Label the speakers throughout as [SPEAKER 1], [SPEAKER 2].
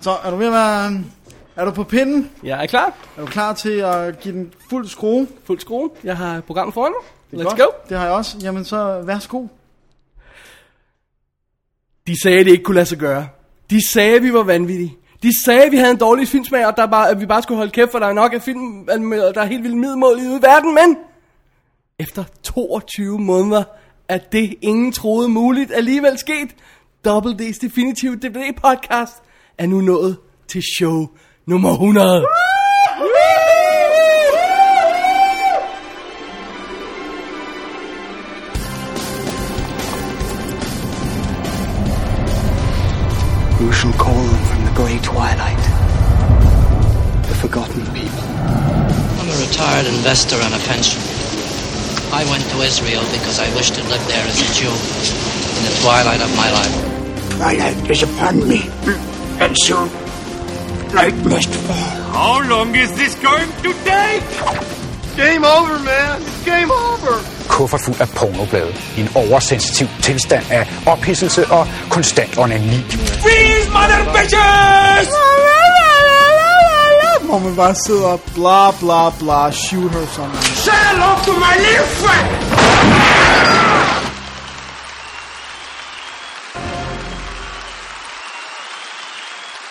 [SPEAKER 1] Så er du ved at være... Er du på pinden?
[SPEAKER 2] Jeg er klar.
[SPEAKER 1] Er du klar til at give den fuld skrue?
[SPEAKER 2] Fuld skrue. Jeg har programmet foran mig.
[SPEAKER 1] Det er
[SPEAKER 2] Let's
[SPEAKER 1] godt.
[SPEAKER 2] go.
[SPEAKER 1] Det har jeg også. Jamen så værsgo.
[SPEAKER 2] De sagde, det ikke kunne lade sig gøre. De sagde, vi var vanvittige. De sagde, vi havde en dårlig filmsmag, og der bare, at vi bare skulle holde kæft, for der er nok af film, der er helt vildt middelmål i ude i verden, men... Efter 22 måneder er det, ingen troede muligt, alligevel sket. Double D's Definitive DVD-podcast er nu nået til show nummer 100.
[SPEAKER 3] Who shall call them from the grey twilight? The forgotten people.
[SPEAKER 4] I'm a retired investor on a pension. I went to Israel because I wished to live there as a Jew in the twilight of my life.
[SPEAKER 3] Twilight is upon me, and soon night must fall.
[SPEAKER 5] How long is this going to take? Game over, man. It's game over.
[SPEAKER 6] kuffert fuld af pornoblade i en oversensitiv tilstand af ophidselse og konstant onani.
[SPEAKER 5] Please, mother bitches!
[SPEAKER 1] Hvor man bare sidder og bla bla bla, shoot her somewhere.
[SPEAKER 5] Say hello to my little friend!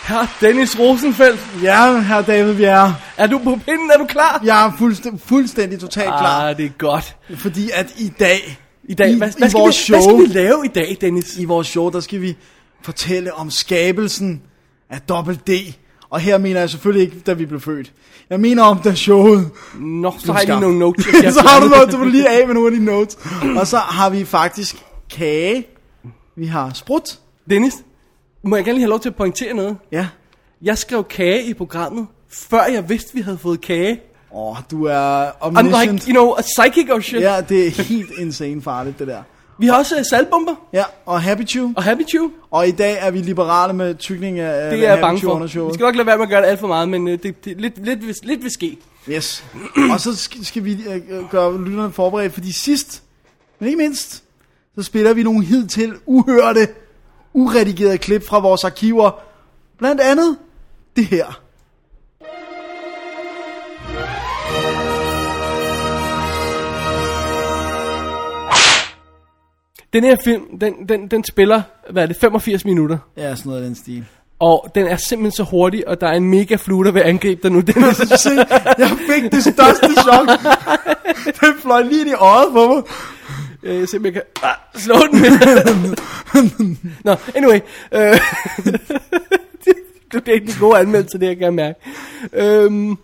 [SPEAKER 2] Her Dennis Rosenfeldt,
[SPEAKER 1] Ja, herr David Bjerre.
[SPEAKER 2] er du på pinden? Er du klar?
[SPEAKER 1] Jeg er fuldstændig, fuldstændig totalt klar.
[SPEAKER 2] Ah, det er godt.
[SPEAKER 1] Fordi at i dag,
[SPEAKER 2] I dag,
[SPEAKER 1] i,
[SPEAKER 2] hvad,
[SPEAKER 1] i
[SPEAKER 2] hvad, skal
[SPEAKER 1] vores
[SPEAKER 2] vi,
[SPEAKER 1] show,
[SPEAKER 2] hvad skal vi lave i dag, Dennis?
[SPEAKER 1] i vores show, der skal vi fortælle om skabelsen af Double D. Og her mener jeg selvfølgelig ikke, da vi blev født. Jeg mener om, da showet
[SPEAKER 2] Nå, så
[SPEAKER 1] blev
[SPEAKER 2] har jeg lige
[SPEAKER 1] skabt.
[SPEAKER 2] nogle notes. jeg
[SPEAKER 1] så har du
[SPEAKER 2] fjerner.
[SPEAKER 1] noget, du må lige af med nogle af dine notes. Og så har vi faktisk kage. Vi har sprut.
[SPEAKER 2] Dennis, må jeg gerne lige have lov til at pointere noget?
[SPEAKER 1] Ja.
[SPEAKER 2] Jeg skrev kage i programmet, før jeg vidste, vi havde fået kage.
[SPEAKER 1] Åh, oh, du er
[SPEAKER 2] I'm like,
[SPEAKER 1] omniscient.
[SPEAKER 2] you know, a psychic or shit. Yeah.
[SPEAKER 1] Ja, det er helt insane farligt, det der.
[SPEAKER 2] Vi har også uh, salgbomber
[SPEAKER 1] Ja, og Happy Chew.
[SPEAKER 2] og Happy Chew.
[SPEAKER 1] Og i dag er vi liberale med tykning af
[SPEAKER 2] Det er jeg
[SPEAKER 1] Happy
[SPEAKER 2] bange
[SPEAKER 1] Chew
[SPEAKER 2] for.
[SPEAKER 1] under
[SPEAKER 2] Vi
[SPEAKER 1] showet.
[SPEAKER 2] skal nok lade være med at gøre det alt for meget, men uh, det, det, lidt, lidt, lidt, lidt vil ske.
[SPEAKER 1] Yes. Og så skal, skal vi øh, gøre lytterne forberedt, fordi sidst, men ikke mindst, så spiller vi nogle hidtil uhørte, uredigerede klip fra vores arkiver. Blandt andet det her.
[SPEAKER 2] Den her film, den, den, den spiller, hvad er det, 85 minutter.
[SPEAKER 1] Ja, sådan noget af den stil.
[SPEAKER 2] Og den er simpelthen så hurtig, og der er en mega flue, der vil angribe dig nu, Dennis.
[SPEAKER 1] Se, jeg fik det største chok. Den fløj lige ind i øjet på mig.
[SPEAKER 2] Øh, se om jeg kan ah, slå den med. Nå, anyway. Øh, det, det er ikke de gode anmeldelser, det jeg kan mærke. Øhm,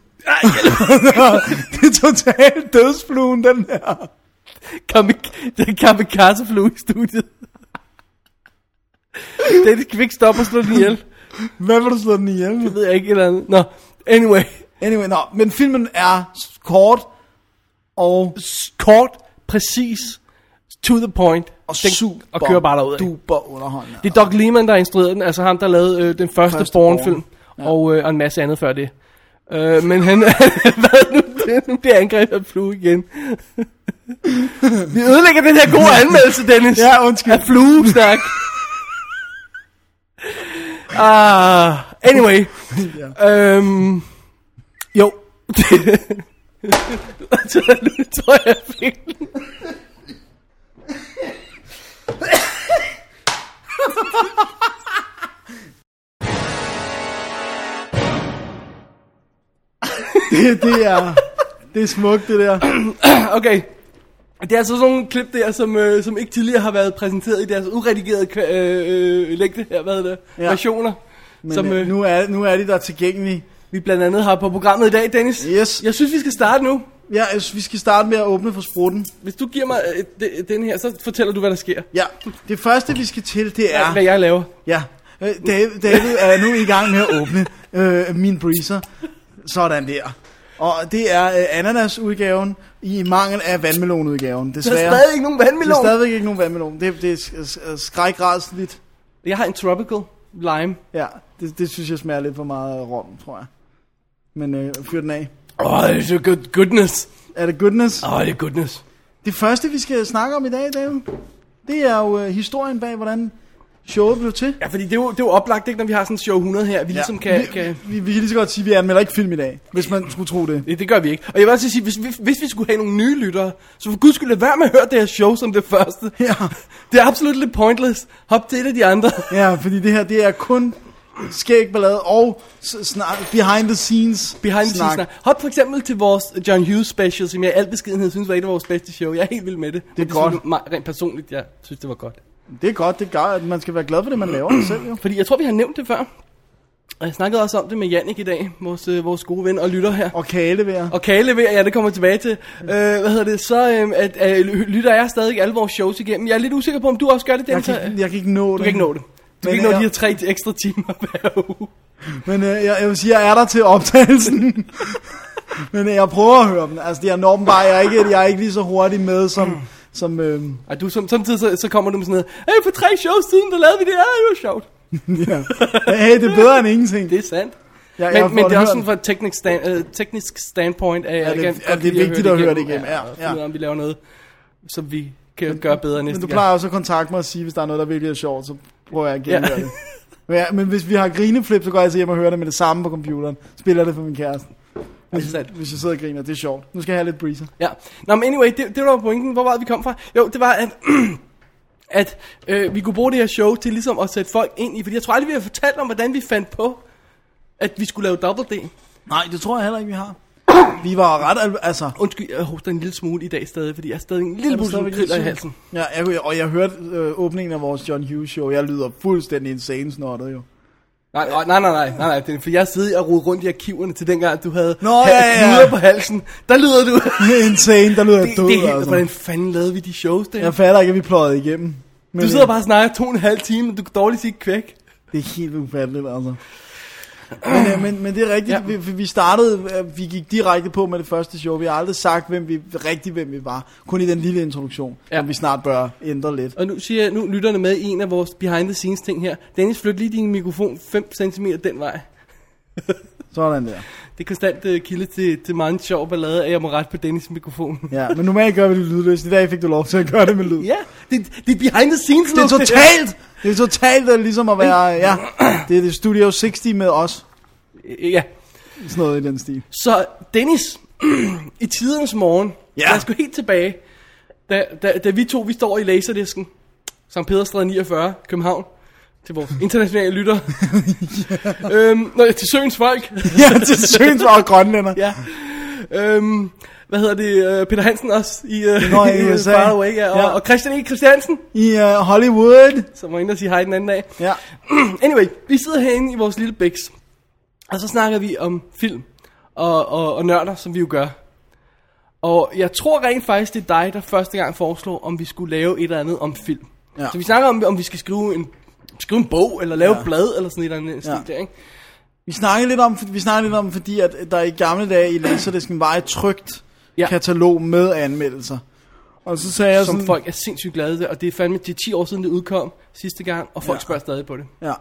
[SPEAKER 1] Det er totalt dødsfluen, den her.
[SPEAKER 2] kamik- det er kamikaze i studiet. det kan vi ikke stoppe og slå den ihjel.
[SPEAKER 1] Hvad vil du slå den ihjel med?
[SPEAKER 2] Det ved jeg ikke et eller andet. Nå, anyway.
[SPEAKER 1] Anyway, nå, men filmen er kort og,
[SPEAKER 2] Kort, præcis, to the point.
[SPEAKER 1] og
[SPEAKER 2] Den-
[SPEAKER 1] super
[SPEAKER 2] og kører bare derud.
[SPEAKER 1] duper underholdende.
[SPEAKER 2] Det er Doug Liman, der har instrueret den, altså ham, der lavede øh, den første,
[SPEAKER 1] Første
[SPEAKER 2] første
[SPEAKER 1] Bourne.
[SPEAKER 2] Bourne-film, ja. og, øh, og en masse andet før det. Øh, men han, hvad nu, det, nu bliver angrebet af flue igen. Vi ødelægger den her gode anmeldelse, Dennis.
[SPEAKER 1] Ja, undskyld.
[SPEAKER 2] Af fluesnak. Ah, anyway. ja. øhm, jo. nu tror jeg, jeg fik den.
[SPEAKER 1] det, det er... Det er smukt, det der.
[SPEAKER 2] Okay. Det er altså sådan nogle klip der, som, øh, som ikke tidligere har været præsenteret i deres uredigerede kva- øh, øh, længde, her, hvad hedder det,
[SPEAKER 1] Ja.
[SPEAKER 2] ja. versioner.
[SPEAKER 1] Men
[SPEAKER 2] som
[SPEAKER 1] øh,
[SPEAKER 2] øh,
[SPEAKER 1] nu, er, nu er de der tilgængelige.
[SPEAKER 2] vi blandt andet har på programmet i dag, Dennis.
[SPEAKER 1] Yes.
[SPEAKER 2] Jeg synes, vi skal starte nu.
[SPEAKER 1] Ja, altså, vi skal starte med at åbne for sprutten.
[SPEAKER 2] Hvis du giver mig øh, de- den her, så fortæller du, hvad der sker.
[SPEAKER 1] Ja, det første, vi skal til, det
[SPEAKER 2] Ja. Hvad
[SPEAKER 1] er...
[SPEAKER 2] jeg laver.
[SPEAKER 1] Ja, øh, David, David er nu i gang med at åbne øh, min breezer. Sådan der. Og det er øh, ananas-udgaven i mangel af vandmelon-udgaven,
[SPEAKER 2] Der er
[SPEAKER 1] desværre.
[SPEAKER 2] stadig ikke nogen
[SPEAKER 1] Der er
[SPEAKER 2] vandmelon.
[SPEAKER 1] stadigvæk ikke nogen vandmelon. Det, det er sk- sk- skrækrædsligt.
[SPEAKER 2] Jeg har en tropical lime.
[SPEAKER 1] Ja, det, det synes jeg smager lidt for meget af rom, tror jeg. Men øh, fyr den af.
[SPEAKER 2] Åh, oh, det er så good, goodness.
[SPEAKER 1] Er det goodness?
[SPEAKER 2] Åh, oh, det er goodness.
[SPEAKER 1] Det første, vi skal snakke om i dag, David, det er jo øh, historien bag, hvordan showet blev til.
[SPEAKER 2] Ja, fordi det er jo, det er jo oplagt, ikke, når vi har sådan show 100 her, vi ja. ligesom kan...
[SPEAKER 1] vi,
[SPEAKER 2] kan
[SPEAKER 1] Vi, vi, kan lige så godt sige, at vi anmelder ikke film i dag, hvis man skulle tro det.
[SPEAKER 2] det, det gør vi ikke. Og jeg vil også sige, hvis, hvis, hvis vi skulle have nogle nye lyttere, så for guds skyld lad være med at høre det her show som det første.
[SPEAKER 1] Ja.
[SPEAKER 2] Det er absolut lidt pointless. Hop til et af de andre.
[SPEAKER 1] Ja, fordi det her, det er kun skæg ballade og s- snak, behind the scenes
[SPEAKER 2] Behind the scenes. Hop for eksempel til vores John Hughes special, som jeg i al beskedenhed synes var et af vores bedste show. Jeg er helt vild med det. Men
[SPEAKER 1] godt.
[SPEAKER 2] synes jeg Rent personligt, jeg synes, det var godt.
[SPEAKER 1] Det er godt, det gør, at man skal være glad for det, man laver selv jo.
[SPEAKER 2] Fordi jeg tror, vi har nævnt det før. Og jeg snakkede også om det med Jannik i dag, vores, øh, vores gode ven og lytter her.
[SPEAKER 1] Og kageleverer.
[SPEAKER 2] Og kage leverer, ja, det kommer jeg tilbage til. Øh, hvad hedder det? Så øh, at, øh, lytter jeg stadig alle vores shows igennem. Jeg er lidt usikker på, om du også gør
[SPEAKER 1] Jeg
[SPEAKER 2] det, Dennis.
[SPEAKER 1] kan, ikke- jeg kan ikke nå det.
[SPEAKER 2] Du kan ikke nå det. Du
[SPEAKER 1] Men
[SPEAKER 2] kan ikke nå
[SPEAKER 1] jeg-
[SPEAKER 2] de her tre ekstra timer hver uge.
[SPEAKER 1] Men øh, jeg, jeg vil sige, jeg er der til optagelsen. Men øh, jeg prøver at høre dem. Altså, jeg når dem bare. Jeg er ikke, jeg er ikke lige så hurtig med, som... som øh,
[SPEAKER 2] Ej, du, som, samtidig så, så kommer du med sådan noget, hey, for tre shows siden, der lavede vi det her, det var sjovt.
[SPEAKER 1] ja. Hey, det er bedre end ingenting.
[SPEAKER 2] Det er sandt.
[SPEAKER 1] Jeg,
[SPEAKER 2] Men,
[SPEAKER 1] jeg
[SPEAKER 2] men
[SPEAKER 1] får
[SPEAKER 2] det er også
[SPEAKER 1] hørt.
[SPEAKER 2] sådan fra et teknisk, stand, øh, teknisk standpoint, at jeg
[SPEAKER 1] det-
[SPEAKER 2] kan
[SPEAKER 1] ja,
[SPEAKER 2] godt
[SPEAKER 1] det er
[SPEAKER 2] lide
[SPEAKER 1] vigtigt at høre det igennem, ja,
[SPEAKER 2] og
[SPEAKER 1] ja.
[SPEAKER 2] finde ud af, om vi laver noget, som vi kan gøre bedre næste
[SPEAKER 1] Men du
[SPEAKER 2] gang.
[SPEAKER 1] plejer også at kontakte mig og sige, hvis der er noget, der virkelig er sjovt, så prøver jeg at genhøre
[SPEAKER 2] Ja.
[SPEAKER 1] det. Men, ja, men hvis vi har grineflip, så går jeg altså hjem og hører det med det samme på computeren. Spiller det for min kæreste.
[SPEAKER 2] det er
[SPEAKER 1] Hvis,
[SPEAKER 2] sandt.
[SPEAKER 1] hvis jeg sidder og griner, det er sjovt. Nu skal jeg have lidt breezer.
[SPEAKER 2] Ja. Nå, men anyway, det, det var pointen. Hvor var det, vi kom fra? Jo, det var, at, at øh, vi kunne bruge det her show til ligesom at sætte folk ind i. Fordi jeg tror aldrig, vi har fortalt om, hvordan vi fandt på, at vi skulle lave Double D.
[SPEAKER 1] Nej, det tror jeg heller ikke, vi har. Vi var ret... al- Altså,
[SPEAKER 2] Undskyld, jeg hoster en lille smule i dag stadig, fordi jeg er stadig en lille
[SPEAKER 1] Jeg
[SPEAKER 2] smule
[SPEAKER 1] forstår
[SPEAKER 2] kriller i
[SPEAKER 1] ikke,
[SPEAKER 2] halsen.
[SPEAKER 1] Ja, jeg, jeg- og jeg hørte øh, åbningen af vores John Hughes show. Jeg lyder fuldstændig insane snortet jo.
[SPEAKER 2] Nej, nej, nej, nej, nej, nej, nej, det er, for jeg sidder og rodet rundt i arkiverne til dengang, du havde
[SPEAKER 1] Nå, ja, ja, ja.
[SPEAKER 2] knuder på halsen. Der lyder du.
[SPEAKER 1] insane, der lyder jeg
[SPEAKER 2] det,
[SPEAKER 1] død.
[SPEAKER 2] det er helt,
[SPEAKER 1] altså.
[SPEAKER 2] hvordan fanden lavede vi de shows der?
[SPEAKER 1] Jeg fatter ikke, at vi pløjede igennem. Men,
[SPEAKER 2] Du
[SPEAKER 1] øh,
[SPEAKER 2] sidder bare og snakker to og en halv time, og du kan dårligt sige kvæk.
[SPEAKER 1] Det er helt ufatteligt, altså. Men, øh, men, men det er rigtigt,
[SPEAKER 2] Ja.
[SPEAKER 1] ja. vi, vi startede, øh, vi gik direkte på med det første show. Vi har aldrig sagt, hvem vi, rigtig hvem vi var. Kun i den lille introduktion,
[SPEAKER 2] Ja.
[SPEAKER 1] ja. som vi snart bør ændre lidt.
[SPEAKER 2] Og nu siger jeg, nu lytterne med i en af vores behind the scenes ting her. Dennis, flyt lige din mikrofon 5 cm den vej.
[SPEAKER 1] Sådan der.
[SPEAKER 2] Det er konstant uh, kilde til, til meget sjov ballade, at jeg må rette på Dennis' mikrofon.
[SPEAKER 1] Ja, men normalt gør vi det lydløst. I dag fik du lov til at gøre det med lyd.
[SPEAKER 2] ja, det, det er behind the scenes
[SPEAKER 1] Det er
[SPEAKER 2] look, her.
[SPEAKER 1] totalt, det er totalt øh, ligesom at være, ja, det er det Studio 60 med os.
[SPEAKER 2] Ja,
[SPEAKER 1] Sådan noget i den stil.
[SPEAKER 2] så Dennis, i tidens morgen,
[SPEAKER 1] Ja.
[SPEAKER 2] jeg skulle helt tilbage, da, da, da vi to vi står i laserdisken, St. Pederstræde 49, København, til vores internationale lytter. øhm, nej, til Søens Folk.
[SPEAKER 1] ja, til Søens og Grønlænder. Ja.
[SPEAKER 2] Ja. Øhm, hvad hedder det? øh, Peter Hansen også i, øh,
[SPEAKER 1] Nå, i USA.
[SPEAKER 2] Far Away, ja, og,
[SPEAKER 1] Ja.
[SPEAKER 2] ja. og Christian E. Christiansen,
[SPEAKER 1] I uh, Hollywood.
[SPEAKER 2] som var inde og sige hej den anden dag.
[SPEAKER 1] Ja.
[SPEAKER 2] Anyway, vi sidder herinde i vores lille bæks, og så snakker vi om film og, og, og nørder, som vi jo gør. Og jeg tror rent faktisk, det er dig, der første gang foreslog, om vi skulle lave et eller andet om film.
[SPEAKER 1] Ja.
[SPEAKER 2] Så vi snakker om, om vi skal skrive en, skrive en bog, eller lave ja. blad, eller sådan et eller andet ja.
[SPEAKER 1] Ja.
[SPEAKER 2] der, ikke?
[SPEAKER 1] Vi snakkede lidt om, vi snakkede lidt om fordi at øh, der i gamle dage i Laserdisken var et trygt
[SPEAKER 2] Ja.
[SPEAKER 1] ja. katalog med anmeldelser. Og så sagde jeg
[SPEAKER 2] Som
[SPEAKER 1] sådan,
[SPEAKER 2] folk er sindssygt glade ved, og det er fandme, det er 10 år siden, det udkom sidste gang, og folk
[SPEAKER 1] Ja.
[SPEAKER 2] ja. spørger stadig på det.
[SPEAKER 1] Ja.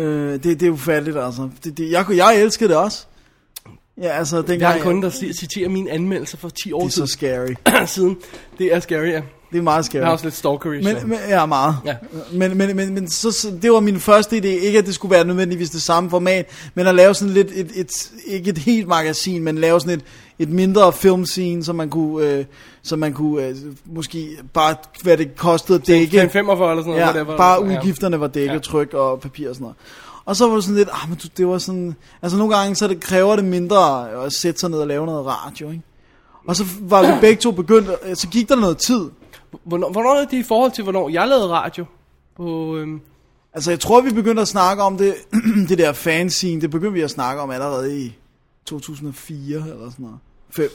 [SPEAKER 1] Øh, det, det er ufatteligt, altså. Det, det, jeg, kunne- jeg elskede det også. Ja, altså, dengang...
[SPEAKER 2] Jeg har en
[SPEAKER 1] jeg-
[SPEAKER 2] kunde, der ci- citerer mine anmeldelser for 10 år
[SPEAKER 1] Det er så
[SPEAKER 2] siden.
[SPEAKER 1] scary.
[SPEAKER 2] siden. Det er scary, ja.
[SPEAKER 1] Det er meget
[SPEAKER 2] Jeg har
[SPEAKER 1] scary.
[SPEAKER 2] også lidt stalkerish.
[SPEAKER 1] Men, men, ja, meget.
[SPEAKER 2] Ja.
[SPEAKER 1] Ja. Men, men, men, men så, så, det var min første idé. Ikke at det skulle være nødvendigvis det samme format, men at lave sådan lidt, et, et, ikke et helt magasin, men lave sådan et, et mindre filmscene, som man kunne, øh, som man kunne øh, måske bare, hvad det kostede at dække.
[SPEAKER 2] Ken 45 eller sådan noget.
[SPEAKER 1] Ja,
[SPEAKER 2] whatever.
[SPEAKER 1] bare
[SPEAKER 2] Ja.
[SPEAKER 1] udgifterne var dækket,
[SPEAKER 2] Ja.
[SPEAKER 1] ja. tryk og papir og sådan noget. Og så var det sådan lidt, ah, men du, det var sådan, altså nogle gange så det kræver det mindre at sætte sig ned og lave noget radio, ikke? Og så var vi begge to begyndt, øh, så gik der noget tid,
[SPEAKER 2] Hvornår, hvornår er det i forhold til, hvornår jeg lavede radio? På, øhm,
[SPEAKER 1] Altså, jeg tror, vi begyndte at snakke om det, det der fanscene, det begyndte vi at snakke om allerede i 2004 eller sådan noget. 5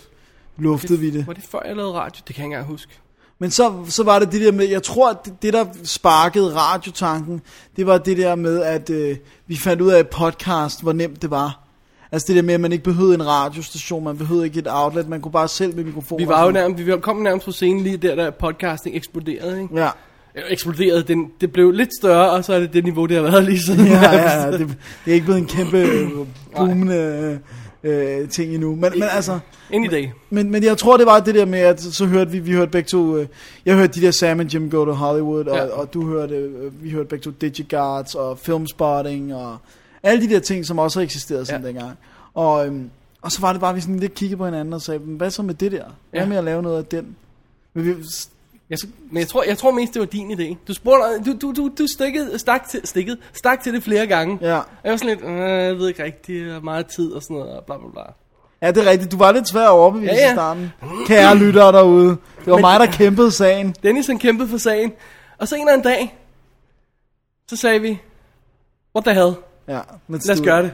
[SPEAKER 1] luftede vi det.
[SPEAKER 2] var det før, jeg lavede radio? Det kan jeg ikke engang huske.
[SPEAKER 1] Men så, så var det det der med, jeg tror, at det, det der sparkede radiotanken, det var det der med, at øh, vi fandt ud af at podcast, hvor nemt det var. Altså det der med, at man ikke behøvede en radiostation, man behøvede ikke et outlet, man kunne bare selv med mikrofonen.
[SPEAKER 2] Vi var jo nærmest, vi kom nærmest på scenen lige der, da podcasting eksploderede. Ikke?
[SPEAKER 1] Ja,
[SPEAKER 2] Eller eksploderede, den, det blev lidt større, og så er det det niveau, det har været lige siden.
[SPEAKER 1] ja, ja, ja det, det er ikke blevet en kæmpe øh, boomende øh, øh, ting endnu. Men, men altså...
[SPEAKER 2] Any day.
[SPEAKER 1] Men, men jeg tror, det var det der med, at så hørte vi, vi hørte begge to, øh, jeg hørte de der Sam and Jim Go to Hollywood, og,
[SPEAKER 2] Ja.
[SPEAKER 1] ja. og du hørte, øh, vi hørte begge to Digiguards og Filmspotting og alle de der ting, som også har eksisteret siden
[SPEAKER 2] Ja.
[SPEAKER 1] ja. dengang. Og, øhm, og så var det bare, at vi sådan lidt kiggede på hinanden og sagde, "Men hvad så med det der? Hvad
[SPEAKER 2] Ja.
[SPEAKER 1] med at lave noget af den? Men vi,
[SPEAKER 2] Jeg, men jeg tror, jeg tror mest, det var din idé. Du spurgte, du, du, du, du stikkede, stak, til, stikket, stak til det flere gange.
[SPEAKER 1] Ja.
[SPEAKER 2] Og jeg var sådan lidt, øh, jeg ved ikke rigtigt, jeg har meget tid og sådan noget, og bla bla bla.
[SPEAKER 1] ja, det er rigtigt, du var lidt svær at overbevise
[SPEAKER 2] Ja, ja.
[SPEAKER 1] i starten. Kære lyttere derude, det var men, mig, der kæmpede sagen.
[SPEAKER 2] Dennis han kæmpede for sagen. Og så en eller anden dag, så sagde vi, what the hell,
[SPEAKER 1] Ja,
[SPEAKER 2] lad os gøre det.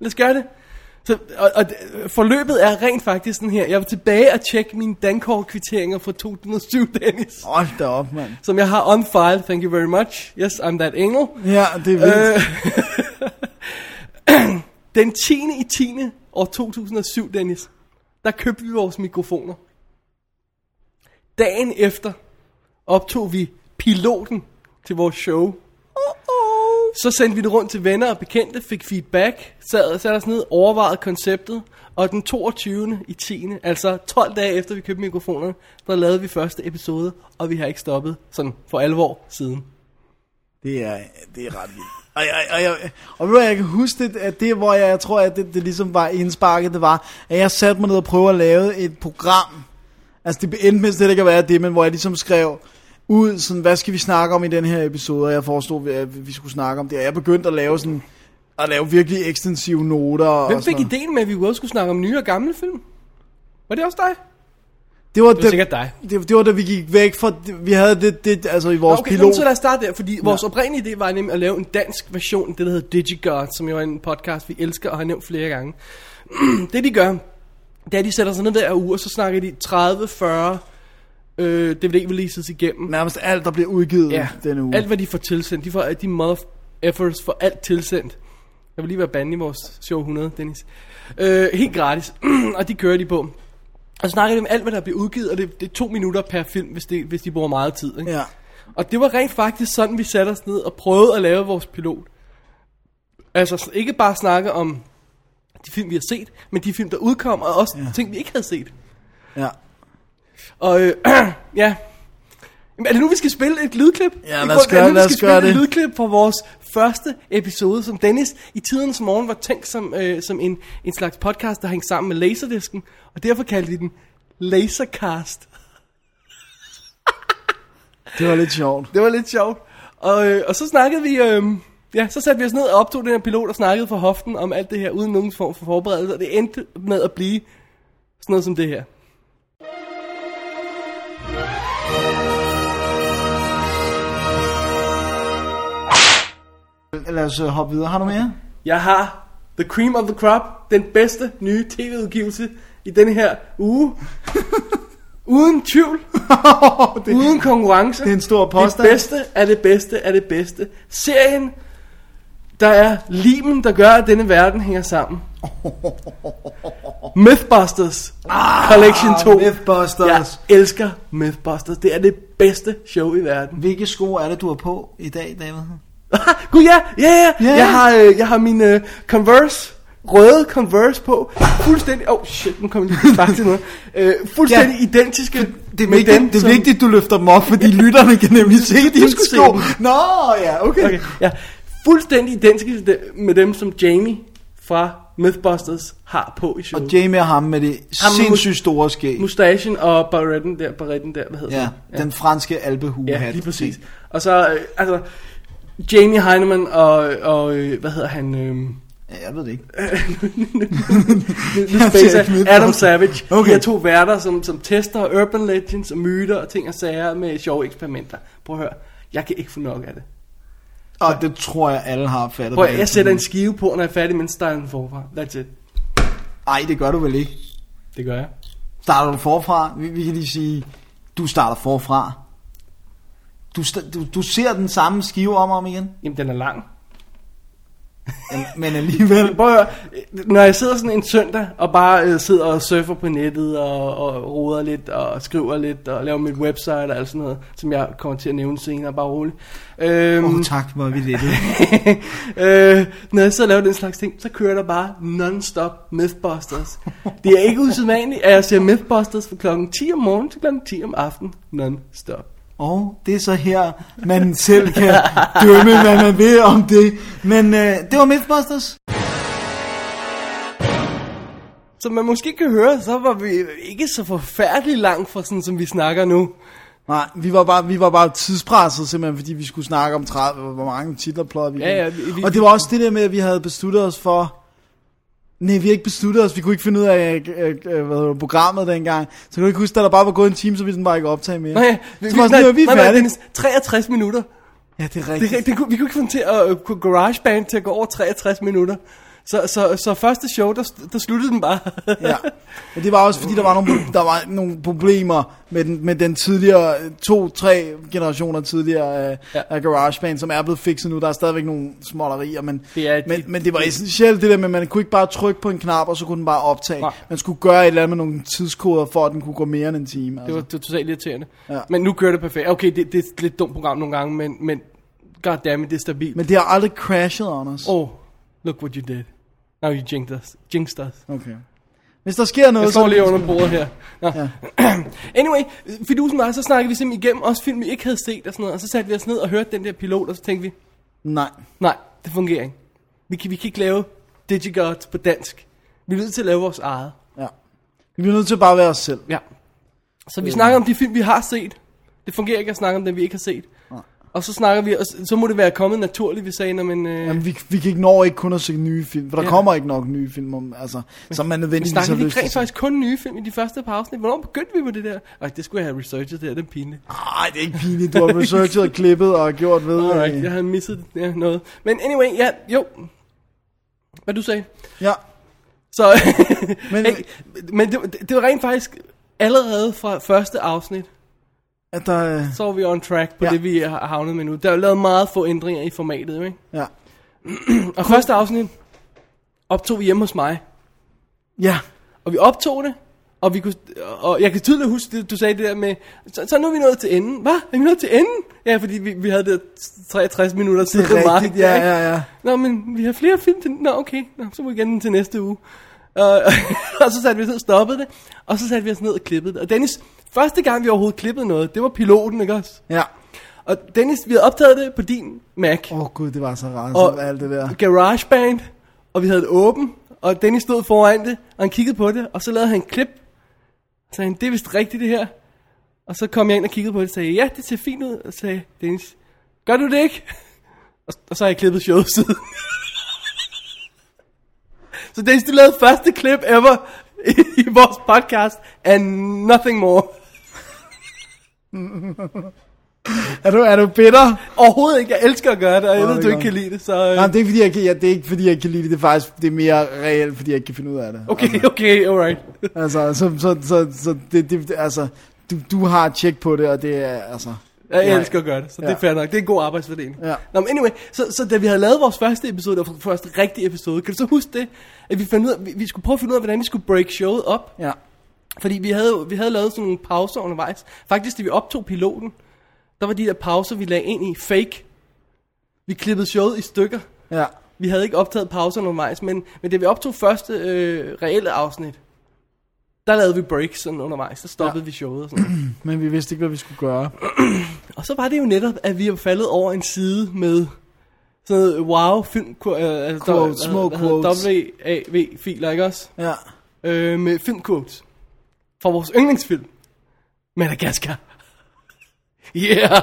[SPEAKER 2] Lad os gøre det. Så, og, og d- forløbet er rent faktisk sådan her. Jeg var tilbage og tjekke mine Dankor-kvitteringer fra 2007, Dennis.
[SPEAKER 1] Hold da op, mand.
[SPEAKER 2] Som jeg har on file, thank you very much. Yes, I'm that angel.
[SPEAKER 1] Ja, det er vildt.
[SPEAKER 2] Øh, Den 10. i 10. år 2007, Dennis, der købte vi vores mikrofoner. Dagen efter optog vi piloten til vores show. Så sendte vi det rundt til venner og bekendte, fik feedback, sad, sad os ned, overvejede konceptet, og den 22. i 10. altså 12 dage efter vi købte mikrofonerne, der lavede vi første episode, og vi har ikke stoppet sådan for alvor siden.
[SPEAKER 1] Det er, det er ret vildt. Og, jeg, og, jeg, og ved du, hvad, jeg kan huske det, at det, hvor jeg, jeg tror, at det, det ligesom var indsparket, det var, at jeg satte mig ned og prøvede at lave et program. Altså det endte med slet ikke at være det, men hvor jeg ligesom skrev ud, sådan, hvad skal vi snakke om i den her episode, og jeg forestod, at vi skulle snakke om det, og jeg begyndte at lave sådan, at lave virkelig ekstensive noter. og
[SPEAKER 2] Hvem
[SPEAKER 1] sådan
[SPEAKER 2] fik
[SPEAKER 1] noget.
[SPEAKER 2] ideen med, at vi også skulle snakke om nye og gamle film? Var det også dig?
[SPEAKER 1] Det var,
[SPEAKER 2] Det var sikkert dig.
[SPEAKER 1] Det, det var da vi gik væk fra, vi havde det, det altså i vores
[SPEAKER 2] okay,
[SPEAKER 1] pilot.
[SPEAKER 2] jamen, så lad os starte der, fordi vores oprindelige idé var nemlig at lave en dansk version, af det der hedder DigiGuard, som jo er en podcast, vi elsker og har nævnt flere gange. det de gør, det er, at de sætter sig ned hver uge, og så snakker de 30-40 øh, DVD-releases igennem.
[SPEAKER 1] Nærmest alt, der bliver udgivet ja. denne uge.
[SPEAKER 2] Alt hvad de får tilsendt, de får de mother efforts for alt tilsendt. Jeg vil lige være bandet i vores show 100, Dennis. Øh, helt gratis, og de kører de på. Og så snakker de om alt, hvad der bliver udgivet, og det, det er to minutter per film, hvis, det, hvis de bruger meget tid. Ikke?
[SPEAKER 1] Ja.
[SPEAKER 2] Og det var rent faktisk sådan, vi satte os ned og prøvede at lave vores pilot. Altså s- ikke bare snakke om de film, vi har set, men de film, der udkom, og også ja. ting, vi ikke havde set.
[SPEAKER 1] Ja.
[SPEAKER 2] Og øh, ja. Jamen, er det nu, vi skal spille et lydklip?
[SPEAKER 1] Ja,
[SPEAKER 2] I
[SPEAKER 1] lad os
[SPEAKER 2] grund- er
[SPEAKER 1] gøre-
[SPEAKER 2] nu,
[SPEAKER 1] lad
[SPEAKER 2] vi
[SPEAKER 1] os
[SPEAKER 2] skal
[SPEAKER 1] gøre
[SPEAKER 2] spille
[SPEAKER 1] det.
[SPEAKER 2] et lydklip fra vores første episode, som Dennis i tidens morgen var tænkt som, øh, som en, en slags podcast, der hængte sammen med Laserdisken. Og derfor kaldte vi den Lasercast.
[SPEAKER 1] Det var lidt sjovt.
[SPEAKER 2] Det var lidt sjovt. Og, øh, og så snakkede vi... Øh, ja, så satte vi os ned og optog den her pilot og snakkede for hoften om alt det her, uden nogen form for forberedelse. Og det endte med at blive sådan noget som det her.
[SPEAKER 1] Lad os øh, hoppe videre. Har du mere?
[SPEAKER 2] Jeg har The Cream of the Crop, den bedste nye tv-udgivelse i denne her uge. Uden tvivl,
[SPEAKER 1] det,
[SPEAKER 2] uden konkurrence.
[SPEAKER 1] det er en stor
[SPEAKER 2] Det
[SPEAKER 1] påstand.
[SPEAKER 2] bedste er det bedste er det bedste. Serien, der er limen, der gør, at denne verden hænger sammen. Mythbusters Collection 2.
[SPEAKER 1] Ah, Mythbusters.
[SPEAKER 2] Jeg elsker Mythbusters. Det er det bedste show i verden.
[SPEAKER 1] Hvilke sko er det, du har på i dag, David?
[SPEAKER 2] Gud ja, ja, ja.
[SPEAKER 1] Ja.
[SPEAKER 2] Jeg har, øh, jeg har mine øh, Converse, røde Converse på. Fuldstændig, oh shit, nu kommer jeg lige tilbage til noget. Øh, fuldstændig ja. identiske
[SPEAKER 1] Det er, vigtigt, det er
[SPEAKER 2] som-
[SPEAKER 1] vigtigt, du løfter dem op, fordi lytterne kan nemlig se dine
[SPEAKER 2] skulle se
[SPEAKER 1] sko.
[SPEAKER 2] dem.
[SPEAKER 1] Nå, ja, okay.
[SPEAKER 2] Okay, ja. Fuldstændig identiske til dem- med dem, som Jamie fra Mythbusters har på i
[SPEAKER 1] Og
[SPEAKER 2] showet.
[SPEAKER 1] Jamie og ham med det
[SPEAKER 2] Ham med
[SPEAKER 1] sindssygt store skæg.
[SPEAKER 2] Mustachen og barretten der, barretten der, hvad hedder
[SPEAKER 1] Ja, den franske alpehue
[SPEAKER 2] Ja, lige præcis. Og så, øh, altså, Jamie Heineman og, og øh, hvad hedder han, øh,
[SPEAKER 1] Ja, jeg ved det ikke.
[SPEAKER 2] Lidt space
[SPEAKER 1] Jeg tænkte,
[SPEAKER 2] af Adam Savage. Okay.
[SPEAKER 1] Okay.
[SPEAKER 2] De her to værter, som, som tester urban legends og myter og ting og sager med sjove eksperimenter. Prøv at høre. Jeg kan ikke få nok af det.
[SPEAKER 1] Og det tror jeg, alle har fattet.
[SPEAKER 2] Prøv at, høre, jeg sætter en skive på, når jeg er færdig med en stylen forfra. That's it.
[SPEAKER 1] Nej, det gør du vel ikke.
[SPEAKER 2] Det gør jeg.
[SPEAKER 1] Starter du forfra? Vi, vi kan lige sige, du starter forfra. Du, sta- du, du ser den samme skive om og om igen.
[SPEAKER 2] Jamen, den er lang.
[SPEAKER 1] Men alligevel...
[SPEAKER 2] Prøv at høre, når jeg sidder sådan en søndag og bare øh, sidder og surfer på nettet og, og roder lidt og skriver lidt og laver mit website og alt sådan noget, som jeg kommer til at nævne senere, bare roligt. Øhm,
[SPEAKER 1] Åh, oh, tak, hvor er vi lidt.
[SPEAKER 2] øh, når jeg sidder og laver den slags ting, så kører der bare non-stop Mythbusters. Det er ikke usædvanligt, at jeg ser Mythbusters fra klokken 10 om morgenen til klokken 10 om aftenen non-stop.
[SPEAKER 1] Og det er så her, man selv kan dømme, hvad man vil om det. Men øh, det var Mythbusters.
[SPEAKER 2] Som man måske kan høre, så var vi ikke så forfærdeligt langt fra sådan, som vi snakker nu.
[SPEAKER 1] Nej, vi var bare, vi var bare tidspresset simpelthen, fordi vi skulle snakke om 30, hvor mange titler pløjede vi.
[SPEAKER 2] Ja, ja,
[SPEAKER 1] igennem.
[SPEAKER 2] vi- vi-
[SPEAKER 1] og det var også det der med, at vi havde besluttet os for... Nej, vi har ikke besluttet os, vi kunne ikke finde ud af øh, øh, øh, hvad hedder det, programmet dengang. Så kan du ikke huske, da der bare var gået en time, så ville den bare ikke optage mere.
[SPEAKER 2] Nej, vi,
[SPEAKER 1] så var sådan, nej, vi er færdige.
[SPEAKER 2] Dennis, 63 minutter.
[SPEAKER 1] Ja, det er
[SPEAKER 2] Det,
[SPEAKER 1] rigtigt.
[SPEAKER 2] det, det, kunne- vi kunne ikke få den til at øh, kunne GarageBand til at gå over 63 minutter. Så, så, så første show, der, der sluttede den bare.
[SPEAKER 1] ja. Men det var også fordi, der var nogle, der var nogle problemer med den, med den tidligere, to-tre generationer tidligere øh,
[SPEAKER 2] Ja.
[SPEAKER 1] ja. af GarageBand, som er blevet fikset nu. Der er stadigvæk nogle småtterier, men
[SPEAKER 2] Det er et-
[SPEAKER 1] men, men det var essentielt det der med, at man kunne ikke bare trykke på en knap, og så kunne den bare optage.
[SPEAKER 2] Nej.
[SPEAKER 1] Man skulle gøre et eller andet med nogle tidskoder, for at den kunne gå mere end en time. Altså.
[SPEAKER 2] Det var, det var totalt irriterende. Ja.
[SPEAKER 1] Ja.
[SPEAKER 2] Men nu kører det perfekt. Okay, det, det er et lidt dumt program nogle gange, men, men goddammit, det er stabilt.
[SPEAKER 1] Men det har aldrig crashet, Anders.
[SPEAKER 2] Oh, look what you did. Now you jinxed us. Jinxed us.
[SPEAKER 1] Okay. Hvis der sker noget,
[SPEAKER 2] Jeg står
[SPEAKER 1] så...
[SPEAKER 2] lige under bordet her. Nå. Ja. anyway, fidusen var, så snakkede vi simpelthen igennem også film, vi ikke havde set og sådan noget. Og så satte vi os ned og hørte den der pilot, og så tænkte vi,
[SPEAKER 1] Nej.
[SPEAKER 2] nej, det fungerer ikke. Vi kan, vi kan ikke lave Digigods på dansk. Vi er nødt til at lave vores eget.
[SPEAKER 1] Ja. Vi bliver nødt til bare at være os selv.
[SPEAKER 2] Ja. Så vi snakker
[SPEAKER 1] Øh.
[SPEAKER 2] om de film, vi har set. Det fungerer ikke at snakke om dem, vi ikke har set. Og så snakker vi, og s- så må det være kommet naturligt, vi sagde, når man... Øh,
[SPEAKER 1] Jamen, vi, vi kan ikke nå ikke kun at se nye film, for der
[SPEAKER 2] Ja.
[SPEAKER 1] ja. kommer ikke nok nye film, om, altså, som man
[SPEAKER 2] vi
[SPEAKER 1] nødvendigvis har lyst
[SPEAKER 2] snakkede ikke
[SPEAKER 1] til.
[SPEAKER 2] rent faktisk kun nye film i de første par afsnit. Hvornår begyndte vi på det der? Ej, det skulle jeg have researchet der, det er pinligt.
[SPEAKER 1] Nej, det er ikke pinligt. Du har researchet og klippet og gjort ved.
[SPEAKER 2] Alright, jeg
[SPEAKER 1] øh,
[SPEAKER 2] havde misset ja, noget. Men anyway, ja, jo. Hvad du sagde?
[SPEAKER 1] ja.
[SPEAKER 2] Så, men,
[SPEAKER 1] Men-
[SPEAKER 2] hey, men det, det var rent faktisk allerede fra første afsnit,
[SPEAKER 1] At der, øh,
[SPEAKER 2] så var vi on track på ja.
[SPEAKER 1] Ja.
[SPEAKER 2] det, vi har havnet med nu. Der er jo lavet meget få ændringer i formatet, jo, ikke?
[SPEAKER 1] ja.
[SPEAKER 2] Og første afsnit optog vi hjemme hos mig.
[SPEAKER 1] ja.
[SPEAKER 2] Og vi optog det, og, vi kunne, og jeg kan tydeligt huske, det, du sagde det der med, så, så nu er vi nået til enden. Hvad? Er vi nået til enden? Ja, fordi vi, vi havde det der 63 minutter
[SPEAKER 1] Det
[SPEAKER 2] til
[SPEAKER 1] er rigtigt. Ja, ja, ja.
[SPEAKER 2] Nå, men vi har flere film til... Nå, okay. Nå, så må vi igen den til næste uge. Uh, og så satte vi os ned og stoppede det, og så satte vi os ned og klippede det. Og Dennis, første gang vi overhovedet klippede noget, det var piloten, ikke også?
[SPEAKER 1] Ja.
[SPEAKER 2] Og Dennis, vi havde optaget det på din Mac.
[SPEAKER 1] Åh oh, gud, det var så rart,
[SPEAKER 2] Og-
[SPEAKER 1] og, alt det der.
[SPEAKER 2] GarageBand, og vi havde det åben, og Dennis stod foran det, og han kiggede på det, og så lavede han en klip, og sagde han, det er vist rigtigt det her. Og så kom jeg ind og kiggede på det, og sagde, ja, det ser fint ud, og sagde, Dennis, gør du det ikke? Og, og så har jeg klippet showet siden. så Dennis, du lavede første klip ever i vores podcast, and nothing more.
[SPEAKER 1] Er du, er du bitter?
[SPEAKER 2] Overhovedet ikke, jeg elsker at gøre det, og jeg
[SPEAKER 1] Nå,
[SPEAKER 2] ved,
[SPEAKER 1] det
[SPEAKER 2] du
[SPEAKER 1] er
[SPEAKER 2] ikke kan
[SPEAKER 1] godt.
[SPEAKER 2] lide det, så... øh,
[SPEAKER 1] Nej, det er ikke fordi, jeg, kan- ja, det er ikke fordi, jeg kan lide det. Det er faktisk det er mere reelt, fordi jeg ikke kan finde ud af det.
[SPEAKER 2] Okay, okay, alright.
[SPEAKER 1] Altså, så, så, så, så det, det, altså, du, du har tjek på det, og det er, altså...
[SPEAKER 2] Jeg
[SPEAKER 1] Ja.
[SPEAKER 2] elsker at gøre det, så det
[SPEAKER 1] Ja.
[SPEAKER 2] er fair nok. Det er en god arbejdsfordeling.
[SPEAKER 1] Ja.
[SPEAKER 2] Nå, men anyway, så, så da vi havde lavet vores første episode, og første rigtige episode, kan du så huske det? At vi, fandt ud af, vi, vi skulle prøve at finde ud af, hvordan vi skulle break showet op.
[SPEAKER 1] Ja.
[SPEAKER 2] Fordi vi havde, jo- vi havde lavet sådan nogle pauser undervejs. Faktisk, da vi optog piloten, der var de der pauser, vi lagde ind i fake. Vi klippede showet i stykker.
[SPEAKER 1] Ja.
[SPEAKER 2] Vi havde ikke optaget pauser undervejs, men, men da vi optog første øh, reelle afsnit, der lavede vi breaks sådan undervejs. Så stoppede ja. vi showet og sådan noget.
[SPEAKER 1] Men vi vidste ikke, hvad vi skulle gøre.
[SPEAKER 2] Og så var det jo netop, at vi er faldet over en side med sådan noget wow film øh, altså,
[SPEAKER 1] Quotes, små quotes.
[SPEAKER 2] WAV filer, ikke også?
[SPEAKER 1] Ja.
[SPEAKER 2] Øh, med filmquotes fra vores yndlingsfilm. Madagaskar. Yeah,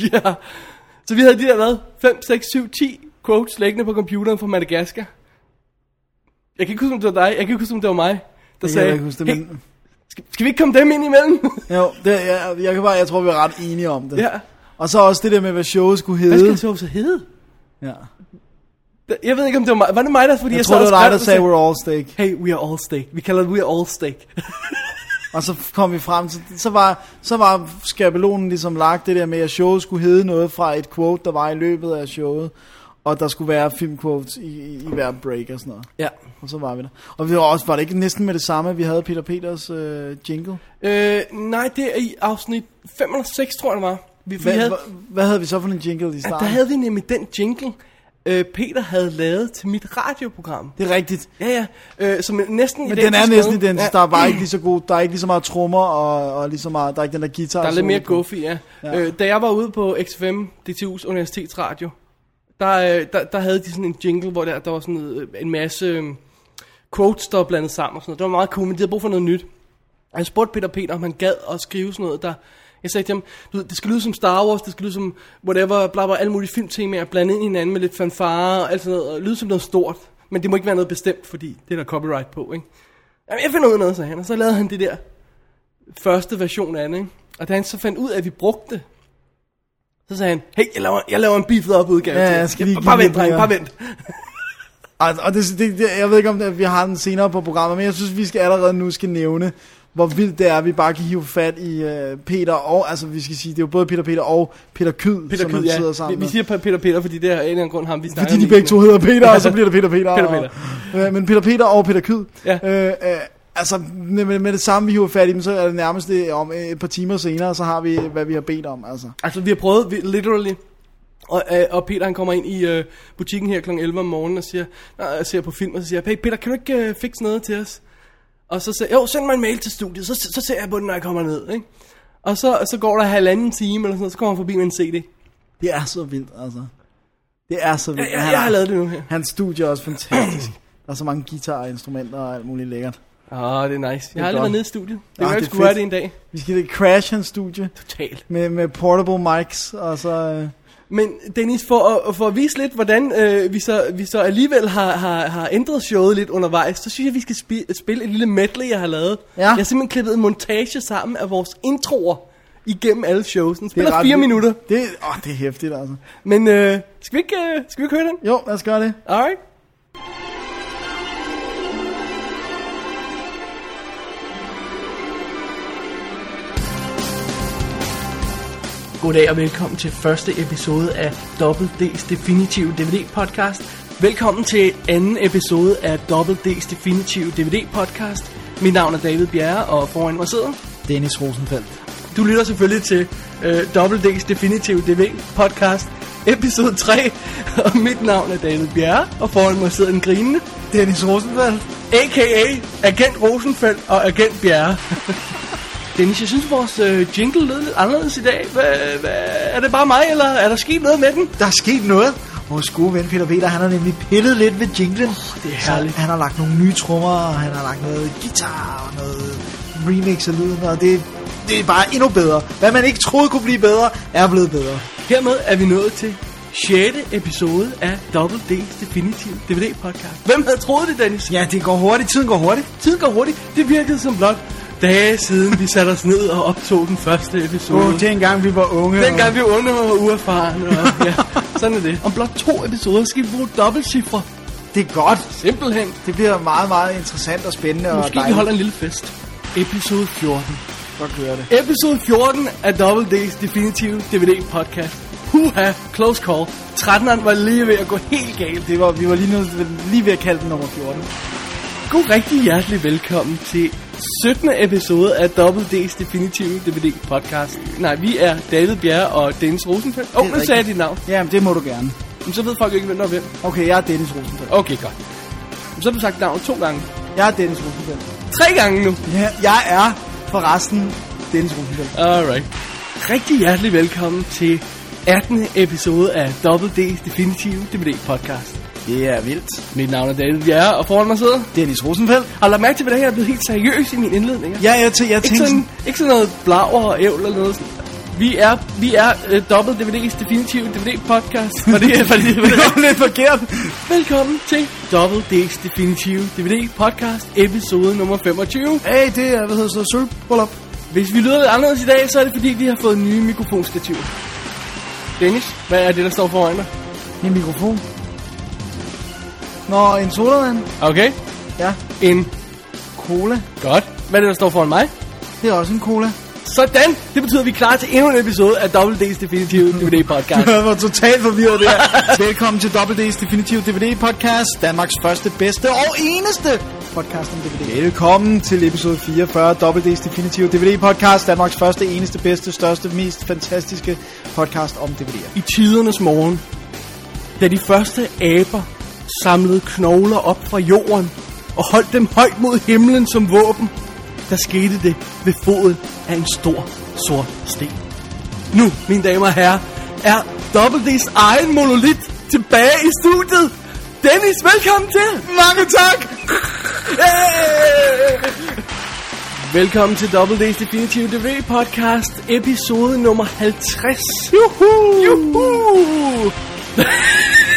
[SPEAKER 2] yeah. Så vi havde de der, hvad? 5, 6, 7, 10 quotes liggende på computeren fra Madagaskar. Jeg kan ikke huske, om det var dig. Jeg kan ikke huske, om det var mig, der
[SPEAKER 1] Jeg kan
[SPEAKER 2] sagde,
[SPEAKER 1] ikke huske det,
[SPEAKER 2] hey,
[SPEAKER 1] men...
[SPEAKER 2] skal, skal vi ikke komme dem ind imellem?
[SPEAKER 1] Jo, det, jeg, jeg, kan bare, jeg tror, vi er ret enige om det.
[SPEAKER 2] ja.
[SPEAKER 1] Og så også det der med, hvad showet skulle hedde.
[SPEAKER 2] Hvad skal det så så hedde?
[SPEAKER 1] Ja.
[SPEAKER 2] Jeg ved ikke, om det var mig. Var det mig, der... Fordi jeg,
[SPEAKER 1] Jeg
[SPEAKER 2] sad
[SPEAKER 1] tror, det
[SPEAKER 2] og
[SPEAKER 1] var
[SPEAKER 2] skrev
[SPEAKER 1] dig, der sagde, we're all steak.
[SPEAKER 2] Hey, we are all steak. Vi kalder det, we are all steak.
[SPEAKER 1] Og så kom vi frem til, så var, så var skabelonen ligesom lagt det der med, at showet skulle hedde noget fra et quote, der var i løbet af showet. og der skulle være filmquotes i, i, i hver break og sådan noget.
[SPEAKER 2] Ja.
[SPEAKER 1] Og så var vi der. Og vi var også, var det ikke næsten med det samme, at vi havde Peter Peters øh, jingle?
[SPEAKER 2] Øh, nej, det er i afsnit 5 eller 6, tror jeg det var. Vi, vi
[SPEAKER 1] Hvad,
[SPEAKER 2] havde,
[SPEAKER 1] havde... hvad havde vi så for en jingle i
[SPEAKER 2] ja,
[SPEAKER 1] starten?
[SPEAKER 2] der havde vi nemlig den jingle, øh, Peter havde lavet til mit radioprogram.
[SPEAKER 1] Det er rigtigt.
[SPEAKER 2] Ja, ja. Øh, som er næsten
[SPEAKER 1] Men den er næsten identisk.
[SPEAKER 2] Ja,
[SPEAKER 1] Der er bare ikke lige så god, der er ikke lige så meget trommer og, og lige så meget, der er ikke den der guitar.
[SPEAKER 2] der er lidt
[SPEAKER 1] solo
[SPEAKER 2] mere
[SPEAKER 1] på.
[SPEAKER 2] goofy, ja. ja. Øh, da jeg var ude på XFM, DTU's universitetsradio, der, øh, der, der havde de sådan en jingle, hvor der, der var sådan øh, en masse øh, quotes, der var blandet sammen og sådan noget. Det var meget cool, men de havde brug for noget nyt. Og Jeg spurgte Peter Peter, om han gad at skrive sådan noget, der... Jeg sagde til ham, du ved, det skal lyde som Star Wars, det skal lyde som whatever, bla bla, alle mulige filmtemaer, blandet ind i hinanden med lidt fanfare og alt sådan noget, og lyde som noget stort. Men det må ikke være noget bestemt, fordi det er der copyright på, ikke? Jamen, jeg finder ud af noget, sagde han, og så lavede han det der første version af den, ikke? Og da han så fandt ud af, at vi brugte det, så sagde han, hey, jeg laver, jeg laver en beefed up udgave
[SPEAKER 1] Ja,
[SPEAKER 2] til jer.
[SPEAKER 1] jeg skal lige
[SPEAKER 2] Bare
[SPEAKER 1] give
[SPEAKER 2] vent,
[SPEAKER 1] den
[SPEAKER 2] dreng,
[SPEAKER 1] her."
[SPEAKER 2] bare vent.
[SPEAKER 1] Og, og det, det, det, jeg ved ikke, om det, vi har den senere på programmet, men jeg synes, vi skal allerede nu skal nævne, hvor vildt det er, at vi bare kan hive fat i uh, Peter og, altså vi skal sige, det er jo både Peter Peter og Peter Kyd,
[SPEAKER 2] Peter
[SPEAKER 1] som
[SPEAKER 2] Kyd,
[SPEAKER 1] han sidder
[SPEAKER 2] ja. Vi,
[SPEAKER 1] sammen
[SPEAKER 2] vi,
[SPEAKER 1] med.
[SPEAKER 2] siger Peter Peter, fordi det er af en eller anden grund ham, vi snakker
[SPEAKER 1] Fordi de
[SPEAKER 2] mest
[SPEAKER 1] begge to
[SPEAKER 2] med.
[SPEAKER 1] hedder Peter, og så bliver det Peter Peter.
[SPEAKER 2] Peter
[SPEAKER 1] Og, øh, men Peter Peter og Peter Kyd.
[SPEAKER 2] Ja.
[SPEAKER 1] Øh, øh, altså med, med- med det samme, vi hiver fat i dem, så er det nærmest det, om øh, et par timer senere, så har vi, hvad vi har bedt om, altså.
[SPEAKER 2] Altså, vi har prøvet, vi, literally. Og, øh, og Peter han kommer ind i øh, butikken her kl. 11 om morgenen og siger, "Nå, jeg ser på film, og så siger jeg, hey Peter, kan du ikke øh, fikse noget til os? Og så siger jeg, jo, send mig en mail til studiet, så, så ser jeg på den, når jeg kommer ned, ikke? Og så, så går der halvanden time, eller sådan noget, så kommer han forbi med en CD.
[SPEAKER 1] Det er så vildt, altså. Det er så vildt.
[SPEAKER 2] Jeg, jeg,
[SPEAKER 1] Han
[SPEAKER 2] jeg
[SPEAKER 1] har-
[SPEAKER 2] har lavet det nu her.
[SPEAKER 1] Hans studie er også fantastisk. Der er så mange guitarer, instrumenter og alt muligt lækkert.
[SPEAKER 2] Åh, oh, det er nice. Jeg
[SPEAKER 1] godt.
[SPEAKER 2] har aldrig været nede i studiet. Det
[SPEAKER 1] Ah,
[SPEAKER 2] kan
[SPEAKER 1] det
[SPEAKER 2] jeg
[SPEAKER 1] er
[SPEAKER 2] skulle
[SPEAKER 1] fedt.
[SPEAKER 2] være det en dag.
[SPEAKER 1] Vi skal crash hans studie
[SPEAKER 2] Totalt.
[SPEAKER 1] med, med portable mics, og så... Øh,
[SPEAKER 2] Men Dennis, for at, for at vise lidt, hvordan øh, vi, så, vi så alligevel har, har, har ændret showet lidt undervejs, så synes jeg, vi skal spi- spille et lille medley, jeg har lavet.
[SPEAKER 1] Ja.
[SPEAKER 2] Jeg har simpelthen klippet en montage sammen af vores introer igennem alle shows. Den spiller fire
[SPEAKER 1] vildt.
[SPEAKER 2] minutter.
[SPEAKER 1] Det, åh, det er hæftigt, altså.
[SPEAKER 2] Men øh, skal, vi ikke, øh, skal vi ikke høre den?
[SPEAKER 1] Jo, lad os gøre det.
[SPEAKER 2] Alright. Goddag og velkommen til første episode af Double D's Definitive DVD Podcast. Velkommen til anden episode af Double D's Definitive DVD Podcast. Mit navn er David Bjerre, og foran mig sidder...
[SPEAKER 1] Dennis Rosenfeldt.
[SPEAKER 2] Du lytter selvfølgelig til øh, Double D's Definitive DV Podcast, episode 3. og mit navn er David Bjerre, og foran mig sidder en grinende,
[SPEAKER 1] Dennis Rosenfeldt?
[SPEAKER 2] a.k.a. Agent Rosenfeldt og Agent Bjerre. Dennis, jeg synes, vores øh, jingle lød lidt anderledes i dag. Hva, hva, er det bare mig, eller er der sket noget med den?
[SPEAKER 7] Der er sket noget. Vores gode ven Peter Peter, han har nemlig pillet lidt ved jinglen. Oh,
[SPEAKER 2] det er herligt.
[SPEAKER 7] han har lagt nogle nye trommer, og han har lagt noget guitar og noget remix af lyden, og det, det er bare endnu bedre. Hvad man ikke troede kunne blive bedre, er blevet bedre.
[SPEAKER 2] Hermed er vi nået til 6. episode af Double D's Definitive DVD Podcast. Hvem havde troet det, Dennis?
[SPEAKER 7] Ja, det går hurtigt. Tiden går hurtigt.
[SPEAKER 2] Tiden går hurtigt. Det virkede som blot dage siden, vi satte os ned og optog den første episode.
[SPEAKER 7] Åh, dengang vi var unge.
[SPEAKER 2] Dengang vi var unge og uerfarne. Og, ja, sådan er det. Om blot to episoder skal vi bruge dobbeltcifre.
[SPEAKER 7] Det er godt.
[SPEAKER 2] Simpelthen.
[SPEAKER 7] Det bliver meget, meget interessant og spændende og
[SPEAKER 2] Måske vi
[SPEAKER 7] dejligt.
[SPEAKER 2] holder en lille fest. Episode 14.
[SPEAKER 7] Så kører det.
[SPEAKER 2] Episode 14 af Double D's Definitive DVD Podcast. Huha, close call. 13'eren var lige ved at gå helt galt.
[SPEAKER 1] Det var, vi var lige, nød, lige ved at kalde den nummer 14.
[SPEAKER 2] God rigtig hjertelig velkommen til 17. episode af Double D's Definitive DVD Podcast. Nej, vi er David Bjerre og Dennis Rosenfeldt. Åh, oh, nu sagde jeg dit navn.
[SPEAKER 1] Jamen, det må du gerne.
[SPEAKER 2] Men så ved folk jo ikke, hvem der er hvem.
[SPEAKER 1] Okay, jeg er Dennis Rosenfeldt.
[SPEAKER 2] Okay, godt. Så har du sagt navn to gange.
[SPEAKER 1] Jeg er Dennis Rosenfeldt.
[SPEAKER 2] Tre gange nu.
[SPEAKER 1] Ja, jeg er forresten Dennis Rosenfeldt.
[SPEAKER 2] Alright. Rigtig hjertelig velkommen til 18. episode af Double D's Definitive DVD Podcast.
[SPEAKER 1] Det er vildt.
[SPEAKER 2] Mit navn er David Bjerre, og foran mig sidder...
[SPEAKER 1] Dennis Rosenfeldt?
[SPEAKER 2] Har du lagt mærke til, hvordan jeg er blevet helt seriøs i mine indledninger?
[SPEAKER 1] Ja, jeg, tæ- jeg
[SPEAKER 2] Ikke
[SPEAKER 1] tænkte
[SPEAKER 2] sådan, ikke sådan noget blaver og ævl eller noget sådan. Vi er, vi er uh, Double DVD's Definitive DVD Podcast. For det, for det, for det,
[SPEAKER 1] sådan lidt forkert.
[SPEAKER 2] Velkommen til Double D's Definitive DVD Podcast, episode nummer 25.
[SPEAKER 1] Hey, det er, hvad hedder så, sølvbrøllup.
[SPEAKER 2] Hvis vi lyder lidt anderledes i dag, så er det fordi, vi har fået nye mikrofonstativer. Dennis, hvad er det, der står foran dig?
[SPEAKER 1] En mikrofon. Nå, en sodavand.
[SPEAKER 2] Okay.
[SPEAKER 1] Ja,
[SPEAKER 2] En.
[SPEAKER 1] cola.
[SPEAKER 2] Godt. Hvad er det, der står foran mig?
[SPEAKER 1] Det er også en cola.
[SPEAKER 2] Sådan. Det betyder, at vi er klar til endnu en episode af WD's Definitive DVD Podcast.
[SPEAKER 1] Jeg var totalt forvirret der. Velkommen til WD's Definitive DVD Podcast, Danmarks første, bedste og eneste podcast om DVD. Velkommen til episode 44, WD's Definitive DVD Podcast, Danmarks første, eneste, bedste, største, mest fantastiske podcast om DVD'er.
[SPEAKER 2] I tidernes morgen, da de første aber samlede knogler op fra jorden og holdt dem højt mod himlen som våben, der skete det ved foden af en stor sort sten. Nu, mine damer og herrer, er WD's egen monolit tilbage i studiet. Dennis, velkommen til! Mange tak! Hey! Velkommen til Double D's Definitive DVD Podcast, episode nummer 50. Juhu! Juhu!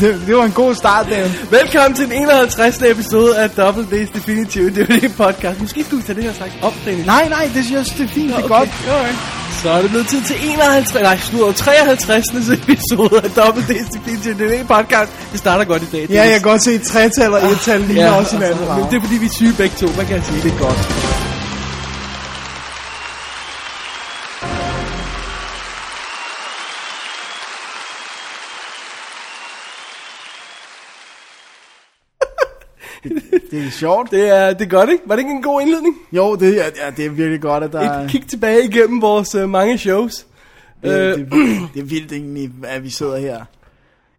[SPEAKER 1] det, det var en god start, Dan.
[SPEAKER 2] Velkommen til den 51. episode af Double D's Definitive DVD Podcast. Måske skulle vi tage det her slags op, Dennis.
[SPEAKER 1] Nej, nej, det synes jeg, det er fint, det er godt.
[SPEAKER 2] Alright. Så er det blevet tid til 51, nej, slutter 53. episode af Double D's Definitive DVD Podcast. Det starter godt i dag.
[SPEAKER 1] Ja, jeg kan godt se, at tretal og ettal ligner
[SPEAKER 2] Ja,
[SPEAKER 1] også hinanden.
[SPEAKER 2] Men det er fordi, vi er syge begge to, man kan jeg sige. Det er godt.
[SPEAKER 1] det er sjovt.
[SPEAKER 2] Det er, det er godt, ikke? Var det ikke en god indledning?
[SPEAKER 1] Jo, det, er- ja, det er virkelig godt, at der er...
[SPEAKER 2] Et kig tilbage igennem vores øh, mange shows.
[SPEAKER 1] Det, øh. det, er vildt- det er vildt egentlig, at vi sidder her.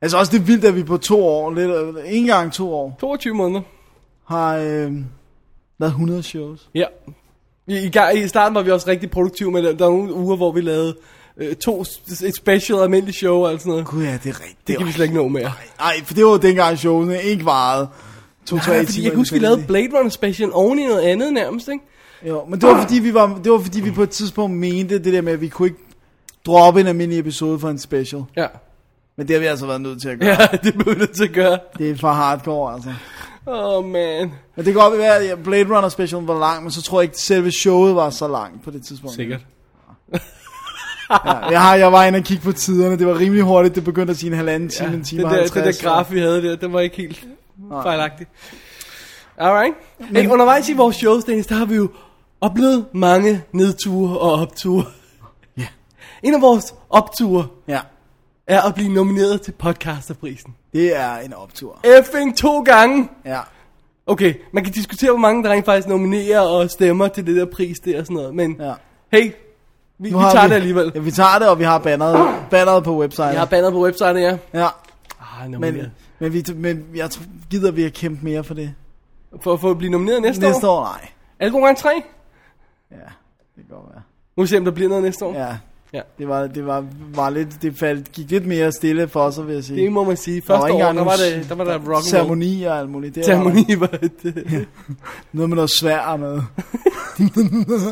[SPEAKER 1] Altså også det er vildt, at vi på to år, lidt, øh, en gang to år,
[SPEAKER 2] 22 måneder.
[SPEAKER 1] har øh, lavet 100 shows.
[SPEAKER 2] Ja. I, i, gang, I starten var vi også rigtig produktive med det. Der var nogle uger, hvor vi lavede øh, to s- et special almindeligt show og alt sådan noget.
[SPEAKER 1] Gud ja, det er rigtigt.
[SPEAKER 2] Det kan vi slet ikke nå mere.
[SPEAKER 1] Nej, for det var jo dengang showene ikke varede. To,
[SPEAKER 2] Nej, fordi jeg kan huske, vi lavede Blade Runner special oven i noget andet nærmest, ikke?
[SPEAKER 1] Jo, men det var, fordi vi var, det var fordi, vi på et tidspunkt mente det der med, at vi kunne ikke droppe en almindelig episode for en special.
[SPEAKER 2] Ja.
[SPEAKER 1] Men det har vi altså været nødt til at gøre.
[SPEAKER 2] Ja, det blev vi nødt til at gøre.
[SPEAKER 1] Det er for hardcore, altså.
[SPEAKER 2] Åh, oh, man.
[SPEAKER 1] Men det kan godt være, at ja, Blade Runner specialen var lang, men så tror jeg ikke, at selve showet var så langt på det tidspunkt. Ja, jeg, har, jeg var inde og kigge på tiderne, det var rimelig hurtigt, det begyndte at sige en halvanden time, ja, en time
[SPEAKER 2] det,
[SPEAKER 1] og
[SPEAKER 2] der,
[SPEAKER 1] 50.
[SPEAKER 2] det der graf, vi havde der, den var ikke helt fejlagtig. Alright. Men hey, undervejs i vores shows, Dennis, der har vi jo oplevet mange nedture og opture.
[SPEAKER 1] Ja.
[SPEAKER 2] En af vores opture
[SPEAKER 1] Ja,
[SPEAKER 2] er at blive nomineret til podcasterprisen.
[SPEAKER 1] det er en optur.
[SPEAKER 2] Effing to gange!
[SPEAKER 1] Ja.
[SPEAKER 2] Okay, man kan diskutere, hvor mange der rent faktisk nominerer og stemmer til det der pris der og sådan noget, men
[SPEAKER 1] Ja.
[SPEAKER 2] hey, vi, vi
[SPEAKER 1] har
[SPEAKER 2] tager det alligevel.
[SPEAKER 1] Ja, vi tager det, og vi har banneret, banneret på website.
[SPEAKER 2] Jeg har bandet på website, ja.
[SPEAKER 1] ja.
[SPEAKER 2] Ah,
[SPEAKER 1] Men,
[SPEAKER 2] nomineret.
[SPEAKER 1] men, vi, men jeg tr- gider vi at kæmpe mere for det.
[SPEAKER 2] Men, for, for at blive nomineret næste,
[SPEAKER 1] Næste
[SPEAKER 2] år.
[SPEAKER 1] år, nej.
[SPEAKER 2] Er det god gang tre?
[SPEAKER 1] Ja, det kan godt være.
[SPEAKER 2] Nu ser vi, om der bliver noget næste år.
[SPEAKER 1] Ja.
[SPEAKER 2] Ja.
[SPEAKER 1] Det var, det var, var lidt, det faldt, gik lidt mere stille for sig, vil jeg sige.
[SPEAKER 2] Det må man sige.
[SPEAKER 1] Der var
[SPEAKER 2] Første
[SPEAKER 1] ikke
[SPEAKER 2] år,
[SPEAKER 1] engang
[SPEAKER 2] der var,
[SPEAKER 1] nogen
[SPEAKER 2] det, der var der rock and roll.
[SPEAKER 1] Ceremoni og alt muligt. Det var der
[SPEAKER 2] Ceremoni var det.
[SPEAKER 1] Noget med noget svær og noget.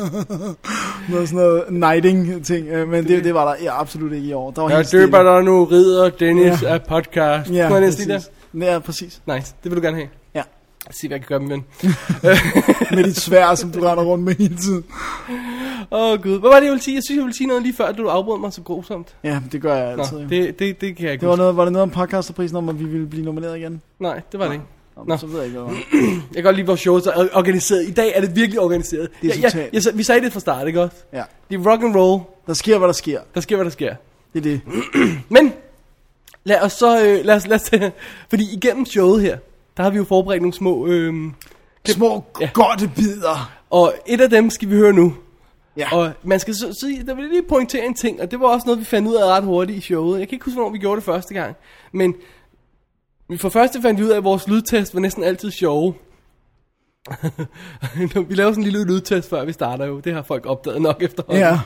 [SPEAKER 1] noget sådan noget knighting ting. øh, Men det, det var der ja, absolut ikke i år. Der var
[SPEAKER 2] Jeg
[SPEAKER 1] helt stille.
[SPEAKER 2] døber der nu, ridder Dennis af podcast.
[SPEAKER 1] Ja,
[SPEAKER 2] Kunne jeg næsten lide
[SPEAKER 1] præcis. Ja, præcis.
[SPEAKER 2] det? Nice, det vil du gerne have.
[SPEAKER 1] Ja.
[SPEAKER 2] Lad os se, hvad jeg kan gøre med den.
[SPEAKER 1] Med dit svær, som du render rundt med hele tiden.
[SPEAKER 2] Åh oh, gud, hvad var det, jeg ville sige? Jeg synes, jeg ville sige noget lige før, da du afbrød mig så grusomt.
[SPEAKER 1] Ja, det gør jeg
[SPEAKER 2] Nå,
[SPEAKER 1] altid. Nå, det...
[SPEAKER 2] det, det, det kan jeg ikke
[SPEAKER 1] Det var,
[SPEAKER 2] huske.
[SPEAKER 1] noget, var det noget om podcasterprisen om, at vi ville blive nomineret igen?
[SPEAKER 2] Nej, det var det ikke.
[SPEAKER 1] Nå,
[SPEAKER 2] Nå.
[SPEAKER 1] Nå. så ved jeg ikke, hvad det var.
[SPEAKER 2] Jeg kan godt lide, hvor showet er or- organiseret. I dag er det virkelig organiseret.
[SPEAKER 1] Det er
[SPEAKER 2] jeg, jeg,
[SPEAKER 1] totalt.
[SPEAKER 2] jeg, sa- vi sagde det fra start, ikke også?
[SPEAKER 1] Ja.
[SPEAKER 2] Det er rock and roll.
[SPEAKER 1] Der sker, hvad der sker.
[SPEAKER 2] Der sker, hvad der sker.
[SPEAKER 1] Det er det.
[SPEAKER 2] Men, lad os så, øh, lad os, lad os tage, fordi igennem showet her, der har vi jo forberedt nogle små, øh,
[SPEAKER 1] Små
[SPEAKER 2] Ja.
[SPEAKER 1] ja. godte bidder.
[SPEAKER 2] og et af dem skal vi høre nu.
[SPEAKER 1] Ja.
[SPEAKER 2] Og man skal så sige, der vil jeg lige pointere en ting, og det var også noget, vi fandt ud af ret hurtigt i showet. Jeg kan ikke huske, hvornår vi gjorde det første gang, men vi for første fandt vi ud af, at vores lydtest var næsten altid sjove. vi laver sådan en lille lydtest, før vi starter jo. Det har folk opdaget nok efterhånden.
[SPEAKER 1] Ja.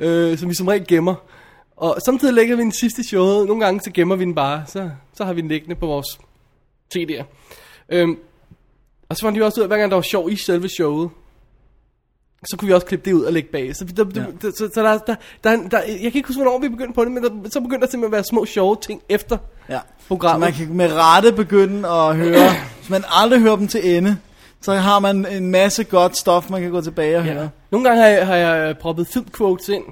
[SPEAKER 2] Øh, som vi som regel gemmer. Og samtidig lægger vi den sidste show. Nogle gange så gemmer vi den bare. Så, så har vi den liggende på vores CD'er. Øhm, og så fandt vi også ud af, at hver gang der var sjov i selve showet, så kunne vi også klippe det ud og lægge bag. Så, vi- der, ja. så, så, så der, der, der, der, jeg kan ikke huske, hvornår vi begyndte på det, men der, så begyndte der simpelthen at være små sjove ting efter
[SPEAKER 1] Ja. Så
[SPEAKER 2] programmet.
[SPEAKER 1] man kan med rette begynde at høre. Hvis man aldrig hører dem til ende, så har man en masse godt stof, man kan gå tilbage og
[SPEAKER 2] Ja.
[SPEAKER 1] høre.
[SPEAKER 2] Nogle gange har jeg, har jeg proppet film quotes ind.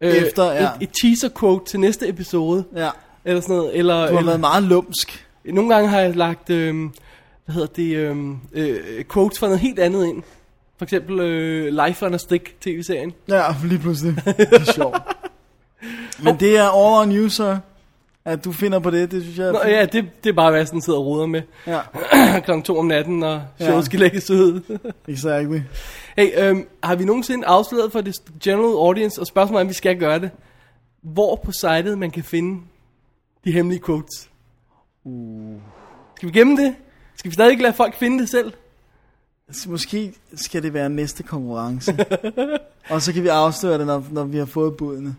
[SPEAKER 2] Øh,
[SPEAKER 1] Efter, ja.
[SPEAKER 2] et, et teaser quote til næste episode.
[SPEAKER 1] Ja.
[SPEAKER 2] Eller sådan noget. Eller,
[SPEAKER 1] Du har
[SPEAKER 2] eller,
[SPEAKER 1] været meget lumsk.
[SPEAKER 2] øhm, Nogle gange har jeg lagt, øh, hvad hedder det, øh, øh, quotes fra noget helt andet ind. For eksempel øh, Life on a Stick tv-serien.
[SPEAKER 1] Ja, lige pludselig. Det er sjovt. Men det er all on you, så. At du finder på det, det synes jeg er
[SPEAKER 2] Nå
[SPEAKER 1] fint.
[SPEAKER 2] ja, det, det er bare, hvad jeg sådan sidder og ruder med
[SPEAKER 1] ja.
[SPEAKER 2] klokken to om natten, når showet
[SPEAKER 1] Ja.
[SPEAKER 2] ja. skal lægges ud.
[SPEAKER 1] Exactly.
[SPEAKER 2] hey, øhm, har vi nogensinde afsløret for det general audience, og spørgsmålet er, om vi skal gøre det, hvor på sitet man kan finde de hemmelige quotes? Uh. Skal vi gemme det? Skal vi stadig ikke lade folk finde det selv?
[SPEAKER 1] Så Måske skal det være næste konkurrence. og så kan vi afsløre det, når, når vi har fået budene.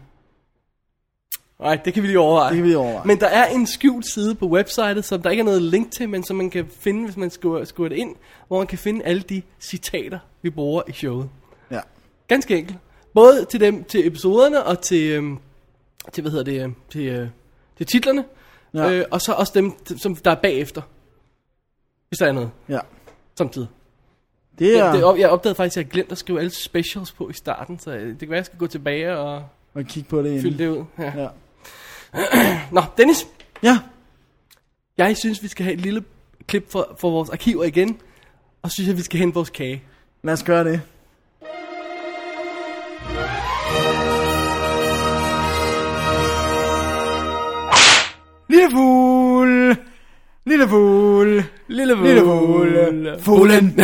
[SPEAKER 2] Nej, det kan vi lige overveje.
[SPEAKER 1] Det kan vi lige overveje.
[SPEAKER 2] Men der er en skjult side på websitet, som der ikke er noget link til, men som man kan finde, hvis man skriver, skriver det ind, hvor man kan finde alle de citater, vi bruger i showet.
[SPEAKER 1] Ja.
[SPEAKER 2] Ganske enkelt. Både til dem, til episoderne og til, øhm, til hvad hedder det, øhm, til, øh, til titlerne.
[SPEAKER 1] Ja.
[SPEAKER 2] Ja. Øh, og så også dem, t- som der er bagefter. Hvis der er noget,
[SPEAKER 1] Ja.
[SPEAKER 2] samtidig.
[SPEAKER 1] Det
[SPEAKER 2] Ja.
[SPEAKER 1] er
[SPEAKER 2] Det, jeg opdagede faktisk, at jeg glemte at skrive alle specials på i starten, så øh, det kan være, at jeg skal gå tilbage og
[SPEAKER 1] at kigge på det
[SPEAKER 2] fylde
[SPEAKER 1] inden.
[SPEAKER 2] det ud. Mm. Ja.
[SPEAKER 1] Ja.
[SPEAKER 2] Nå, Dennis,
[SPEAKER 1] ja.
[SPEAKER 2] Jeg synes, vi skal have et lille klip for, for vores arkiver igen. Og så synes jeg, vi skal hente vores kage.
[SPEAKER 1] Lad os gøre det. Lille fugl. Lille fugl.
[SPEAKER 2] Lille vål.
[SPEAKER 1] Lille fugl. Fuglen.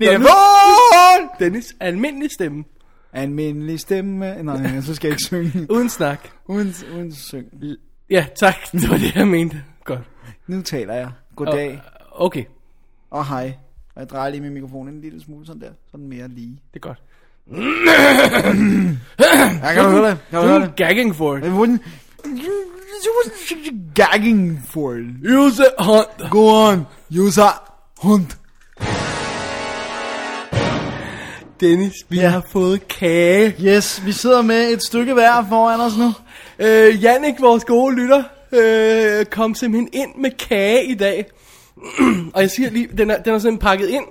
[SPEAKER 1] Lille
[SPEAKER 2] Nå, nu-
[SPEAKER 1] fugl.
[SPEAKER 2] Dennis, almindelig stemme.
[SPEAKER 1] Almindelig stemme. Nej, nej, så skal jeg ikke synge.
[SPEAKER 2] Uden snak.
[SPEAKER 1] Uden, uden syng.
[SPEAKER 2] Ja, tak. Det var det, jeg mente. Godt.
[SPEAKER 1] Nu taler jeg. Goddag
[SPEAKER 2] Okay,
[SPEAKER 1] og hej. Og jeg drejer lige med mikrofonen en lille smule sådan der. Sådan mere lige.
[SPEAKER 2] det er godt.
[SPEAKER 1] Ja, kan du høre det? Kan
[SPEAKER 2] Du
[SPEAKER 1] du høre
[SPEAKER 2] er
[SPEAKER 1] det?
[SPEAKER 2] gagging for it.
[SPEAKER 1] Jeg wouldn't... You was gagging for it.
[SPEAKER 2] Use a hunt.
[SPEAKER 1] Go on, use a hunt.
[SPEAKER 2] Dennis, vi
[SPEAKER 1] Ja.
[SPEAKER 2] ja. har fået kage.
[SPEAKER 1] Yes, vi sidder med et stykke hver foran os nu.
[SPEAKER 2] Øh, Jannik, vores gode lytter, øh, kom simpelthen ind med kage i dag. og jeg siger lige, den er, den er simpelthen pakket ind,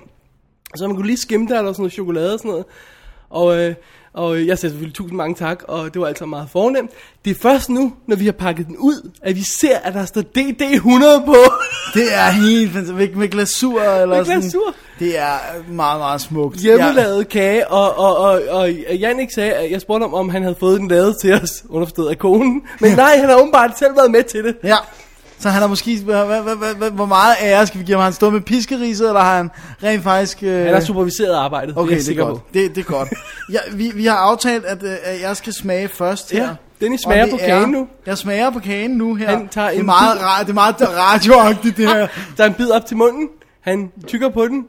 [SPEAKER 2] så man kunne lige skimme der, eller sådan noget chokolade og sådan noget. Og, øh, og øh, jeg sagde selvfølgelig tusind mange tak, og det var altså meget fornemt. Det er først nu, når vi har pakket den ud, at vi ser, at der står DD100 på.
[SPEAKER 1] Det er helt fantastisk. Med, med glasur eller
[SPEAKER 2] Med glasur.
[SPEAKER 1] sådan. Det er meget, meget smukt.
[SPEAKER 2] Hjemmelavet kage, og, og, og, og Jannik sagde, at jeg spurgte om, om han havde fået den lavet til os, underforstået af konen. Men nej, han har åbenbart selv været med til det.
[SPEAKER 1] Ja. ja. Så han har måske... Hvad, hvad, hvad, hvad, hvor meget ære skal vi give ham? Har han stået med piskeriset, eller har han rent faktisk... Øh...
[SPEAKER 2] Han har superviseret arbejdet,
[SPEAKER 1] Okay,
[SPEAKER 2] det er jeg
[SPEAKER 1] det er
[SPEAKER 2] sikker
[SPEAKER 1] godt.
[SPEAKER 2] på.
[SPEAKER 1] Det, det er godt. Ja, vi, vi har aftalt, at, øh, at jeg skal smage først her.
[SPEAKER 2] Ja, Dennis
[SPEAKER 1] Og
[SPEAKER 2] smager
[SPEAKER 1] det
[SPEAKER 2] på
[SPEAKER 1] er-
[SPEAKER 2] kagen nu.
[SPEAKER 1] Jeg smager på kagen nu her.
[SPEAKER 2] Han tager
[SPEAKER 1] det, er
[SPEAKER 2] en
[SPEAKER 1] meget
[SPEAKER 2] bid.
[SPEAKER 1] ra- det er meget radioagtigt, det her.
[SPEAKER 2] Der er en bid op til munden. Han tykker på den.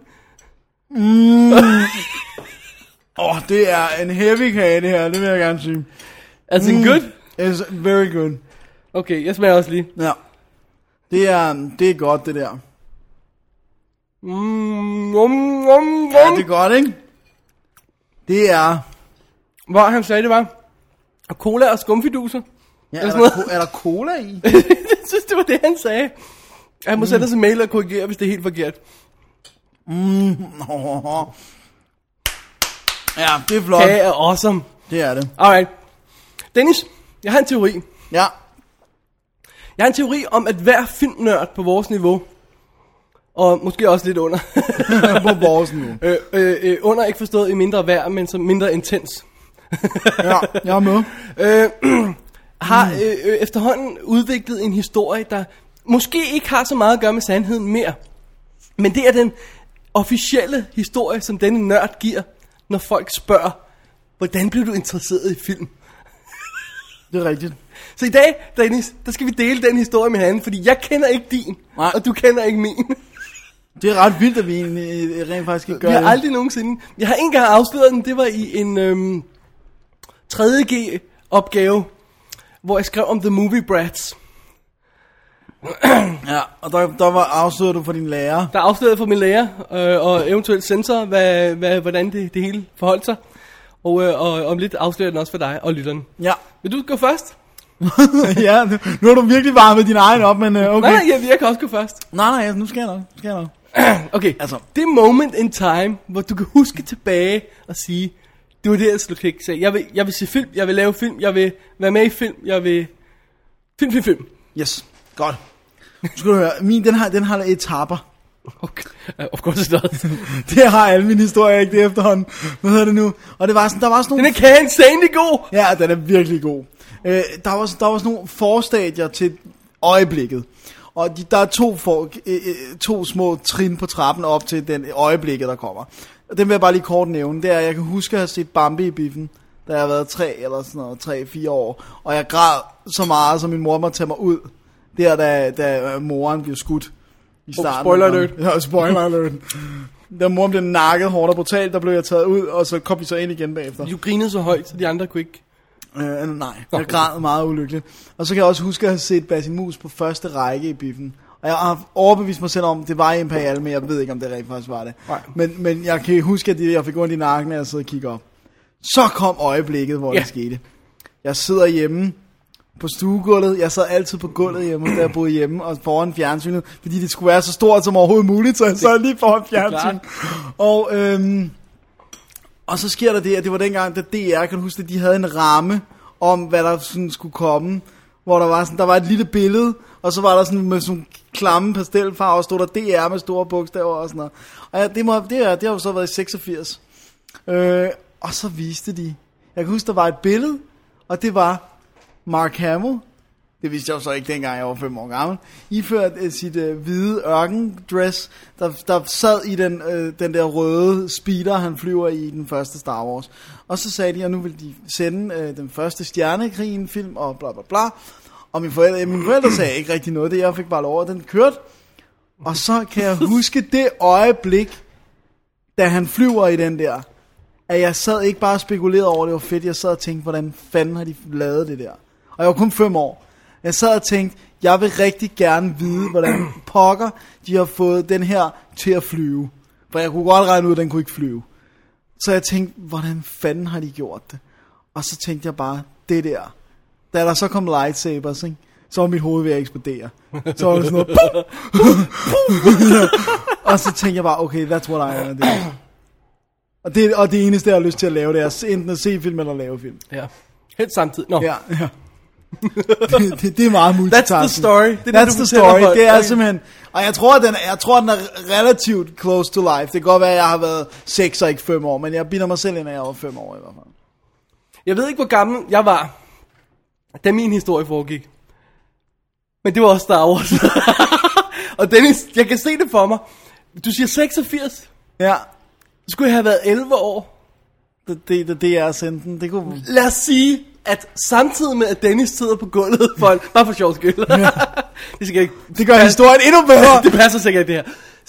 [SPEAKER 1] Åh, oh, det er en heavy kage, det her. Det vil jeg gerne sige.
[SPEAKER 2] Altså
[SPEAKER 1] Mm.
[SPEAKER 2] en good.
[SPEAKER 1] It's very good.
[SPEAKER 2] Okay, jeg smager også lige.
[SPEAKER 1] Ja. Det er, um, det er godt, det der.
[SPEAKER 2] Mm, um, um, um.
[SPEAKER 1] Ja, det er godt, ikke? Det er...
[SPEAKER 2] Hvor han sagde det var. Og cola og skumfiduser.
[SPEAKER 1] Ja,
[SPEAKER 2] Eller
[SPEAKER 1] er,
[SPEAKER 2] sådan
[SPEAKER 1] der,
[SPEAKER 2] noget.
[SPEAKER 1] ko- er der cola i?
[SPEAKER 2] jeg synes, det var det, han sagde. Han må mm. sætte sig mail og korrigere, hvis det er helt forkert.
[SPEAKER 1] Nå. ja, det er flot.
[SPEAKER 2] Kage er awesome.
[SPEAKER 1] Det er det.
[SPEAKER 2] Alright. Dennis, jeg har en teori.
[SPEAKER 1] Ja.
[SPEAKER 2] Jeg har en teori om, at hver filmnørd på vores niveau, og måske også lidt under,
[SPEAKER 1] på vores nu.
[SPEAKER 2] øh, øh, øh, under ikke forstået i mindre værd, men som mindre intens,
[SPEAKER 1] Ja, jeg er med.
[SPEAKER 2] øh, har øh, øh, efterhånden udviklet en historie, der måske ikke har så meget at gøre med sandheden mere. Men det er den officielle historie, som denne nørd giver, når folk spørger, hvordan blev du interesseret i film?
[SPEAKER 1] Det er rigtigt.
[SPEAKER 2] Så i dag, Dennis, der skal vi dele den historie med hinanden, fordi jeg kender ikke din,
[SPEAKER 1] Nej.
[SPEAKER 2] og du kender ikke min.
[SPEAKER 1] Det er ret vildt, at vi egentlig øh, rent faktisk ikke gør
[SPEAKER 2] Vi har
[SPEAKER 1] det.
[SPEAKER 2] aldrig nogensinde... Jeg har ikke engang afsløret den. Det var i en øhm, 3.G-opgave, hvor jeg skrev om The Movie Brats.
[SPEAKER 1] Ja, og der, der var afsløret du for din lærer.
[SPEAKER 2] Der er afsløret for min lærer øh, og eventuelt sensor, hvad, hvad, hvordan det, det hele forholdt sig. Og, øh, og om lidt afslører den også for dig og lytteren.
[SPEAKER 1] Ja.
[SPEAKER 2] Vil du gå først?
[SPEAKER 1] ja, nu, nu har du virkelig varmet din egen op, men øh, okay.
[SPEAKER 2] Okay. Nej, nej, jeg, jeg kan også gå først.
[SPEAKER 1] nej, nej, nu skal jeg nok. Nu skal jeg nok.
[SPEAKER 2] Okay,
[SPEAKER 1] Altså-
[SPEAKER 2] altså. det moment in time, hvor du kan huske tilbage og sige, det var det, jeg slog klik. Jeg vil, jeg vil se film, jeg vil lave film, jeg vil være med i film, jeg vil... Film, film, film.
[SPEAKER 1] Yes, godt. Nu skal du høre, min den har, den har etapper.
[SPEAKER 2] Okay. Uh, Of course it does.
[SPEAKER 1] Det har alle mine historier ikke det er efterhånden. Hvad hedder det nu? Og det var sådan, der var sådan
[SPEAKER 2] Den
[SPEAKER 1] nogle...
[SPEAKER 2] er kan insanely god.
[SPEAKER 1] Ja, den er virkelig god. Øh, der, var, der var sådan nogle forstadier til øjeblikket. Og de, der er to, for, øh, øh, to små trin på trappen op til den øjeblikket, der kommer. Og den vil jeg bare lige kort nævne. Det er, at jeg kan huske at have set Bambi i biffen, da jeg har været tre eller sådan noget, tre, fire år. Og jeg græd så meget, som min mor måtte tage mig ud. Der, da, da øh, moren blev skudt i starten.
[SPEAKER 2] Oh, spoiler alert.
[SPEAKER 1] Ja, spoiler alert. Da moren blev nakket hårdt og brutalt, der blev jeg taget ud, og så kom vi så ind igen bagefter.
[SPEAKER 2] Du grinede så højt, så de andre kunne ikke...
[SPEAKER 1] Øh, nej,
[SPEAKER 2] Nå.
[SPEAKER 1] jeg græd meget ulykkeligt. Og så kan jeg også huske at have set Basil Mus på første række i biffen. Og jeg har overbevist mig selv om, det var Imperial, men jeg ved ikke, om det rent faktisk var det.
[SPEAKER 2] Nej.
[SPEAKER 1] Men, men jeg kan huske, at det- jeg fik ondt i nakken, når jeg sad og kiggede op. Så kom øjeblikket, hvor
[SPEAKER 2] Ja.
[SPEAKER 1] yeah. det skete. Jeg sidder hjemme på stuegulvet. Jeg sad altid på gulvet hjemme, da jeg boede hjemme, og foran fjernsynet, fordi det skulle være så stort som overhovedet muligt, så jeg sad lige foran fjernsynet. Og, øhm, og så sker der det, at det var dengang, da DR, kan du huske, at de havde en ramme om, hvad der sådan skulle komme, hvor der var, sådan, der var et lille billede, og så var der sådan med sådan klamme pastelfarver, og stod der DR med store bogstaver og sådan noget. Og ja, det, må, det, er, det har jo så været i 86. Øh, og så viste de, jeg kan huske, der var et billede, og det var Mark Hamill, det vidste jeg jo så ikke dengang, jeg var fem år gammel, iført øh, sit øh, hvide ørkendress, der, der sad i den, øh, den der røde speeder, han flyver i i den første Star Wars. Og så sagde de, at nu vil de sende øh, den første Stjernekrigen-film, og bla bla bla. Og mine forældre, mine forældre sagde ikke rigtig noget, det jeg fik bare lov, at den kørte. Og så kan jeg huske det øjeblik, da han flyver i den der, at jeg sad ikke bare og spekulerede over, at det var fedt. Jeg sad og tænkte, hvordan fanden har de lavet det der? Og jeg var kun fem år. Jeg sad og tænkte, jeg vil rigtig gerne vide, hvordan pokker de har fået den her til at flyve. For jeg kunne godt regne ud, at den kunne ikke flyve. Så jeg tænkte, hvordan fanden har de gjort det? Og så tænkte jeg bare, det der. Da der så kom lightsabers, ikke? så var mit hoved ved at eksplodere. Så var det sådan noget, pum, og så tænkte jeg bare, okay, that's what I wanna do. Og det, og det eneste, jeg har lyst til at lave, det er s- enten at se film eller lave film.
[SPEAKER 2] Ja. Helt samtidig. Nå.
[SPEAKER 1] Ja, ja. det, det, det er meget multitasking.
[SPEAKER 2] That's the story. Det er det,
[SPEAKER 1] That's
[SPEAKER 2] du
[SPEAKER 1] the
[SPEAKER 2] fortæller
[SPEAKER 1] story.
[SPEAKER 2] folk.
[SPEAKER 1] Det er
[SPEAKER 2] Okay.
[SPEAKER 1] simpelthen... Og jeg tror, at den, jeg tror, at den er relativt close to life. Det kan godt være, at jeg har været 6 og ikke 5 år, men jeg binder mig selv ind, at jeg var 5 år i hvert fald.
[SPEAKER 2] Jeg ved ikke, hvor gammel jeg var, da min historie foregik. Men det var også Star Wars. og Dennis, jeg kan se det for mig. Du siger 86.
[SPEAKER 1] Ja,
[SPEAKER 2] Så skulle jeg have været 11 år.
[SPEAKER 1] det, det, det, det er senden. Det kunne...
[SPEAKER 2] Lad os sige, at samtidig med, at Dennis sidder på gulvet, for en, bare for sjov skyld. det, skal ikke,
[SPEAKER 1] Det gør historien endnu bedre.
[SPEAKER 2] det passer sikkert, det her.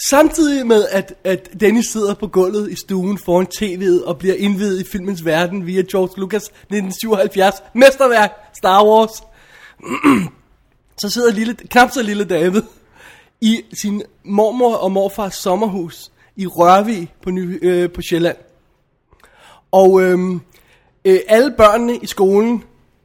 [SPEAKER 2] Samtidig med, at, at Dennis sidder på gulvet i stuen foran tv'et og bliver indvidet i filmens verden via George Lucas 1977 mesterværk Star Wars, så sidder lille, knap så lille David i sin mormor og morfars sommerhus i Rørvig på, Ny, øh, på Sjælland. Og øhm, øh, alle børnene i skolen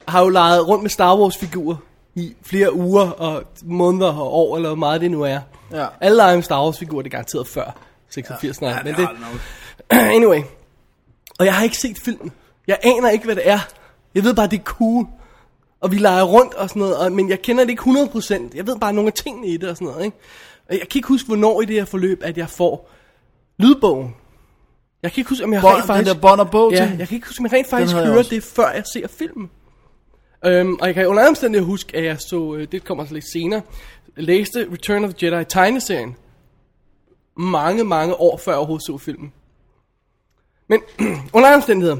[SPEAKER 2] har jo leget rundt med Star Wars-figurer i flere uger og måneder og år, eller hvor meget det nu er.
[SPEAKER 1] Ja.
[SPEAKER 2] Alle leger med Star Wars-figurer, det er garanteret før 86, ja. nej, men det...
[SPEAKER 1] er nok.
[SPEAKER 2] anyway. Og jeg har ikke set filmen. Jeg aner ikke, hvad det er. Jeg ved bare, det er cool. Og vi leger rundt og sådan noget, og, men jeg kender det ikke 100%. Jeg ved bare nogle af tingene i det og sådan noget, ikke? Og jeg kan ikke huske, hvornår i det her forløb, at jeg får lydbogen. Jeg kan ikke huske, om jeg
[SPEAKER 1] Bånd-
[SPEAKER 2] rent faktisk...
[SPEAKER 1] den der bånd og bog
[SPEAKER 2] ja,
[SPEAKER 1] ting.
[SPEAKER 2] jeg kan ikke huske, om jeg rent faktisk
[SPEAKER 1] havde jeg
[SPEAKER 2] hører
[SPEAKER 1] også.
[SPEAKER 2] det, før jeg ser filmen. Øhm, og jeg kan under andre omstændigheder huske, at jeg så, øh, det kommer så lidt senere, læste Return of the Jedi tegneserien mange, mange år før jeg overhovedet så filmen. Men under alle omstændigheder,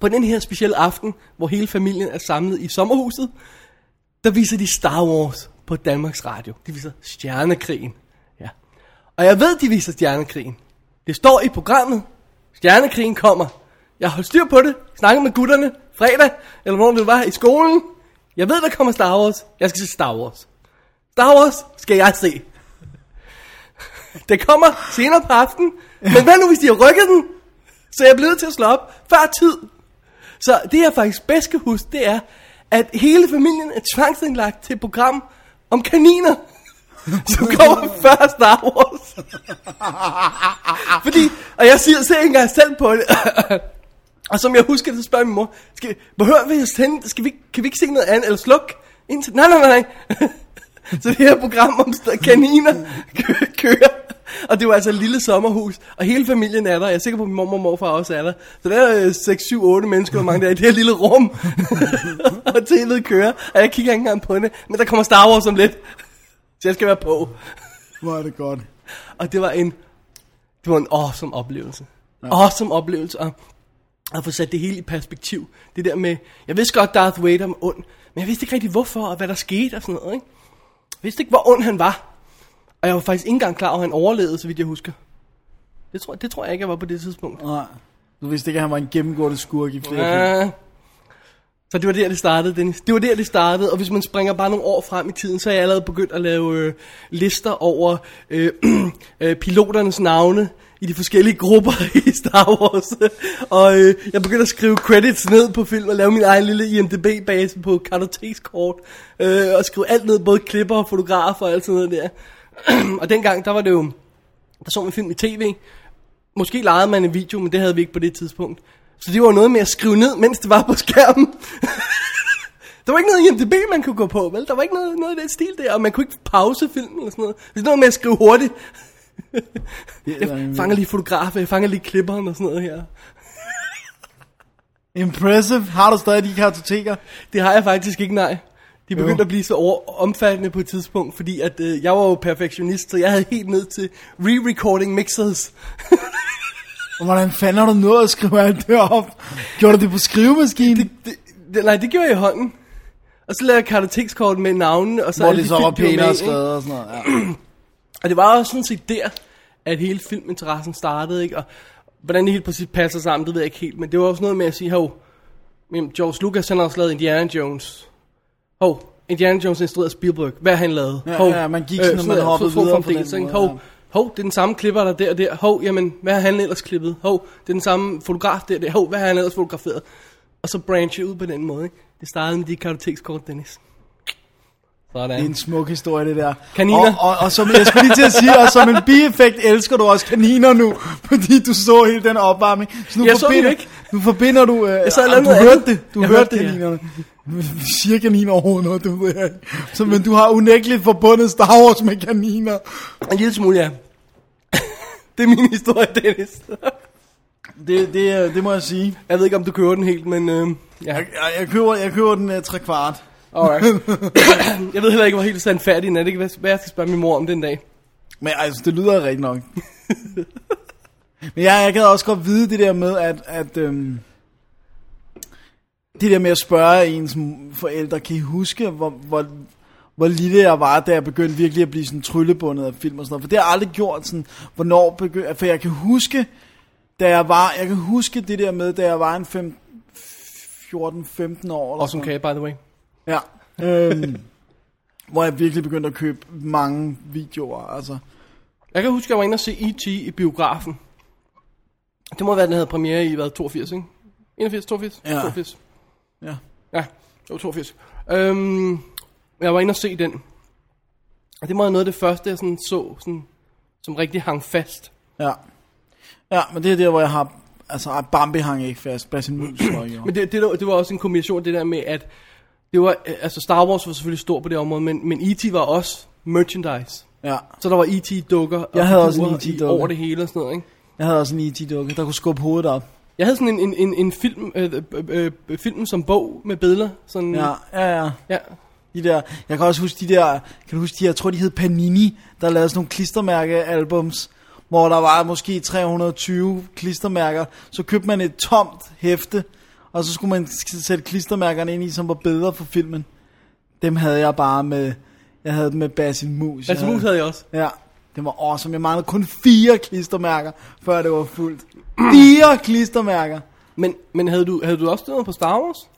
[SPEAKER 2] på den her specielle aften, hvor hele familien er samlet i sommerhuset, der viser de Star Wars på Danmarks Radio. De viser Stjernekrigen. Ja. Og jeg ved, de viser Stjernekrigen. Det står i programmet. Stjernekrigen kommer. Jeg har holdt styr på det. Snakket med gutterne fredag, eller hvornår det var, i skolen. Jeg ved, der kommer Star Wars. Jeg skal se Star Wars. Star Wars skal jeg se. Det kommer senere på aftenen. Men hvad nu, hvis de har rykket den? Så jeg er blevet til at slå op før tid. Så det jeg faktisk bedst kan huske, det er, at hele familien er tvangsindlagt til et program om kaniner, som kommer før Star Wars. Fordi, og jeg siger, ser ikke engang selv på det. og som jeg husker, det, så spørger min mor, skal, behøver vi at sende, skal vi, ikke- kan vi ikke se noget andet, eller sluk? Indtil, nej, nej, nej, nej. så det her program om sta- kaniner kø- kører Og det var altså et lille sommerhus, og hele familien er der. Jeg er sikker på, at min mormor og morfar også er der. Så der er øh, 6, 7, 8 mennesker, hvor mange der er i det her lille rum. og tv'et kører, og jeg kigger ikke engang på det. Men der kommer Star Wars om lidt, så jeg skal være på.
[SPEAKER 1] Hvor er det godt.
[SPEAKER 2] Og det var en, det var en awesome oplevelse. Ja. Awesome oplevelse at, at få sat det hele i perspektiv. Det der med, jeg vidste godt, Darth Vader var ond, men jeg vidste ikke rigtig hvorfor og hvad der skete og sådan noget. Ikke? Jeg vidste ikke, hvor ond han var. Og jeg var faktisk ikke engang klar over, at han overlevede, så vidt jeg husker. Det tror, det tror jeg ikke, jeg var på det tidspunkt.
[SPEAKER 1] Nej. Du vidste ikke, at han var en gennemgående skurk i flere film.
[SPEAKER 2] Ja. Øh. Så det var der, det startede, Dennis. Det var der, det startede, og hvis man springer bare nogle år frem i tiden, så er jeg allerede begyndt at lave øh, lister over øh, øh, piloternes navne i de forskellige grupper i Star Wars. og øh, jeg begyndte at skrive credits ned på film og lave min egen lille IMDB-base på kartotekskort. Øh, og skrive alt ned, både klipper og fotografer og alt sådan noget der. og dengang, der var det jo, der så man film i tv, Måske lejede man en video, men det havde vi ikke på det tidspunkt. Så det var noget med at skrive ned, mens det var på skærmen. der var ikke noget IMDb, man kunne gå på, vel? Der var ikke noget, noget af den stil der, og man kunne ikke pause filmen eller sådan noget. Det er noget med at skrive hurtigt. jeg fanger lige fotografer, jeg fanger lige klipperen og sådan noget her.
[SPEAKER 1] Impressive. Har du stadig de kartoteker?
[SPEAKER 2] Det har jeg faktisk ikke, nej. De begyndte at blive så over, omfattende på et tidspunkt, fordi at, øh, jeg var jo perfektionist, så jeg havde helt ned til re-recording mixers.
[SPEAKER 1] Og hvordan fanden har du nået at skrive alt det op? Gjorde du det på skrivemaskinen? Det,
[SPEAKER 2] det, det, nej, det gjorde jeg i hånden. Og så lavede jeg kartotekskort med navnene, og så
[SPEAKER 1] hvor
[SPEAKER 2] alle
[SPEAKER 1] det
[SPEAKER 2] de
[SPEAKER 1] så
[SPEAKER 2] film,
[SPEAKER 1] var
[SPEAKER 2] de med
[SPEAKER 1] pænere
[SPEAKER 2] i, ikke?
[SPEAKER 1] skrevet og sådan noget. Ja.
[SPEAKER 2] Og det var også sådan set der, at hele filminteressen startede, ikke? Og hvordan det helt præcis passer sammen, det ved jeg ikke helt, men det var også noget med at sige, hov, jamen, George Lucas han har også lavet Indiana Jones. Hov, Indiana Jones er instrueret af Spielberg. Hvad har han lavet?
[SPEAKER 1] Ja,
[SPEAKER 2] Hov, øh,
[SPEAKER 1] ja, man gik sådan, og man
[SPEAKER 2] noget,
[SPEAKER 1] hoppede
[SPEAKER 2] få- få
[SPEAKER 1] videre på
[SPEAKER 2] fremdeles,
[SPEAKER 1] den
[SPEAKER 2] ikke?
[SPEAKER 1] måde,
[SPEAKER 2] Hov, hov, det er den samme klipper, der er der og der. Hov, jamen, hvad har han ellers klippet? Hov, det er den samme fotograf der og der. Hov, hvad har han ellers fotograferet? Og så branche ud på den måde, ikke? Det startede med de kartotekskort, Dennis.
[SPEAKER 1] Det er
[SPEAKER 2] Sådan.
[SPEAKER 1] en smuk historie, det der.
[SPEAKER 2] Kaniner.
[SPEAKER 1] Og, og, og som, jeg skulle lige til at sige, og som en bieffekt elsker du også kaniner nu, fordi du så hele den opvarmning. Så nu
[SPEAKER 2] Jeg så den ikke.
[SPEAKER 1] Nu forbinder du... Øh, jeg
[SPEAKER 2] sad og
[SPEAKER 1] du
[SPEAKER 2] lavede noget
[SPEAKER 1] hørte
[SPEAKER 2] andet.
[SPEAKER 1] det. Du
[SPEAKER 2] Jeg
[SPEAKER 1] hørte,
[SPEAKER 2] hørte det, ja.
[SPEAKER 1] kaninerne. Vi siger kaniner overhovedet noget, det ved jeg ikke. Så, men du har unægteligt forbundet Star Wars med kaniner.
[SPEAKER 2] En lille smule, ja. det er min historie, Dennis.
[SPEAKER 1] Det, det, øh, det må jeg sige.
[SPEAKER 2] Jeg ved ikke, om du kører den helt, men øh, ja.
[SPEAKER 1] Jeg, jeg, jeg, køber, jeg køber den øh, tre kvart.
[SPEAKER 2] Alright. jeg ved heller ikke, hvor helt sandfærdig den er. Det kan være, hvad jeg skal spørge min mor om den dag.
[SPEAKER 1] Men altså, det lyder rigtig nok. Men jeg, jeg gad også godt vide det der med, at, at øhm, det der med at spørge ens m- forældre, kan I huske, hvor, hvor, hvor lille jeg var, da jeg begyndte virkelig at blive sådan tryllebundet af film og sådan noget? For det har jeg aldrig gjort sådan, hvornår begyndte, for jeg kan huske, da jeg var, jeg kan huske det der med, da jeg var en 5, 14-15 år. Eller
[SPEAKER 2] Og som kage, by the way.
[SPEAKER 1] Ja. Øhm, hvor jeg virkelig begyndte at købe mange videoer, altså.
[SPEAKER 2] Jeg kan huske, at jeg var inde og se E.T. i biografen. Det må være, den havde premiere i, hvad, 82, ikke? 81, 82?
[SPEAKER 1] Ja.
[SPEAKER 2] 82.
[SPEAKER 1] Ja.
[SPEAKER 2] Ja, det var 82. Øhm, jeg var inde og se den. Og det var noget af det første, jeg sådan så, sådan, som rigtig hang fast.
[SPEAKER 1] Ja. Ja, men det er der, hvor jeg har... Altså, ej, Bambi hang ikke fast. Basil Mus var jo.
[SPEAKER 2] Men det, det, der- det var også en kombination, det der med, at det var, øh, altså Star Wars var selvfølgelig stor på det område, men, men E.T. var også merchandise.
[SPEAKER 1] Ja.
[SPEAKER 2] Så der var E E.T.-dukker og
[SPEAKER 1] Jeg havde også en E
[SPEAKER 2] figurer i-
[SPEAKER 1] E.T.-dukke.
[SPEAKER 2] over det hele og sådan noget, ikke?
[SPEAKER 1] Jeg havde også en E.T.-dukke, der kunne skubbe hovedet op.
[SPEAKER 2] Jeg havde sådan en, en, en, en film, øh, øh, øh, øh, filmen som bog med billeder. Sådan,
[SPEAKER 1] Ja, ja, ja.
[SPEAKER 2] ja.
[SPEAKER 1] De der, jeg kan også huske de der, kan du huske de, jeg tror de hed Panini, der lavede sådan nogle klistermærkealbums, hvor der var måske 320 klistermærker, så købte man et tomt hæfte, og så skulle man s- sætte klistermærkerne ind i, som var bedre for filmen. Dem havde jeg bare med, jeg havde dem med Basil Mus. Jeg
[SPEAKER 2] Altså, mus havde jeg også.
[SPEAKER 1] Ja, det var awesome. Jeg manglede kun fire klistermærker, før det var fuldt. Fire klistermærker.
[SPEAKER 2] Men, men havde, du, havde du også noget på Star Wars?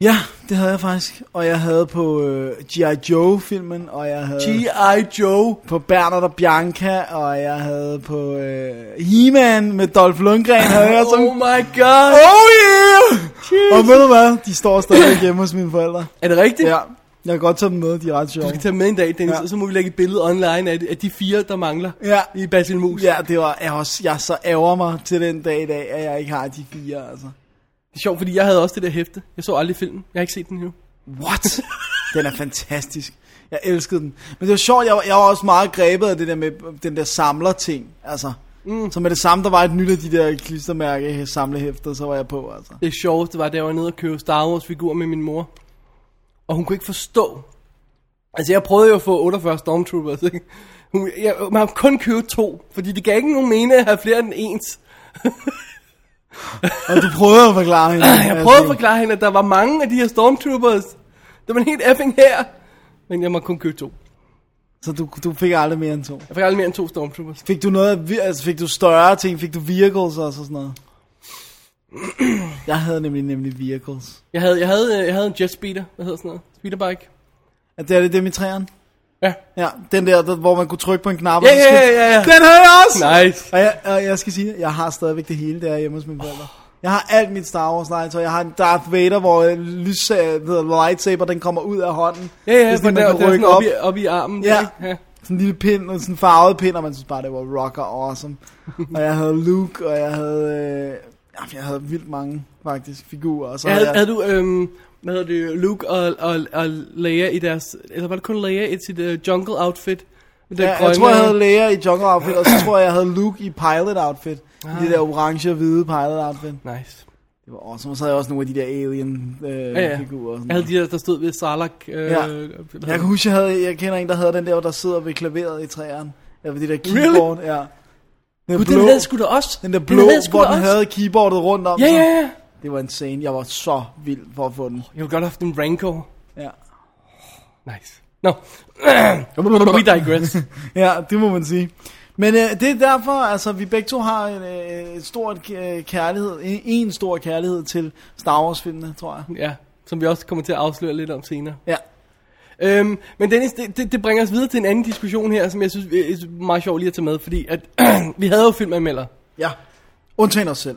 [SPEAKER 1] Ja, det havde jeg faktisk. Og jeg havde på øh, G.I. Joe-filmen, og jeg havde
[SPEAKER 2] G.I. Joe.
[SPEAKER 1] på Bernard og Bianca, og jeg havde på øh, He-Man med Dolph Lundgren, havde jeg som...
[SPEAKER 2] Oh my god.
[SPEAKER 1] Oh yeah! Og ved du hvad? De står stadig hjemme hos mine forældre.
[SPEAKER 2] Er det rigtigt?
[SPEAKER 1] Ja, jeg kan godt tage dem med, de er ret
[SPEAKER 2] Du
[SPEAKER 1] sjove.
[SPEAKER 2] skal tage dem med en dag, Dennis,
[SPEAKER 1] Ja.
[SPEAKER 2] ja. og så må vi lægge et billede online af, af de fire, der mangler
[SPEAKER 1] Ja.
[SPEAKER 2] i Basil Mus.
[SPEAKER 1] Ja, det var, jeg, også, jeg så ærger mig til den dag i dag, at jeg ikke har de fire, altså.
[SPEAKER 2] Det er sjovt, fordi jeg havde også det der hæfte. Jeg så aldrig filmen. Jeg har ikke set den endnu.
[SPEAKER 1] What? Den er fantastisk. Jeg elskede den. Men det var sjovt, jeg var, jeg var også meget grebet af det der med den der samler-ting. Altså, mm. Så med det samme, der var et nyt af de der klistermærke samlehæfter, så var jeg på, altså.
[SPEAKER 2] Det sjoveste var, da jeg var nede og købe Star Wars figurer med min mor. Og hun kunne ikke forstå. Altså jeg prøvede jo at få 48 Stormtroopers, ikke? Hun, jeg, man har kun købt to, fordi det gav ikke nogen mening at have flere end ens.
[SPEAKER 1] Og du prøvede at forklare hende.
[SPEAKER 2] Jeg prøvede at forklare hende, at der var mange af de her Stormtroopers. Der var en helt effing her. Men jeg må kun købe to.
[SPEAKER 1] Så du, du fik aldrig mere end to.
[SPEAKER 2] Jeg fik aldrig mere end to Stormtroopers.
[SPEAKER 1] Fik du noget, af vi- altså fik du større ting, fik du vehicles også og sådan noget? Jeg havde nemlig nemlig vehicles.
[SPEAKER 2] Jeg havde, jeg havde, øh, jeg havde en jet speeder. Hvad hedder sådan noget? Speederbike.
[SPEAKER 1] Er det, er det dem i træerne?
[SPEAKER 2] Ja.
[SPEAKER 1] Ja, den der, der, hvor man kunne trykke på en knap. og
[SPEAKER 2] Ja,
[SPEAKER 1] så skulle-
[SPEAKER 2] ja, ja, ja.
[SPEAKER 1] Den havde jeg også!
[SPEAKER 2] Nice.
[SPEAKER 1] Og jeg, og jeg skal sige, jeg har stadigvæk det hele der hjemme hos mine forældre. Jeg har alt mit Star Wars legetøj. Jeg har en Darth Vader, hvor øh, lys, øh, hvad hedder det, lightsaber, den kommer ud af hånden.
[SPEAKER 2] Ja, ja,
[SPEAKER 1] Det er
[SPEAKER 2] for
[SPEAKER 1] sådan,
[SPEAKER 2] der,
[SPEAKER 1] man
[SPEAKER 2] der
[SPEAKER 1] kan
[SPEAKER 2] er sådan
[SPEAKER 1] rykke
[SPEAKER 2] op
[SPEAKER 1] op.
[SPEAKER 2] i, op i armen.
[SPEAKER 1] Ja.
[SPEAKER 2] ikke? ja.
[SPEAKER 1] Sådan en lille pind, og sådan en farvet pind, og man synes bare, det var rocker awesome. og jeg havde Luke, og jeg havde... Øh, jamen, jeg havde vildt mange, faktisk, figurer. Og så
[SPEAKER 2] Ja,
[SPEAKER 1] havde
[SPEAKER 2] havde,
[SPEAKER 1] jeg,
[SPEAKER 2] havde du, øhm, hvad hedder det, Luke og, og, og Leia i deres, eller var det kun Leia i sit uh, jungle outfit? Med den
[SPEAKER 1] ja, jeg
[SPEAKER 2] grønne-
[SPEAKER 1] tror, jeg havde Leia i jungle outfit, og så tror jeg, jeg havde Luke i pilot outfit. Ah. Det der orange og hvide pilot outfit.
[SPEAKER 2] Nice.
[SPEAKER 1] Det var awesome. Og så havde jeg også nogle af de der alien øh, ja,
[SPEAKER 2] Ja, ja.
[SPEAKER 1] ja. figurer. og sådan
[SPEAKER 2] Jeg havde de der, der stod ved Sarlacc. Øh,
[SPEAKER 1] Ja.
[SPEAKER 2] hvad
[SPEAKER 1] Jeg kan huske, jeg, havde, jeg kender en, der havde den der, hvor der sidder ved klaveret i træerne. Eller ved det der keyboard, really? ja. Den,
[SPEAKER 2] Gud, den havde sgu da også.
[SPEAKER 1] den der blå,
[SPEAKER 2] havde sgu
[SPEAKER 1] hvor
[SPEAKER 2] da
[SPEAKER 1] den
[SPEAKER 2] også.
[SPEAKER 1] havde keyboardet rundt om
[SPEAKER 2] Ja,
[SPEAKER 1] sig.
[SPEAKER 2] ja, ja.
[SPEAKER 1] Det var insane. Jeg var så vild for at få den.
[SPEAKER 2] Jeg ville godt have haft en Rancor.
[SPEAKER 1] Ja,
[SPEAKER 2] Nice. Nå. No. We digress.
[SPEAKER 1] ja det må man sige. Men øh, det er derfor, altså vi begge to har en øh, et stor øh, kærlighed, en, en stor kærlighed til Star Wars-filmene, tror jeg.
[SPEAKER 2] ja, som vi også kommer til at afsløre lidt om senere.
[SPEAKER 1] Ja,
[SPEAKER 2] Øhm, men Dennis, det, det, det bringer os videre til en anden diskussion her, som jeg synes øh, jeg synes er meget sjov lige at tage med, fordi at, vi havde jo filmanmeldere.
[SPEAKER 1] ja. Undtagen os selv.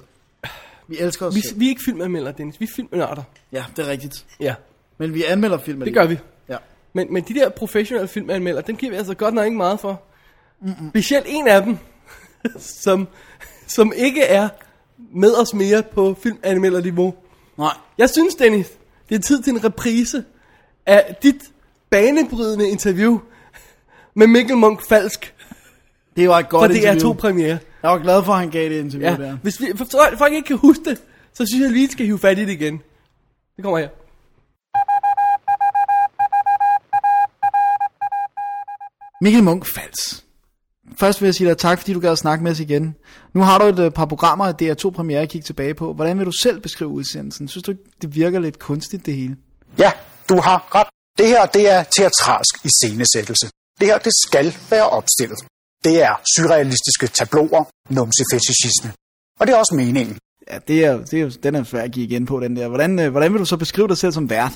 [SPEAKER 1] Vi elsker os
[SPEAKER 2] Vi,
[SPEAKER 1] selv.
[SPEAKER 2] vi er ikke filmanmeldere, Dennis. Vi er filmnørder.
[SPEAKER 1] Ja, det er rigtigt.
[SPEAKER 2] Ja,
[SPEAKER 1] Men vi anmelder film
[SPEAKER 2] det gør vi.
[SPEAKER 1] Ja.
[SPEAKER 2] Men, men de der professionelle filmanmeldere, dem giver vi altså godt nok ikke meget for. Mm-mm. Specielt en af dem, som, som ikke er med os mere på filmanmelderniveau.
[SPEAKER 1] Nej.
[SPEAKER 2] Jeg synes, Dennis, det er tid til en reprise af dit banebrydende interview med Mikkel Munk Falsk
[SPEAKER 1] Det var et
[SPEAKER 2] fra
[SPEAKER 1] godt interview.
[SPEAKER 2] DR2 Premiere.
[SPEAKER 1] Jeg var glad for, at han gav det interview ja.
[SPEAKER 2] Ja.
[SPEAKER 1] der.
[SPEAKER 2] Hvis vi, for, for, folk ikke kan huske det, så synes jeg lige, vi skal hive fat i det igen. Det kommer her.
[SPEAKER 1] Mikkel Munk Fals. Først vil jeg sige dig tak, fordi du gad at snakke med os igen. Nu har du et øh, par programmer af DR2 Premiere at kigge tilbage på. Hvordan vil du selv beskrive udsendelsen? Synes du ikke, det virker lidt kunstigt, det hele?
[SPEAKER 6] Ja, du har ret. Det her, det er teatralsk iscenesættelse. Det her, det skal være opstillet. Det er surrealistiske tabloer, numsefetishisme. Og det er også meningen.
[SPEAKER 1] Ja, det er, det er, jo- den er svær at give igen på, den der. Hvordan, øh, hvordan vil du så beskrive dig selv som vært?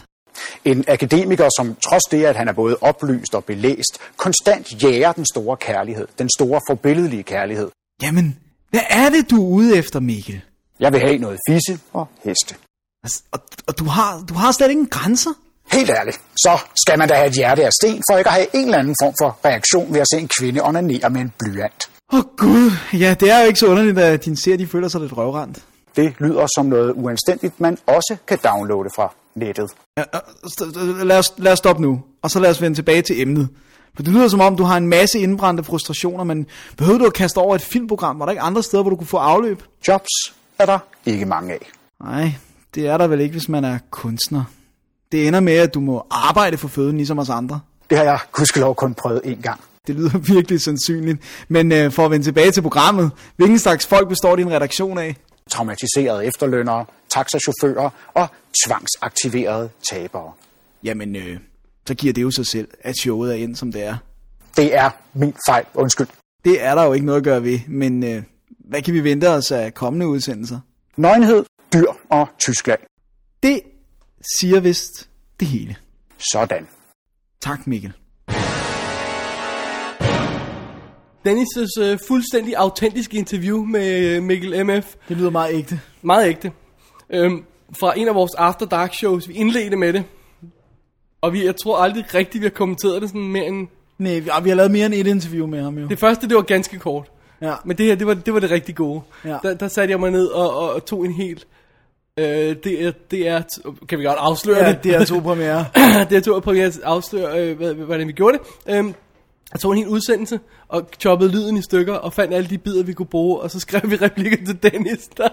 [SPEAKER 6] En akademiker, som trods det, at han er både oplyst og belæst, konstant jager den store kærlighed, den store forbilledlige kærlighed.
[SPEAKER 1] Jamen, hvad er det, du er ude efter, Mikkel?
[SPEAKER 6] Jeg vil have noget fisse og heste.
[SPEAKER 1] Altså, og, og du, har, du har slet ingen grænser?
[SPEAKER 6] Helt ærligt, så skal man da have et hjerte af sten, for ikke at have en eller anden form for reaktion ved at se en kvinde onanere med en blyant.
[SPEAKER 1] Åh oh, gud, ja, det er jo ikke så underligt, at din serie de føler sig lidt røvrendt.
[SPEAKER 6] Det lyder som noget uanstændigt, man også kan downloade fra nettet.
[SPEAKER 1] Ja, og st- st- lad, os, lad os stoppe nu, og så lad os vende tilbage til emnet. For det lyder som om, du har en masse indbrændte frustrationer, men behøvede du at kaste over et filmprogram? Var der ikke andre steder, hvor du kunne få afløb?
[SPEAKER 6] Jobs er der ikke mange af.
[SPEAKER 1] Nej, det er der vel ikke, hvis man er kunstner. Det ender med, at du må arbejde for føden, ligesom os andre.
[SPEAKER 6] Det har jeg gudskelov kun prøvet én gang.
[SPEAKER 1] Det lyder virkelig sandsynligt. Men øh, for at vende tilbage til programmet, hvilken slags folk består din redaktion af?
[SPEAKER 6] Traumatiserede efterlønnere, taxachauffører og tvangsaktiverede tabere.
[SPEAKER 1] Jamen, øh, så giver det jo sig selv, at showet er ind, som det er.
[SPEAKER 6] Det er min fejl. Undskyld.
[SPEAKER 1] Det er der jo ikke noget at gøre ved, men øh, hvad kan vi vente os af kommende udsendelser?
[SPEAKER 6] Nøgenhed, dyr og Tyskland.
[SPEAKER 1] Det siger vist det hele.
[SPEAKER 6] Sådan.
[SPEAKER 1] Tak, Mikkel.
[SPEAKER 2] Dennis' øh, fuldstændig autentiske interview med øh, Mikkel MF.
[SPEAKER 1] Det lyder meget ægte.
[SPEAKER 2] Meget ægte. Øhm, fra en af vores After Dark shows. Vi indledte med det. Og vi, jeg tror aldrig rigtigt, vi har kommenteret det sådan mere end...
[SPEAKER 1] Nej, vi, og vi har lavet mere end et interview med ham jo.
[SPEAKER 2] Det første, det var ganske kort.
[SPEAKER 1] ja.
[SPEAKER 2] Men det her, det var det, var det rigtig gode.
[SPEAKER 1] Ja.
[SPEAKER 2] Der, der satte jeg mig ned og, og, og tog en helt Øh, det er, det er, kan vi godt afsløre
[SPEAKER 1] Ja,
[SPEAKER 2] det?
[SPEAKER 1] det er to premiere.
[SPEAKER 2] det er to på at afsløre, øh, hvad- hvordan vi gjorde det. Øhm, jeg tog en hel udsendelse og choppede lyden i stykker og fandt alle de bidder, vi kunne bruge, og så skrev vi replikker til Dennis, der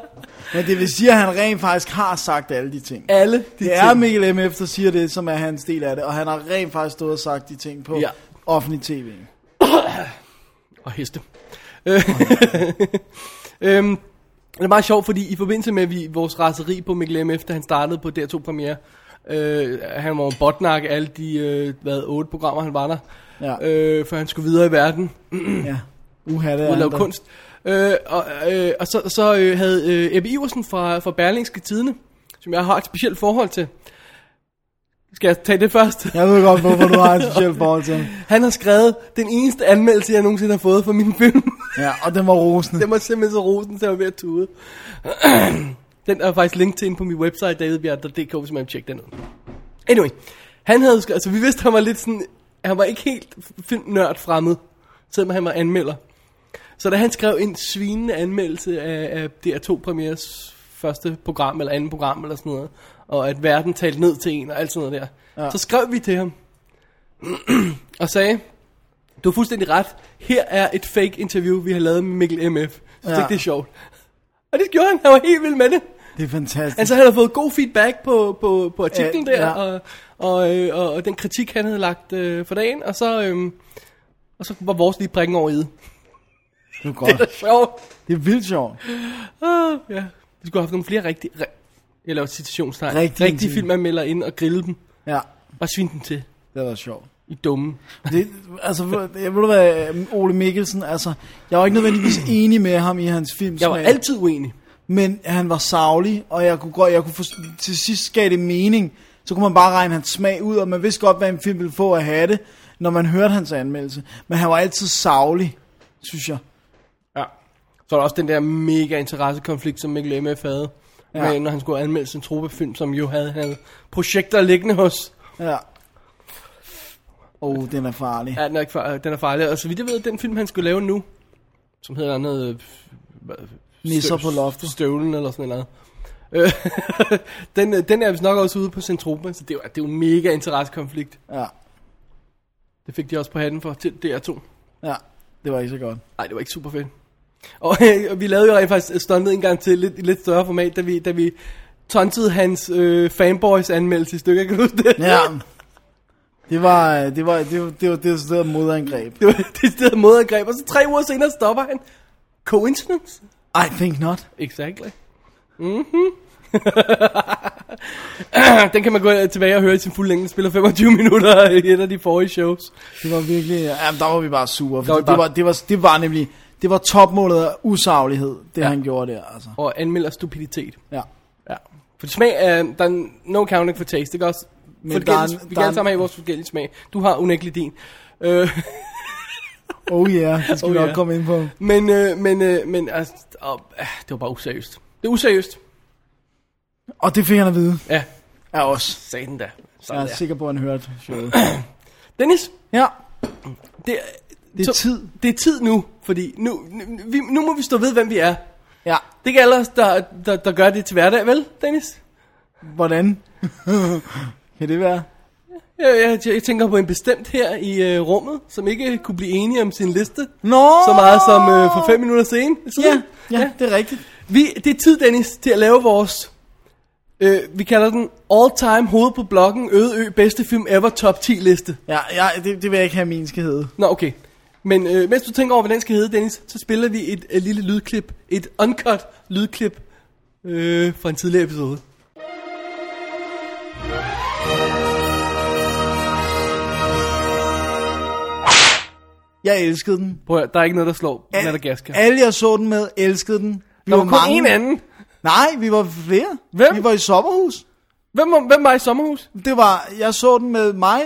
[SPEAKER 1] Men det vil sige, at han rent faktisk har sagt alle de ting.
[SPEAKER 2] alle de
[SPEAKER 1] Det er
[SPEAKER 2] ting.
[SPEAKER 1] Mikkel M. efter siger det, som er hans del af det, og han har rent faktisk stået og sagt de ting på
[SPEAKER 2] Ja.
[SPEAKER 1] ja. offentlig tv.
[SPEAKER 2] og heste. Øh, øhm, det er meget sjovt, fordi i forbindelse med vi, vores raseri på Mikkel M. efter han startede på DR2 Premiere, øh, han var en botnak af alle de øh, hvad, otte programmer, han var der,
[SPEAKER 1] Ja.
[SPEAKER 2] øh, før han skulle videre i verden.
[SPEAKER 1] ja. Uha, det er
[SPEAKER 2] ud og
[SPEAKER 1] han
[SPEAKER 2] lave
[SPEAKER 1] da.
[SPEAKER 2] kunst. Øh, og, øh, og så, så øh, havde øh, Ebbe Iversen fra, fra Berlingske Tidene, som jeg har et specielt forhold til. Skal jeg tage det først?
[SPEAKER 1] Jeg ved godt, hvorfor du har et specielt forhold til ham.
[SPEAKER 2] Han har skrevet den eneste anmeldelse, jeg nogensinde har fået for min film.
[SPEAKER 1] Ja, og den var rosende.
[SPEAKER 2] den var simpelthen så rosen, så jeg var ved at tude. den er faktisk link til inde på min website, davidbjerg.dk, hvis man vil tjekke den ud. Anyway, han havde skrevet, altså vi vidste, han var lidt sådan, han var ikke helt filmnørd fremmed, selvom han var anmelder. Så da han skrev en svinende anmeldelse af, af DR2 Premieres første program, eller anden program, eller sådan noget, og at verden talte ned til en, og alt sådan noget der, ja. så skrev vi til ham, og sagde, du har fuldstændig ret, her er et fake interview, vi har lavet med Mikkel MF. Synes ja.
[SPEAKER 1] Ja.
[SPEAKER 2] ikke, det er sjovt? Og det gjorde han, han var helt vild med det.
[SPEAKER 1] Det er fantastisk.
[SPEAKER 2] Altså han havde fået god feedback på, på, på artiklen
[SPEAKER 1] Ja,
[SPEAKER 2] der,
[SPEAKER 1] ja.
[SPEAKER 2] og, og, øh, og, og den kritik, han havde lagt øh, for dagen, og så, øh, og så var vores lige prikken over i det.
[SPEAKER 1] Det er godt.
[SPEAKER 2] Sjovt.
[SPEAKER 1] Det er vildt sjovt.
[SPEAKER 2] Ah, ja. Vi skulle have haft nogle flere rigtige, ri- jeg laver citationstegn,
[SPEAKER 1] Rigtige
[SPEAKER 2] rigtige, rigtige
[SPEAKER 1] interview.
[SPEAKER 2] filmanmelder ind og grille dem.
[SPEAKER 1] Ja,
[SPEAKER 2] Bare svin dem til,
[SPEAKER 1] det var sjovt.
[SPEAKER 2] i dumme.
[SPEAKER 1] Det, altså, jeg ved du hvad, Ole Mikkelsen, altså, jeg var ikke nødvendigvis enig med ham i hans film.
[SPEAKER 2] Jeg var altid uenig.
[SPEAKER 1] Men han var savlig, og jeg kunne godt, jeg kunne forst- til sidst gav det mening. Så kunne man bare regne hans smag ud, og man vidste godt, hvad en film ville få at have det, når man hørte hans anmeldelse. Men han var altid savlig, synes jeg.
[SPEAKER 2] Ja. Så er der også den der mega interessekonflikt, som Mikkel M.F. havde. Ja.
[SPEAKER 1] Ja.
[SPEAKER 2] Med, når han skulle anmelde sin truppefilm, som jo havde, havde projekter liggende hos.
[SPEAKER 1] Ja. Åh, oh, den er farlig.
[SPEAKER 2] Ja, den er, ikke far, den er farlig. Og så vidt jeg ved, den film, han skulle lave nu, som hedder noget... øh, hvad-
[SPEAKER 1] Nisser
[SPEAKER 2] støv-
[SPEAKER 1] på loftet.
[SPEAKER 2] Støvlen eller sådan noget. Øh, den, øh, den er vist nok også ude på sin truppe, så det er, jo, det er jo en mega interessekonflikt.
[SPEAKER 1] Ja,
[SPEAKER 2] Det fik de også på hatten for til DR2.
[SPEAKER 1] ja. Det var ikke så godt.
[SPEAKER 2] Nej, det var ikke super fedt. Og, øh, og vi lavede jo rent faktisk stuntet en gang til i lidt, i lidt større format, da vi, da vi tonsede hans øh, fanboys anmeldelse i stykker, kan du huske det?
[SPEAKER 1] Ja. Det var, øh, det var, det var, det var, det var sådan et modangreb.
[SPEAKER 2] Det var det sted modangreb, og så tre uger senere stopper han. Coincidence?
[SPEAKER 1] I think not.
[SPEAKER 2] Exactly. Mm-hmm. Den kan man gå tilbage og høre i sin fulde længde. Den Spiller 25 minutter i et af de forrige shows.
[SPEAKER 1] Det var virkelig, ja, men der var vi bare sure.
[SPEAKER 2] Der
[SPEAKER 1] Fordi
[SPEAKER 2] var vi
[SPEAKER 1] det, var,
[SPEAKER 2] bare-
[SPEAKER 1] det, var, det var nemlig, det var topmålet af usaglighed, det ja. han gjorde der, altså.
[SPEAKER 2] Og anmelder stupiditet.
[SPEAKER 1] Ja.
[SPEAKER 2] Ja. For smag er, der er n- no counting for taste, ikke også?
[SPEAKER 1] Men
[SPEAKER 2] Men
[SPEAKER 1] der er
[SPEAKER 2] der
[SPEAKER 1] en-
[SPEAKER 2] vi
[SPEAKER 1] der
[SPEAKER 2] kan
[SPEAKER 1] er
[SPEAKER 2] alle
[SPEAKER 1] en-
[SPEAKER 2] sammen have vores forskellige smag. Du har unægtelig din. Øh,
[SPEAKER 1] Oh yeah, det skal oh,
[SPEAKER 2] Oh
[SPEAKER 1] vi nok
[SPEAKER 2] yeah.
[SPEAKER 1] komme ind på.
[SPEAKER 2] men, øh, men, øh, men altså, åh, øh, det var bare useriøst. Det er useriøst.
[SPEAKER 1] Og det fik han at vide
[SPEAKER 2] Ja,
[SPEAKER 1] af os.
[SPEAKER 2] sagde den da.
[SPEAKER 1] Jeg
[SPEAKER 2] Sådan
[SPEAKER 1] er
[SPEAKER 2] der.
[SPEAKER 1] sikker på, at han hørte showet.
[SPEAKER 2] Dennis,
[SPEAKER 1] Ja,
[SPEAKER 2] det,
[SPEAKER 1] det er tid.
[SPEAKER 2] det er tid nu, fordi nu, nu, vi, nu må vi stå ved, hvem vi er.
[SPEAKER 1] Ja,
[SPEAKER 2] Det er ikke alle os, der, der, der gør det til hverdag, vel, Dennis?
[SPEAKER 1] hvordan? kan det være?
[SPEAKER 2] Jeg, jeg, jeg tænker på en bestemt her i øh, rummet, som ikke kunne blive enige om sin liste.
[SPEAKER 1] Nå!
[SPEAKER 2] Så meget som øh, for fem minutter siden. siden.
[SPEAKER 1] Ja, ja, ja, det er rigtigt.
[SPEAKER 2] Vi, det er tid, Dennis, til at lave vores... Øh, vi kalder den All Time Hoved på Blokken Øde Ø Bedste Film Ever Top 10 liste.
[SPEAKER 1] Ja, ja det, det vil jeg ikke have, min skal hedde.
[SPEAKER 2] Nå, okay. Men øh, mens du tænker over, hvad den skal hedde, Dennis, så spiller vi et, et lille lydklip. Et uncut lydklip øh, fra en tidligere episode.
[SPEAKER 1] Jeg elskede den.
[SPEAKER 2] Prøv at, høre, der er ikke noget, der slår ja, Madagaskar.
[SPEAKER 1] Alle, jeg så den med, elskede den. Vi
[SPEAKER 2] Der var kun en anden.
[SPEAKER 1] Nej, vi var flere.
[SPEAKER 2] Hvem?
[SPEAKER 1] Vi var i sommerhus.
[SPEAKER 2] Hvem, var- hvem var i sommerhus?
[SPEAKER 1] Det var, jeg så den med mig.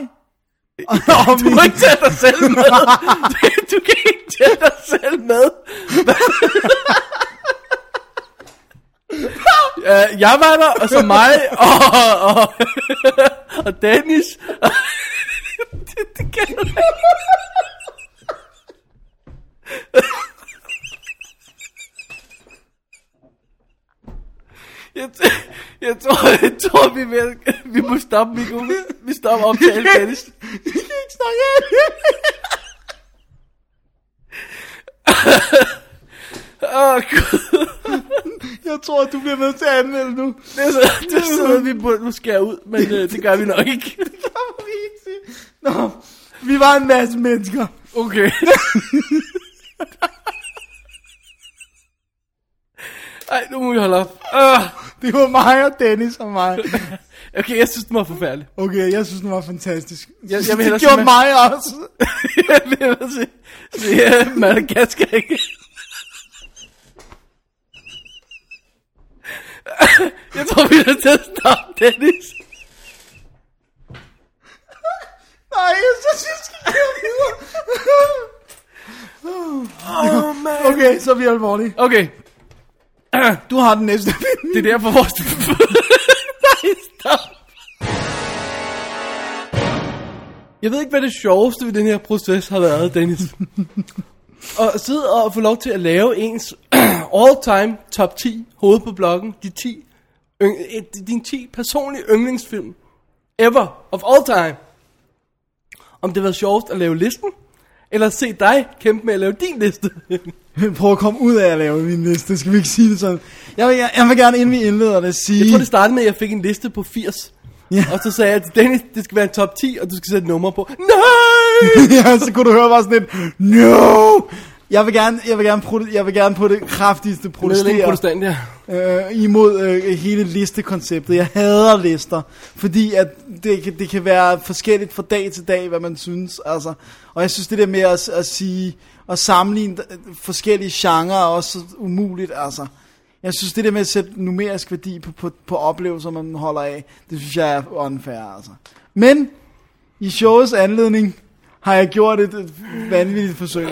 [SPEAKER 1] Og, og
[SPEAKER 2] Du
[SPEAKER 1] min,
[SPEAKER 2] må ikke tage dig selv med. Du kan ikke tage dig selv med. Ja, jeg var der, og så mig, og, og, og Dennis. det, det kan jeg ikke. Jeg, tæ- Jeg tror, jeg tror vi, er ved, at- vi må stoppe mikro. Vi stopper optagelsen. Jeg kan ikke snakke Åh, oh, gud.
[SPEAKER 1] Jeg tror, at du bliver nødt til at anmelde nu.
[SPEAKER 2] Det er så- det er sådan, vi burde måske skære ud, men øh, det gør vi nok ikke.
[SPEAKER 1] Nå, vi var en masse mennesker.
[SPEAKER 2] Okay. Ej, nu må vi holde op. Uh,
[SPEAKER 1] Det var mig og Dennis og mig.
[SPEAKER 2] okay, jeg synes, det var forfærdeligt.
[SPEAKER 1] Okay, jeg synes, den var fantastisk.
[SPEAKER 2] jeg vil hellere
[SPEAKER 1] det gjorde
[SPEAKER 2] se-
[SPEAKER 1] mig også.
[SPEAKER 2] jeg vil hellere se, se uh, Madagaskar ikke. jeg tror, vi er nødt til at stoppe, Dennis.
[SPEAKER 1] Nej, jeg synes, jeg skal køre videre.
[SPEAKER 2] Oh, man. Okay.
[SPEAKER 1] Okay, så er vi alvorlige.
[SPEAKER 2] okay,
[SPEAKER 1] Du har den næste film.
[SPEAKER 2] det er derfor vores... Nej, stop. Jeg ved ikke, hvad det sjoveste ved den her proces har været, Dennis. at sidde og få lov til at lave ens all-time top 10 hoved på bloggen, de 10, yng, et- din 10 personlige yndlingsfilm ever of all time. Om det var sjovest at lave listen, eller at se dig kæmpe med at lave din liste.
[SPEAKER 1] Prøv at komme ud af at lave min liste. Skal vi ikke sige det sådan? Jeg vil, jeg, jeg vil gerne, inden vi indleder det, sige...
[SPEAKER 2] jeg tror, det startede med, at jeg fik en liste på 80.
[SPEAKER 1] Ja.
[SPEAKER 2] Og så sagde jeg til Dennis, det skal være en top 10, og du skal sætte nummer på. Nej!
[SPEAKER 1] ja, så kunne du høre bare sådan et, no! Jeg vil gerne, jeg vil gerne, prote- jeg vil gerne på det kraftigste
[SPEAKER 2] Medlem
[SPEAKER 1] protestere
[SPEAKER 2] protestant, ja.
[SPEAKER 1] øh, imod øh, hele listekonceptet. Jeg hader lister, fordi at det, kan- det kan være forskelligt fra dag til dag, hvad man synes. Altså. Og jeg synes det der med at, at sige og sammenligne øh, forskellige genrer er også umuligt. Altså. Jeg synes det der med at sætte numerisk værdi på, på, på oplevelser, man holder af, det synes jeg er unfair. Altså. Men i showets anledning har jeg gjort et, et vanvittigt forsøg.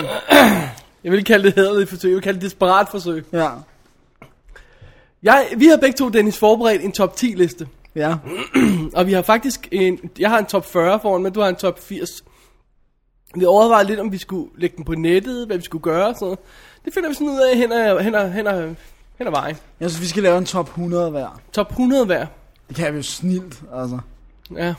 [SPEAKER 2] Jeg vil ikke kalde det hederligt forsøg, jeg vil kalde det desperat forsøg.
[SPEAKER 1] Ja.
[SPEAKER 2] Jeg, vi har begge to, Dennis, forberedt en top 10 liste.
[SPEAKER 1] Ja.
[SPEAKER 2] Og vi har faktisk en, jeg har en top 40 foran, men du har en top 80. Vi overvejede lidt, om vi skulle lægge den på nettet, hvad vi skulle gøre og sådan noget. Det finder vi sådan ud af hen ad, hen ad, hen ad, hen ad vejen.
[SPEAKER 1] Jeg synes, vi skal lave en top 100 hver.
[SPEAKER 2] Top 100 hver.
[SPEAKER 1] Det kan vi jo snilt, altså.
[SPEAKER 2] Ja.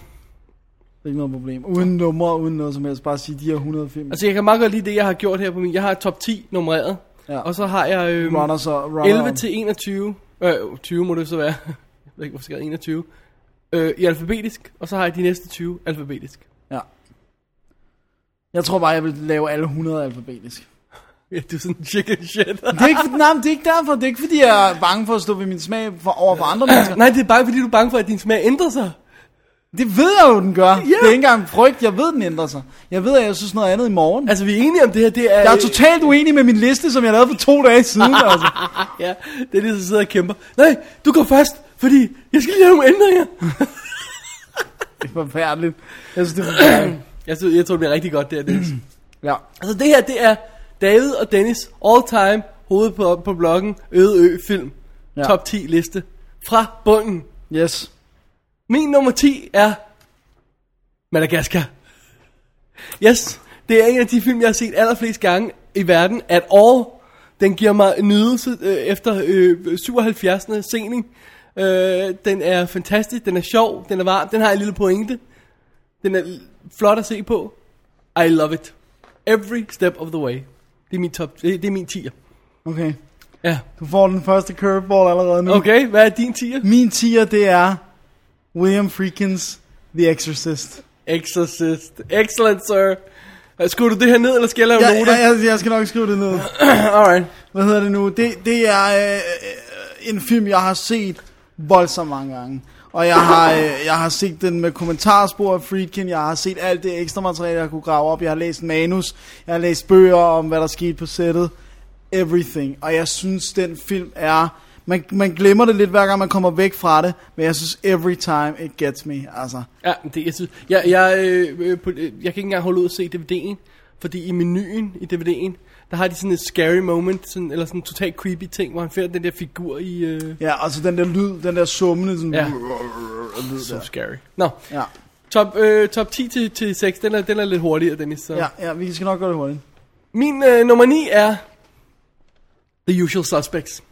[SPEAKER 1] Det er ikke noget problem. Uden numre, uden noget som helst. Bare sige, de her 105. Altså,
[SPEAKER 2] Altså, jeg kan meget godt lide det, jeg har gjort her på min. Jeg har top 10 nummereret.
[SPEAKER 1] Ja.
[SPEAKER 2] Og så har jeg øhm,
[SPEAKER 1] runner så, runner
[SPEAKER 2] 11
[SPEAKER 1] om.
[SPEAKER 2] til 21. Øh, 20 må det så være. jeg ved ikke, hvorfor skal jeg 21. Øh, I alfabetisk, og så har jeg de næste 20 alfabetisk.
[SPEAKER 1] Ja. Jeg tror bare, jeg vil lave alle 100 alfabetisk.
[SPEAKER 2] Ja, det er sådan chicken shit.
[SPEAKER 1] Det er ikke, for, nej, men det er ikke derfor. Det er ikke, fordi jeg er bange for at stå ved min smag for, over for andre mennesker.
[SPEAKER 2] Nej, det er bare fordi, du er bange for, at din smag ændrer sig.
[SPEAKER 1] Det ved jeg jo, den gør. Yeah. Det er ikke engang frygt. Jeg ved, den ændrer sig. Jeg ved, at jeg synes noget andet i morgen.
[SPEAKER 2] Altså, vi er enige om det her, det er... øh,
[SPEAKER 1] Jeg er totalt uenig med min liste, som jeg lavede for to dage siden. Altså.
[SPEAKER 2] Ja, det er det, der sidder og kæmper. Nej, du går først, fordi jeg skal lige lave nogle ændringer.
[SPEAKER 1] Det er forfærdeligt. Jeg synes, det er forfærdeligt.
[SPEAKER 2] jeg, synes, jeg tror, det bliver rigtig godt, det her, Dennis.
[SPEAKER 1] Ja.
[SPEAKER 2] Altså det her, det er David og Dennis all time hoved på, på bloggen Øde Ø Film. Ja.
[SPEAKER 1] Ja.
[SPEAKER 2] Top 10 liste. Fra bunden.
[SPEAKER 1] Yes.
[SPEAKER 2] Min nummer 10 er Madagaskar. Yes, det er en af de film, jeg har set allerflest gange i verden at all. Den giver mig nydelse øh, efter øh, 77. sening. Øh, den er fantastisk, den er sjov, den er varm, den har en lille pointe. Den er l- flot at se på. I love it. Every step of the way. Det er min, top, øh, det, det er min 10'er.
[SPEAKER 1] Okay.
[SPEAKER 2] Ja.
[SPEAKER 1] Du får den første curveball allerede nu.
[SPEAKER 2] Okay, hvad er din 10'er?
[SPEAKER 1] Min tier, det er William Freakins The Exorcist.
[SPEAKER 2] Exorcist. Excellent, sir. Skulle du det her ned, eller skal jeg lave
[SPEAKER 1] Jeg,
[SPEAKER 2] noter?
[SPEAKER 1] jeg, jeg, jeg skal nok skrive det ned.
[SPEAKER 2] Alright.
[SPEAKER 1] Hvad hedder det nu? Det, det er øh, øh, en film, jeg har set voldsomt mange gange. Og jeg har, øh, jeg har set den med kommentarspor af Friedkin, jeg har set alt det ekstra materiale, jeg kunne grave op, jeg har læst manus, jeg har læst bøger om, hvad der skete på sættet, everything. Og jeg synes, den film er... Man, man glemmer det lidt, hver gang man kommer væk fra det, men jeg synes, every time it gets me, altså.
[SPEAKER 2] Ja, men det, jeg, synes, jeg, jeg, øh, øh, på, øh, jeg kan ikke engang holde ud at se DVD'en, fordi i menuen i DVD'en, der har de sådan et scary moment, sådan, eller sådan en totalt creepy ting, hvor han finder den der figur i... Øh,
[SPEAKER 1] Ja, altså den der lyd, den der summende, sådan...
[SPEAKER 2] ja,
[SPEAKER 1] lyd
[SPEAKER 2] so
[SPEAKER 1] der.
[SPEAKER 2] scary. Nå,
[SPEAKER 1] Ja,
[SPEAKER 2] top, øh, top 10 til, til 6, den er, den er lidt hurtigere, Dennis. Så.
[SPEAKER 1] ja, ja, vi skal nok gøre det hurtigt.
[SPEAKER 2] Min øh, nummer 9 er The Usual Suspects.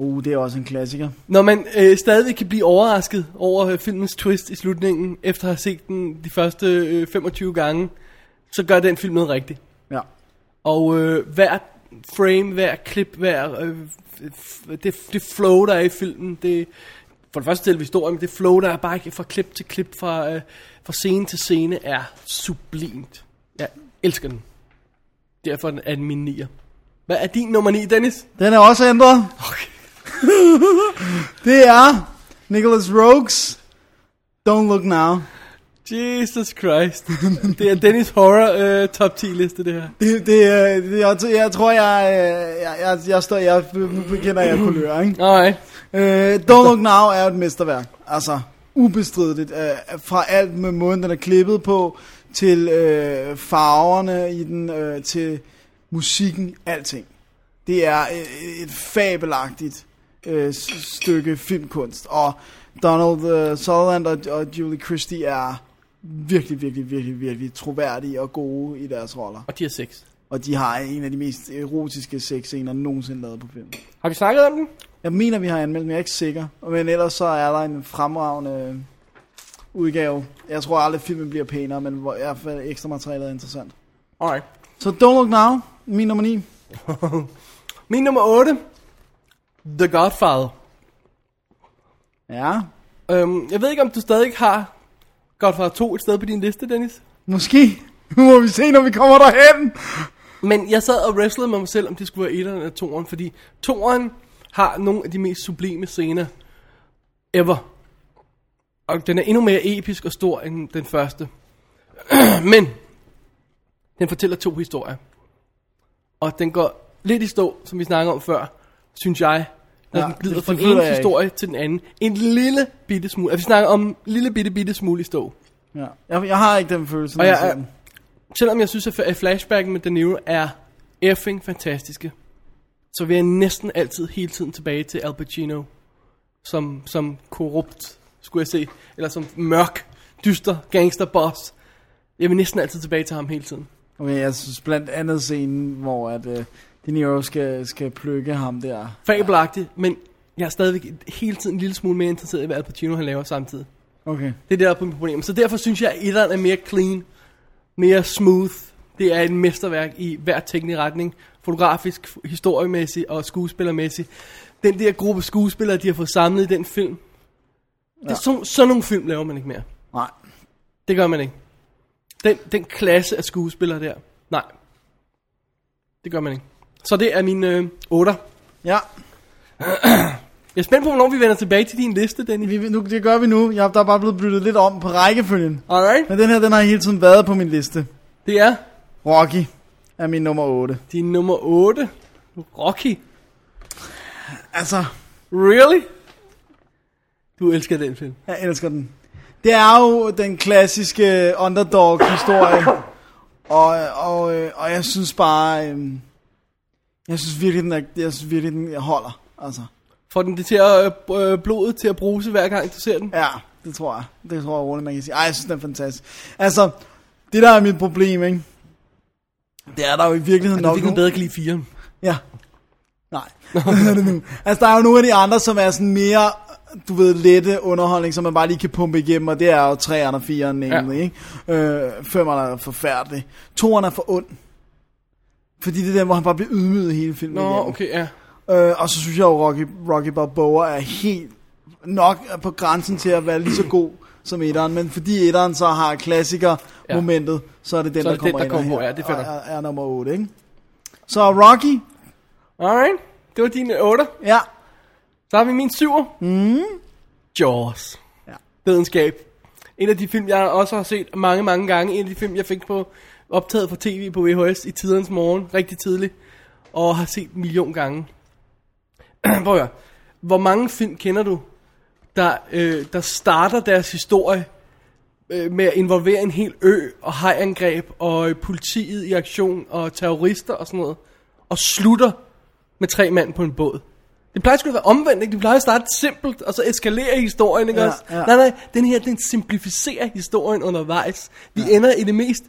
[SPEAKER 1] Uh, det er også en klassiker.
[SPEAKER 2] Når man øh, stadig kan blive overrasket over øh, filmens twist i slutningen, efter at have set den de første øh, 25 gange, så gør den film noget rigtigt.
[SPEAKER 1] Ja.
[SPEAKER 2] Og øh, hver frame, hver klip, hver, øh, f- det, det flow, der er i filmen, det, for det første til historien, men det flow, der er bare ikke- fra klip til klip, fra, øh, fra scene til scene, er sublimt. Jeg elsker den. Derfor er den min nier. Hvad er din nummer 9, Dennis?
[SPEAKER 1] Den er også ændret.
[SPEAKER 2] Okay.
[SPEAKER 1] Det er Nicholas Rogues Don't Look Now.
[SPEAKER 2] Jesus Christ. det er Dennis Horror øh, top 10 liste, det her.
[SPEAKER 1] Det, det, øh, det, jeg, t- jeg tror, jeg, øh, jeg, jeg, jeg, står, jeg bekender, jeg kulør, ikke?
[SPEAKER 2] Alright.
[SPEAKER 1] Øh, Don't Look Now er jo et mesterværk. Altså, ubestrideligt. Øh, fra alt med måden, den er klippet på, til øh, farverne i den, øh, til musikken, alting. Det er øh, et fabelagtigt øh, s- stykke filmkunst. Og Donald øh, Sutherland og, og Julie Christie er virkelig, virkelig, virkelig, virkelig troværdige og gode i deres roller.
[SPEAKER 2] Og de er 6.
[SPEAKER 1] Og de har en af de mest erotiske sexscener nogensinde lavet på film.
[SPEAKER 2] Har vi snakket om den?
[SPEAKER 1] Jeg mener, vi har anmeldt, men jeg er ikke sikker. Men ellers så er der en fremragende udgave. Jeg tror aldrig, filmen bliver pænere, men hvor- i hvert fald ekstra materialet er interessant.
[SPEAKER 2] Alright.
[SPEAKER 1] Så Don't Look Now, min nummer 9.
[SPEAKER 2] Min nummer 8. The Godfather.
[SPEAKER 1] Ja,
[SPEAKER 2] Øhm, jeg ved ikke, om du stadig har Godfather 2 et sted på din liste, Dennis.
[SPEAKER 1] måske. Nu må vi se, når vi kommer derhen.
[SPEAKER 2] Men jeg sad og wrestlede med mig selv, om det skulle være 1'eren eller 2'eren, fordi 2'eren har nogle af de mest sublime scener ever. Og den er endnu mere episk og stor end den første. Men den fortæller to historier. Og den går lidt i stå, som vi snakker om før, synes jeg. Når
[SPEAKER 1] Ja,
[SPEAKER 2] ja, den glider
[SPEAKER 1] det
[SPEAKER 2] fra den
[SPEAKER 1] forfølger
[SPEAKER 2] ene
[SPEAKER 1] jeg ikke.
[SPEAKER 2] historie ikke. til den anden. En lille bitte smule. Altså, vi snakker om en lille bitte, bitte smule i stå.
[SPEAKER 1] Ja, jeg, jeg har ikke den følelse, når
[SPEAKER 2] Og
[SPEAKER 1] jeg
[SPEAKER 2] jeg
[SPEAKER 1] ser
[SPEAKER 2] er-
[SPEAKER 1] den.
[SPEAKER 2] Selvom jeg synes, at fa- flashbacken med De Niro er effing fantastiske, så vil jeg næsten altid hele tiden tilbage til Al Pacino, som, som korrupt, skulle jeg se, eller som mørk, dyster gangsterboss. Jeg vil næsten altid tilbage til ham hele tiden.
[SPEAKER 1] Okay, jeg synes blandt andet scenen, hvor at, uh, De Niro skal, skal plukke ham der.
[SPEAKER 2] Fabelagtigt, men jeg er stadigvæk hele tiden en lille smule mere interesseret i, hvad Al Pacino han laver samtidig.
[SPEAKER 1] Okay.
[SPEAKER 2] Det er det, der er mit problem. Så derfor synes jeg, at etteren er mere clean, mere smooth. Det er et mesterværk i hver teknisk retning. Fotografisk, f- historiemæssigt og skuespillermæssigt. Den der gruppe skuespillere, de har fået samlet i den film. Ja. Det er sådan, sådan nogle film laver man ikke mere.
[SPEAKER 1] Nej.
[SPEAKER 2] Det gør man ikke. Den, den klasse af skuespillere der. Nej. Det gør man ikke. Så det er mine øh, otter.
[SPEAKER 1] Ja,
[SPEAKER 2] Jeg er spændt på, hvornår vi vender tilbage til din liste, Dennis.
[SPEAKER 1] vi, nu, det gør vi nu. Jeg, der er bare blevet byttet lidt om på rækkefølgen.
[SPEAKER 2] Alright.
[SPEAKER 1] Men den her, den har hele tiden været på min liste.
[SPEAKER 2] Det er
[SPEAKER 1] Rocky er min nummer 8.
[SPEAKER 2] din nummer 8. Rocky.
[SPEAKER 1] Altså,
[SPEAKER 2] Really? Du elsker den film.
[SPEAKER 1] jeg elsker den. Det er jo den klassiske underdog-historie. Og, og, øh, og jeg synes bare, øhm, jeg synes virkelig, den, er, jeg synes virkelig, den holder. Altså,
[SPEAKER 2] Får den det til at, øh, øh, blodet til at bruse hver gang du ser den?
[SPEAKER 1] ja, det tror jeg. Det tror jeg roligt, man kan sige. Ej, jeg synes, den er fantastisk. Altså, det der er mit problem, ikke? Det er der jo i virkeligheden
[SPEAKER 2] Du
[SPEAKER 1] nok
[SPEAKER 2] fik den
[SPEAKER 1] nogen-
[SPEAKER 2] bedre kan lide 4.
[SPEAKER 1] Ja. Nej. Det er det nu. altså, der er jo nogle af de andre, som er sådan mere, du ved, lette underholdning, som man bare lige kan pumpe igennem, og det er jo 3'eren og 4'eren egentlig, ikke? Øh, 5'eren er forfærdelig. 2'eren er for ond. Fordi det er den, hvor han bare bliver ydmyget hele filmen
[SPEAKER 2] Nå,
[SPEAKER 1] igennem.
[SPEAKER 2] okay, ja.
[SPEAKER 1] Øh, og så synes jeg jo, Rocky, Rocky Balboa er helt nok er på grænsen til at være lige så god som etteren, men fordi etteren så har klassiker-momentet, ja. så er det den,
[SPEAKER 2] Så er
[SPEAKER 1] der
[SPEAKER 2] det den,
[SPEAKER 1] kommer
[SPEAKER 2] der
[SPEAKER 1] ind
[SPEAKER 2] kommer
[SPEAKER 1] og
[SPEAKER 2] på,
[SPEAKER 1] her,
[SPEAKER 2] ja, det fatter
[SPEAKER 1] og
[SPEAKER 2] jeg.
[SPEAKER 1] er, er nummer 8, ikke? Så Rocky,
[SPEAKER 2] Alright, det var dine 8.
[SPEAKER 1] ja,
[SPEAKER 2] Så har vi min 7. Mm. Jaws. Ja. Videnskab. En af de film, jeg også har set mange, mange gange. En af de film, jeg fik på optaget på tv på VHS i tidernes morgen, rigtig tidligt. Og har set en million gange. Prøv at høre. Hvor mange film kender du, der, øh, der starter deres historie øh, med at involvere en hel ø og hajangreb og øh, politiet i aktion og terrorister og sådan noget, og slutter med tre mand på en båd. Det plejer sgu at være omvendt, ikke? Det plejer at starte simpelt, og så eskalere historien, ikke
[SPEAKER 1] Ja,
[SPEAKER 2] også?
[SPEAKER 1] ja.
[SPEAKER 2] Nej, nej, den her, den simplificerer historien undervejs. Vi ja. ender i det mest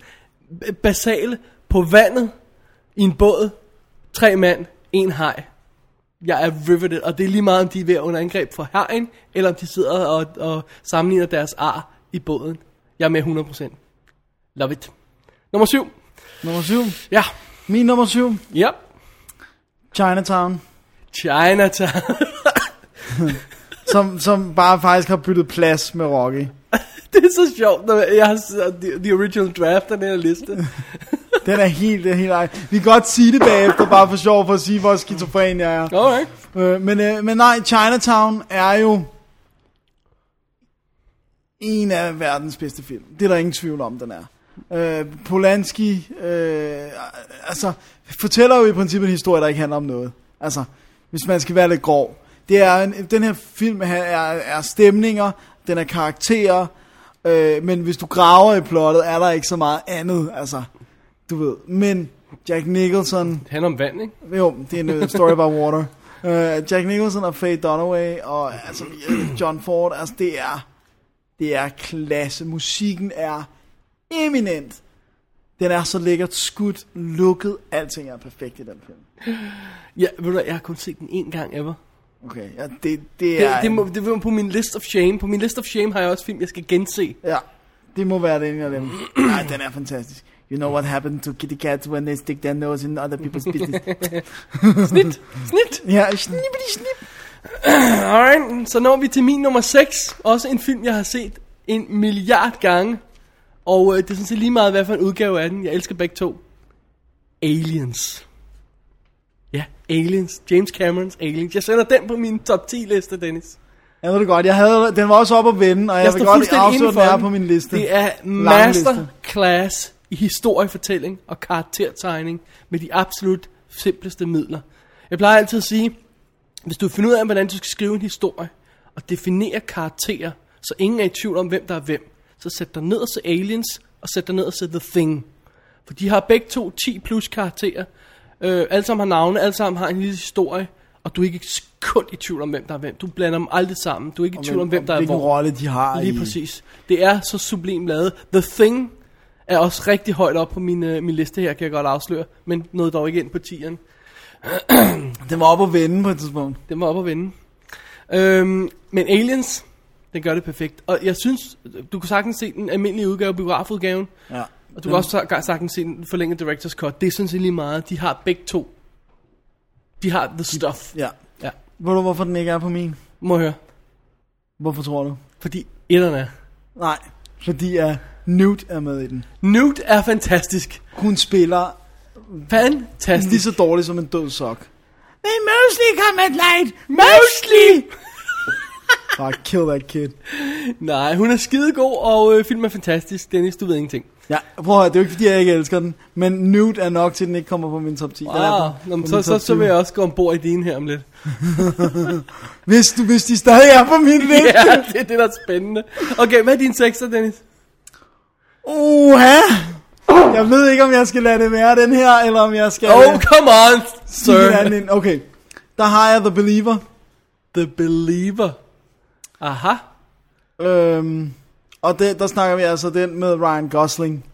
[SPEAKER 2] øh, b- basale på vandet i en båd. Tre mand, en haj. Jeg er riveted, og det er lige meget, om de er ved at under angreb fra herren, eller om de sidder og, og sammenligner deres ar i båden. Jeg er med 100%. Love it. Nummer 7.
[SPEAKER 1] Nummer 7.
[SPEAKER 2] Ja.
[SPEAKER 1] Min nummer 7.
[SPEAKER 2] Ja.
[SPEAKER 1] Chinatown.
[SPEAKER 2] Chinatown.
[SPEAKER 1] Som, som bare faktisk har byttet plads med Rocky.
[SPEAKER 2] det er så sjovt, når jeg har the, the original draft af den her liste.
[SPEAKER 1] Den er helt, den er helt ej. Vi kan godt sige det bagefter, bare for sjov, for at sige, hvor skizofren jeg er.
[SPEAKER 2] Alright.
[SPEAKER 1] Øh, men, øh, men nej, Chinatown er jo en af verdens bedste film. Det er der ingen tvivl om, den er. Øh, Polanski øh, altså, fortæller jo i princippet en historie, der ikke handler om noget. Altså, hvis man skal være lidt grov. Det er en, den her film her er, er stemninger, den er karakterer, øh, men hvis du graver i plottet, er der ikke så meget andet. Altså, du ved. Men Jack Nicholson
[SPEAKER 2] Det handler om vand, ikke?
[SPEAKER 1] jo, det er en øh, story about water. Uh, Jack Nicholson og Faye Dunaway og altså, øh, John Ford, altså det er, det er klasse. Musikken er eminent. Den er så lækkert skudt, lukket, alting er perfekt i den film.
[SPEAKER 2] Ja, ved du hvad, jeg har kun set den én gang ever.
[SPEAKER 1] Okay, ja, det, det
[SPEAKER 2] Det,
[SPEAKER 1] er...
[SPEAKER 2] det, må, det var på min list of shame. På min list of shame har jeg også film, jeg skal gense.
[SPEAKER 1] Ja, det må være det ene af dem. Nej, den er fantastisk. You know what happened to kitty cats when they stick their nose in other people's business.
[SPEAKER 2] Snit, snit.
[SPEAKER 1] ja, snippity snip.
[SPEAKER 2] Alright, så når vi til min nummer 6. Også en film, jeg har set en milliard gange. Og øh, det er sådan set lige meget, hvad for en udgave af den. Jeg elsker begge to. Aliens. Ja, Aliens. James Camerons Aliens. Jeg sender den på min top 10 liste, Dennis.
[SPEAKER 1] Jeg ved det godt, jeg havde, den var også op at vende, og jeg, jeg vil
[SPEAKER 2] står
[SPEAKER 1] godt
[SPEAKER 2] fuldstændig
[SPEAKER 1] afsløre,
[SPEAKER 2] inden
[SPEAKER 1] den
[SPEAKER 2] for
[SPEAKER 1] er
[SPEAKER 2] den.
[SPEAKER 1] på min liste.
[SPEAKER 2] Det er masterclass i historiefortælling og karaktertegning med de absolut simpleste midler. Jeg plejer altid at sige, hvis du finder ud af, hvordan du skal skrive en historie, og definere karakterer, så ingen er i tvivl om, hvem der er hvem, så sæt dig ned og se Aliens, og sæt dig ned og se The Thing. For de har begge to 10 plus karakterer. Øh, alle sammen har navne, alle sammen har en lille historie, og du er ikke et sekund i tvivl om, hvem der er hvem. Du blander dem aldrig sammen. Du er ikke i tvivl om, hvem der er
[SPEAKER 1] hvilken
[SPEAKER 2] hvor.
[SPEAKER 1] rolle de har
[SPEAKER 2] Lige
[SPEAKER 1] i.
[SPEAKER 2] præcis. Det er så sublim lavet. The Thing er også rigtig højt op på min, øh, min liste her, kan jeg godt afsløre. Men nåede dog ikke ind på 10'eren.
[SPEAKER 1] Den var op at vende på et tidspunkt.
[SPEAKER 2] Den var op at vinde. Øhm, men Aliens, den gør det perfekt. Og jeg synes, du kan sagtens se den almindelige udgave, biografudgaven.
[SPEAKER 1] Ja.
[SPEAKER 2] Og du kan også sag- sagtens se den forlængede Directors Cut. Det er sådan set lige meget. De har begge to. De har the stuff.
[SPEAKER 1] Ja.
[SPEAKER 2] Ja.
[SPEAKER 1] Ved du, hvorfor den ikke er på min?
[SPEAKER 2] Må jeg høre.
[SPEAKER 1] Hvorfor tror du?
[SPEAKER 2] Fordi etterne er.
[SPEAKER 1] Nej, fordi uh, Newt er med i den.
[SPEAKER 2] Newt er fantastisk.
[SPEAKER 1] Hun spiller
[SPEAKER 2] Fantastisk.
[SPEAKER 1] lige så dårligt som en død sok. They mostly come at light.
[SPEAKER 2] Mostly!
[SPEAKER 1] Bare kill that kid.
[SPEAKER 2] Nej, hun er skidegod, og øh, filmen er fantastisk. Dennis, du ved ingenting.
[SPEAKER 1] Ja, prøv at høre, det er jo ikke fordi, jeg ikke elsker den. Men Newt er nok til, at den ikke kommer på min top 10. Den er
[SPEAKER 2] Ah,
[SPEAKER 1] på-
[SPEAKER 2] nå, men
[SPEAKER 1] på
[SPEAKER 2] så,
[SPEAKER 1] min
[SPEAKER 2] så,
[SPEAKER 1] top
[SPEAKER 2] så
[SPEAKER 1] 20.
[SPEAKER 2] vil jeg også gå ombord i din her om lidt.
[SPEAKER 1] Hvis, du, hvis de stadig er på min liste.
[SPEAKER 2] ja, det er det, der er spændende. Okay, hvad er din sekser, Dennis?
[SPEAKER 1] Uha. Jeg ved ikke, om jeg skal lade det være den her, eller om jeg skal...
[SPEAKER 2] Oh,
[SPEAKER 1] øh,
[SPEAKER 2] come on,
[SPEAKER 1] sige
[SPEAKER 2] sir.
[SPEAKER 1] den anden ind. Okay, der har jeg The Believer.
[SPEAKER 2] The Believer. Aha.
[SPEAKER 1] Øhm, og det, der snakker vi altså den med Ryan Gosling.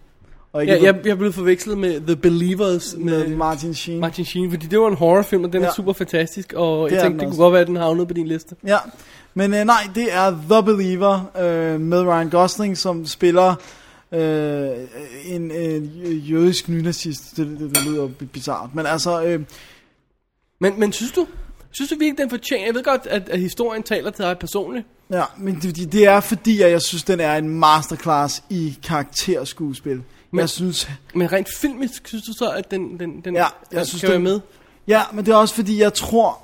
[SPEAKER 1] Og ikke
[SPEAKER 2] Ja,
[SPEAKER 1] ja,
[SPEAKER 2] jeg, jeg blev forvekslet med The Believers med,
[SPEAKER 1] med Martin Sheen.
[SPEAKER 2] Martin Sheen, fordi det var en horrorfilm, og den ja. er
[SPEAKER 1] Ja.
[SPEAKER 2] super fantastisk, og
[SPEAKER 1] Det
[SPEAKER 2] jeg
[SPEAKER 1] er den
[SPEAKER 2] tænkte, det kunne
[SPEAKER 1] også.
[SPEAKER 2] godt være, at den havnede på din liste.
[SPEAKER 1] Ja, men øh, nej, det er The Believer øh, med Ryan Gosling, som spiller øh, en øh, jødisk nynazist. Det, det, det lyder bi- bizarrt, men altså... Øh,
[SPEAKER 2] Men, men synes du, synes du virkelig, den fortjener? Jeg ved godt, at, at historien taler til dig personligt.
[SPEAKER 1] Ja, men det, det er fordi, at jeg synes, den er en masterclass i karakterskuespil. Men, jeg synes,
[SPEAKER 2] Men rent filmisk, synes du så, at den, den, den
[SPEAKER 1] Ja, jeg
[SPEAKER 2] at-
[SPEAKER 1] synes,
[SPEAKER 2] kan være
[SPEAKER 1] den-
[SPEAKER 2] med?
[SPEAKER 1] ja, men det er også fordi, jeg tror,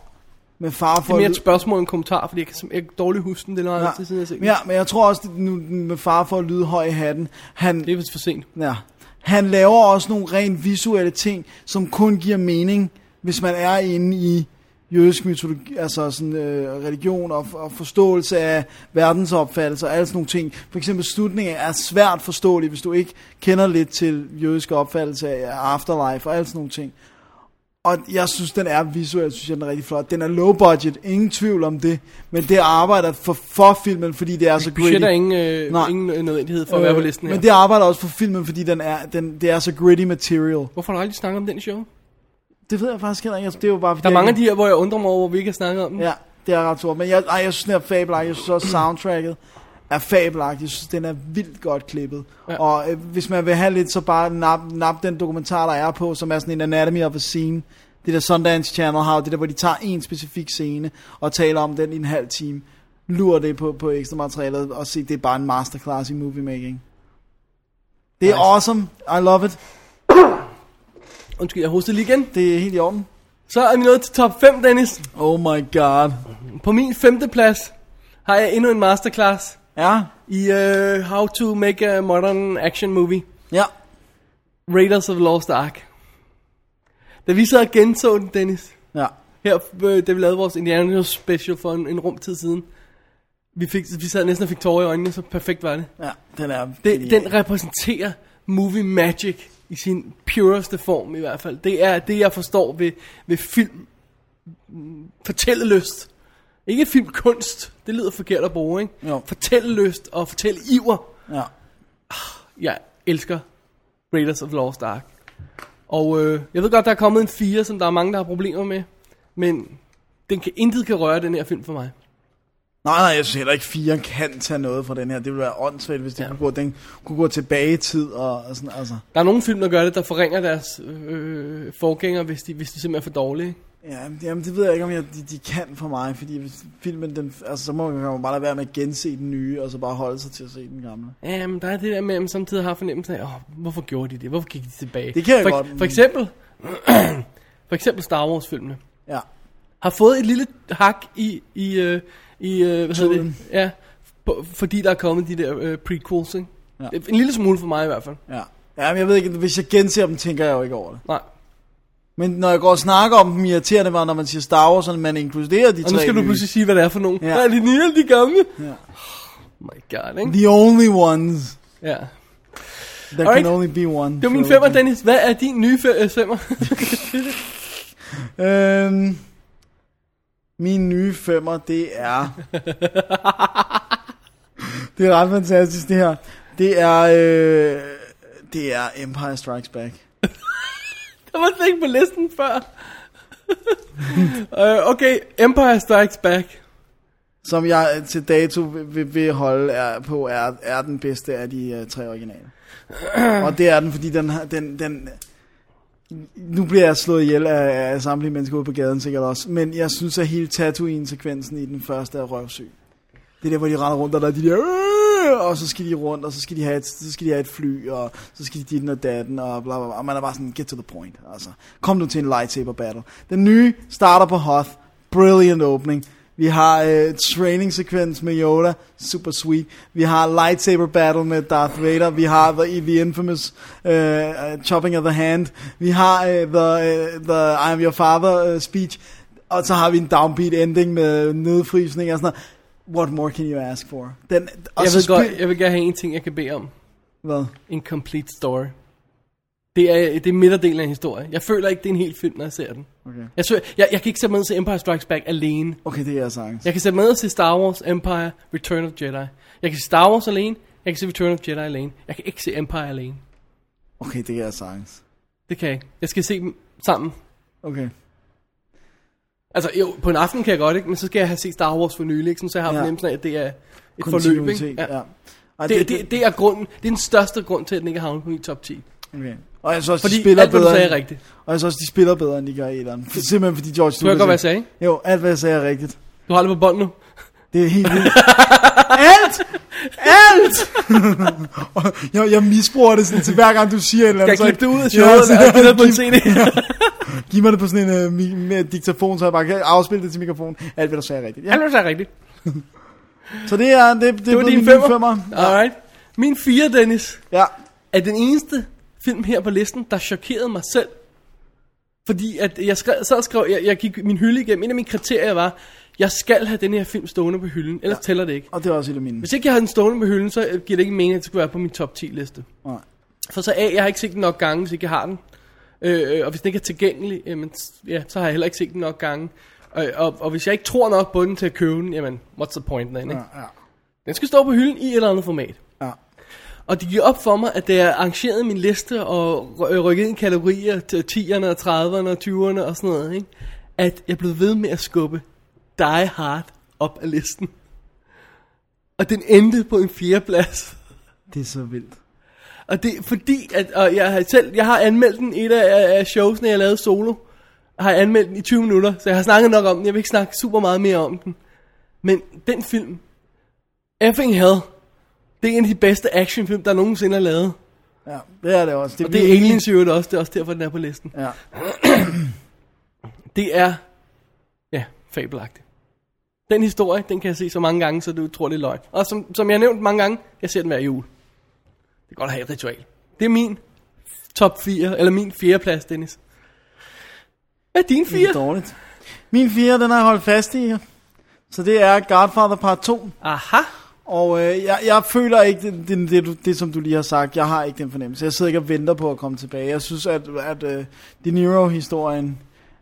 [SPEAKER 1] med far for
[SPEAKER 2] Det er
[SPEAKER 1] at
[SPEAKER 2] mere
[SPEAKER 1] lyde-
[SPEAKER 2] et spørgsmål end en kommentar, fordi jeg kan, sim- jeg kan dårligt huske den, det er noget ja. tid siden, jeg har set den.
[SPEAKER 1] ja, men jeg tror også, det, nu med far for at lyde høj i hatten, han,
[SPEAKER 2] Det er vist for sent.
[SPEAKER 1] ja, han laver også nogle rent visuelle ting, som kun giver mening, hvis man er inde i jødisk mytologi, altså sådan, øh, religion og, og forståelse af verdensopfattelse og alle sådan nogle ting. For eksempel slutningen er svært forståelig, hvis du ikke kender lidt til jødiske opfattelse af afterlife og alle sådan nogle ting. Og jeg synes, den er visuelt, synes jeg, den er rigtig flot. Den er low budget, ingen tvivl om det. Men det arbejder for, for filmen, fordi det er så gritty.
[SPEAKER 2] Budget er ingen, øh,
[SPEAKER 1] Nej.
[SPEAKER 2] ingen øh, nødvendighed for at være på listen her.
[SPEAKER 1] Men det arbejder også for filmen, fordi den er, den, det er så gritty material.
[SPEAKER 2] Hvorfor har du aldrig snakket om den show?
[SPEAKER 1] Det ved jeg faktisk heller ikke. Altså, Det er jo bare...
[SPEAKER 2] Der er mange af de her, hvor jeg undrer mig over, hvor vi ikke har snakket om dem.
[SPEAKER 1] Ja, det er ret stort. Men jeg, ej, jeg synes, den er fabelagtig. Jeg synes også, soundtracket er fabelagtig. Jeg synes, den er vildt godt klippet. Ja. Og øh, hvis man vil have lidt, så bare nap, nap den dokumentar, der er på, som er sådan en anatomy of a scene. Det der Sundance Channel har, jo det der, hvor de tager en specifik scene og taler om den i en halv time. Lurer det på, på ekstra materialet og se, det er bare en masterclass i movie making. Det er nice. awesome. I love it.
[SPEAKER 2] Undskyld, jeg hoster lige igen.
[SPEAKER 1] Det er helt i orden.
[SPEAKER 2] Så er vi nået til top 5, Dennis.
[SPEAKER 1] Oh my god.
[SPEAKER 2] På min femte plads har jeg endnu en masterclass
[SPEAKER 1] Ja,
[SPEAKER 2] i uh, How to Make a Modern Action Movie.
[SPEAKER 1] ja.
[SPEAKER 2] Raiders of the Lost Ark. Da vi så og genså den, Dennis,
[SPEAKER 1] Ja,
[SPEAKER 2] her, øh, da vi lavede vores Indiana Jones special for en, en rum tid siden, vi, fik, vi sad næsten og fik tårer i øjnene, så perfekt var det.
[SPEAKER 1] ja. Den er...
[SPEAKER 2] Den, den repræsenterer movie magic i sin pureste form i hvert fald. Det er det, jeg forstår ved, ved film mm, fortællelyst. Ikke filmkunst, det lyder forkert at bruge, ikke?
[SPEAKER 1] Jo.
[SPEAKER 2] Fortællelyst og fortælle iver.
[SPEAKER 1] Ja.
[SPEAKER 2] Jeg elsker Raiders of Lost Ark. Og øh, jeg ved godt, der er kommet en 4, som der er mange, der har problemer med. Men den kan, intet kan røre den her film for mig.
[SPEAKER 1] Nej, nej, jeg synes heller ikke, fire kan tage noget fra den her. Det ville være åndssvagt, hvis de ja. kunne, gå, den kunne gå tilbage i tid og, og sådan, altså.
[SPEAKER 2] Der er nogle film, der gør det, der forringer deres øh, forgængere, hvis de, hvis de simpelthen er for dårlige. ikke?
[SPEAKER 1] Ja, jamen, det ved jeg ikke, om jeg, de, de kan for mig, fordi hvis filmen, den, altså, så må man jo bare lade være med at gense den nye, og så bare holde sig til at se den gamle.
[SPEAKER 2] Ja, men Øhm, der er det der med, at man samtidig har fornemmelsen af, oh, hvorfor gjorde de det? Hvorfor gik de tilbage?
[SPEAKER 1] Det kan jeg
[SPEAKER 2] for,
[SPEAKER 1] godt,
[SPEAKER 2] For
[SPEAKER 1] men-
[SPEAKER 2] eksempel, for eksempel Star Wars-filmene
[SPEAKER 1] Ja,
[SPEAKER 2] har fået et lille hak i, i, øh, i øh, hvad hedder det?
[SPEAKER 1] Tuden.
[SPEAKER 2] Ja, på, fordi der er kommet de der øh, prequels, ikke?
[SPEAKER 1] Ja.
[SPEAKER 2] Ja. En lille smule for mig i hvert fald.
[SPEAKER 1] ja. Ja, men jeg ved ikke, hvis jeg genser dem, tænker jeg jo ikke over det.
[SPEAKER 2] Nej.
[SPEAKER 1] Men når jeg går og snakker om dem, irriterer det mig, når man siger Star Wars, og man inkluderer de
[SPEAKER 2] Og
[SPEAKER 1] tre
[SPEAKER 2] nu skal du
[SPEAKER 1] nye.
[SPEAKER 2] pludselig sige, hvad det er for nogen.
[SPEAKER 1] Ja.
[SPEAKER 2] Ja. Der er de nye og de gamle. Oh
[SPEAKER 1] Ja.
[SPEAKER 2] My god, ikke?
[SPEAKER 1] The only ones.
[SPEAKER 2] Ja.
[SPEAKER 1] There
[SPEAKER 2] Alright.
[SPEAKER 1] can only be one.
[SPEAKER 2] Det var min
[SPEAKER 1] So-
[SPEAKER 2] femmer, Dennis. Hvad er din nye fe- øh, femmer?
[SPEAKER 1] Øhm, min nye femmer, det er... det er ret fantastisk, det her. Det er... Øh, det er Empire Strikes Back.
[SPEAKER 2] Der var slet ikke på listen før. uh, okay, Empire Strikes Back.
[SPEAKER 1] Som jeg til dato vil, vil holde er, på, er, er den bedste af de øh, tre originale. Og det er den, fordi den, har- den, den nu bliver jeg slået ihjel af, af samtlige mennesker ude på gaden sikkert også, men jeg synes, at hele Tatooine-sekvensen i den første er røvsyg. Det er der, hvor de render rundt, og der er de der, "Øh!" og så skal de rundt, og så skal de have et, så skal de have et fly, og så skal de dit og datten, og bla bla bla. Og man er bare sådan, get to the point, altså. Kom nu til en lightsaber battle. Den nye starter på Hoth. Brilliant opening. Vi har øh, training sekvens med Yoda, super sweet. Vi har lightsaber battle med Darth Vader. Vi har the, the infamous øh, øh, chopping of the hand. Vi har øh, the, øh, the I am your father øh, speech. Og så har vi en downbeat ending med nedfrysning og sådan noget. What more can you ask for? Den, og
[SPEAKER 2] Jeg
[SPEAKER 1] så
[SPEAKER 2] ved
[SPEAKER 1] spil-
[SPEAKER 2] godt, jeg vil gerne have en ting, jeg kan bede om.
[SPEAKER 1] Hvad?
[SPEAKER 2] En complete story. Det er, det er midterdelen af en historie. Jeg føler ikke, det er en hel film, når jeg ser den.
[SPEAKER 1] Okay.
[SPEAKER 2] Jeg, søger, jeg, jeg kan ikke sætte mig ned til Empire Strikes Back alene.
[SPEAKER 1] Okay, det er jeg sagtens.
[SPEAKER 2] Jeg kan sætte mig ned til Star Wars, Empire, Return of Jedi. Jeg kan se Star Wars alene. Jeg kan se Return of Jedi alene. Jeg kan ikke se Empire alene.
[SPEAKER 1] Okay, det er jeg sagtens.
[SPEAKER 2] Det kan jeg ikke. Jeg skal se dem sammen.
[SPEAKER 1] Okay.
[SPEAKER 2] Altså jo, på en aften kan jeg godt, ikke? Men så skal jeg have set Star Wars for nylig, ikke? Sådan, Så jeg har
[SPEAKER 1] Ja.
[SPEAKER 2] ja. fornemmelsen af, at det er et forløb,
[SPEAKER 1] Kontinuitet,
[SPEAKER 2] ikke?
[SPEAKER 1] ja. ja. Ej,
[SPEAKER 2] Det, det, det, er grunden, det er den største grund til, at den ikke har havnet på min top 10.
[SPEAKER 1] okay. Og jeg synes også,
[SPEAKER 2] Fordi
[SPEAKER 1] de spiller
[SPEAKER 2] alt, hvad du
[SPEAKER 1] bedre
[SPEAKER 2] sagde,
[SPEAKER 1] end-
[SPEAKER 2] er rigtigt.
[SPEAKER 1] Og jeg synes også, de spiller bedre, end de gør i etteren. For- Simpelthen fordi George Lucas...
[SPEAKER 2] Du hørte godt, hvad jeg
[SPEAKER 1] ikke-
[SPEAKER 2] sagde.
[SPEAKER 1] Jo, alt hvad jeg sagde er rigtigt.
[SPEAKER 2] Du har det på bånd nu.
[SPEAKER 1] Det er helt vildt. alt! Alt! Og jeg, jeg misbruger det sådan til hver gang, du siger et eller
[SPEAKER 2] Skal
[SPEAKER 1] andet.
[SPEAKER 2] jeg
[SPEAKER 1] så-
[SPEAKER 2] klippe det ud af
[SPEAKER 1] Ja,
[SPEAKER 2] showet,
[SPEAKER 1] så-
[SPEAKER 2] eller er det på en
[SPEAKER 1] giv-
[SPEAKER 2] CD?
[SPEAKER 1] Giv mig det på sådan en uh, mi- med diktafon, så jeg bare kan afspille det til mikrofonen. Alt hvad du sagde er rigtigt. Ja.
[SPEAKER 2] Alt, hvad du sagde, er rigtigt.
[SPEAKER 1] Så det er, det, det,
[SPEAKER 2] Det var
[SPEAKER 1] blevet
[SPEAKER 2] din
[SPEAKER 1] min nye
[SPEAKER 2] femmer.
[SPEAKER 1] femmer.
[SPEAKER 2] Alright. Min 4, Dennis,
[SPEAKER 1] Ja.
[SPEAKER 2] er den eneste film her på listen, der chokerede mig selv. Fordi at jeg skrev, så skrev, jeg, jeg gik min hylde igennem. En af mine kriterier var, jeg skal have den her film stående på hylden, ellers ja. tæller det ikke.
[SPEAKER 1] Og det er også et af mine.
[SPEAKER 2] Hvis ikke jeg har den stående på hylden, så øh, giver det ikke mening, at det skulle være på min top 10 liste.
[SPEAKER 1] Nej.
[SPEAKER 2] For så A, jeg har ikke set den nok gange, hvis ikke jeg har den. Øh, øh, og hvis den ikke er tilgængelig, jamen, s- ja, så har jeg heller ikke set den nok gange. Og, og, og hvis jeg ikke tror nok på den til at købe den, jamen, what's the point then, ikke?
[SPEAKER 1] Ja, ja.
[SPEAKER 2] Den skal stå på hylden i et eller andet format.
[SPEAKER 1] Ja.
[SPEAKER 2] Og det gik op for mig, at da jeg arrangerede min liste og ry- rykkede ind i kategorier til 10'erne og 30'erne og 20'erne og sådan noget, ikke? at jeg blev ved med at skubbe Die Hard op af listen. Og den endte på en fjerdeplads.
[SPEAKER 1] Det er så vildt.
[SPEAKER 2] Og det er fordi, at og jeg, har selv, jeg har anmeldt den et af, af showsene, jeg lavede solo. Har jeg anmeldt den i 20 minutter, så jeg har snakket nok om den. Jeg vil ikke snakke super meget mere om den. Men den film, effing hell, det er en af de bedste actionfilm, der nogensinde er lavet.
[SPEAKER 1] Ja, det er det også.
[SPEAKER 2] Og det er Aliens i øvrigt også, det er også derfor, den er på listen.
[SPEAKER 1] Ja.
[SPEAKER 2] Det er, ja, fabelagtigt. Den historie, den kan jeg se så mange gange, så du tror, det er løgn. Og som, som jeg har nævnt mange gange, jeg ser den hver jul. Det er godt at have et ritual. Det er min top 4, eller min fjerdeplads, Dennis. Hvad er din
[SPEAKER 1] Det er
[SPEAKER 2] 4?
[SPEAKER 1] dårligt. Min fire, den har jeg holdt fast i. Så det er Godfather Part 2.
[SPEAKER 2] Aha.
[SPEAKER 1] Og øh, jeg, jeg føler ikke det, det, det, du- det, som du lige har sagt. Jeg har ikke den fornemmelse. Jeg sidder ikke og venter på at komme tilbage. Jeg synes, at, at øh, De Niro-historien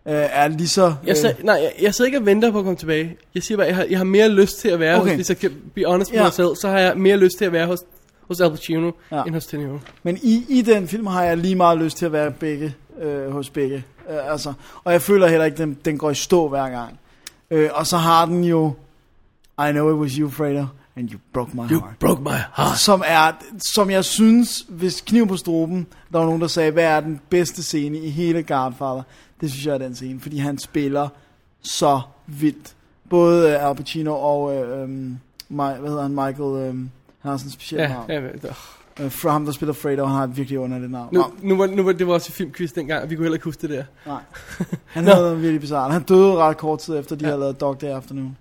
[SPEAKER 1] øh, er lige så...
[SPEAKER 2] Jeg, sag, nej, jeg, jeg sidder ikke og venter på at komme tilbage. Jeg siger bare, jeg har, jeg har mere lyst til at være
[SPEAKER 1] Okay.
[SPEAKER 2] hos, hvis jeg kan be honest med
[SPEAKER 1] Ja.
[SPEAKER 2] mig selv, så har jeg mere lyst til at være hos, hos Al Pacino,
[SPEAKER 1] Ja.
[SPEAKER 2] ja. end hos De Niro.
[SPEAKER 1] Men i, i den film har jeg lige meget lyst til at være begge, øh, hos begge. Øh, altså, og jeg føler heller ikke, den, den går i stå hver gang. Øh, og så har den jo... I know it was you, Fredo, and you broke my
[SPEAKER 2] You
[SPEAKER 1] heart.
[SPEAKER 2] broke my heart.
[SPEAKER 1] Som er, som jeg synes, hvis kniv på struben, der var nogen, der sagde, hvad er den bedste scene i hele Godfather? Det synes jeg er den scene, fordi han spiller så vildt. Både øh, Al Pacino og, øh, øh, hvad hedder han, Michael, øh, han har sådan en speciel
[SPEAKER 2] Ja,
[SPEAKER 1] navn.
[SPEAKER 2] ja, ja.
[SPEAKER 1] Øh, fra ham, der spiller Fredo, han har et virkelig underligt navn.
[SPEAKER 2] Nu,
[SPEAKER 1] Nå,
[SPEAKER 2] nu, var, nu var det var også i filmquiz dengang, og vi kunne heller ikke huske det der.
[SPEAKER 1] nej. Han havde noget virkelig bizarre. Han døde ret kort tid efter, de ja. havde lavet Dog Day Afternoon.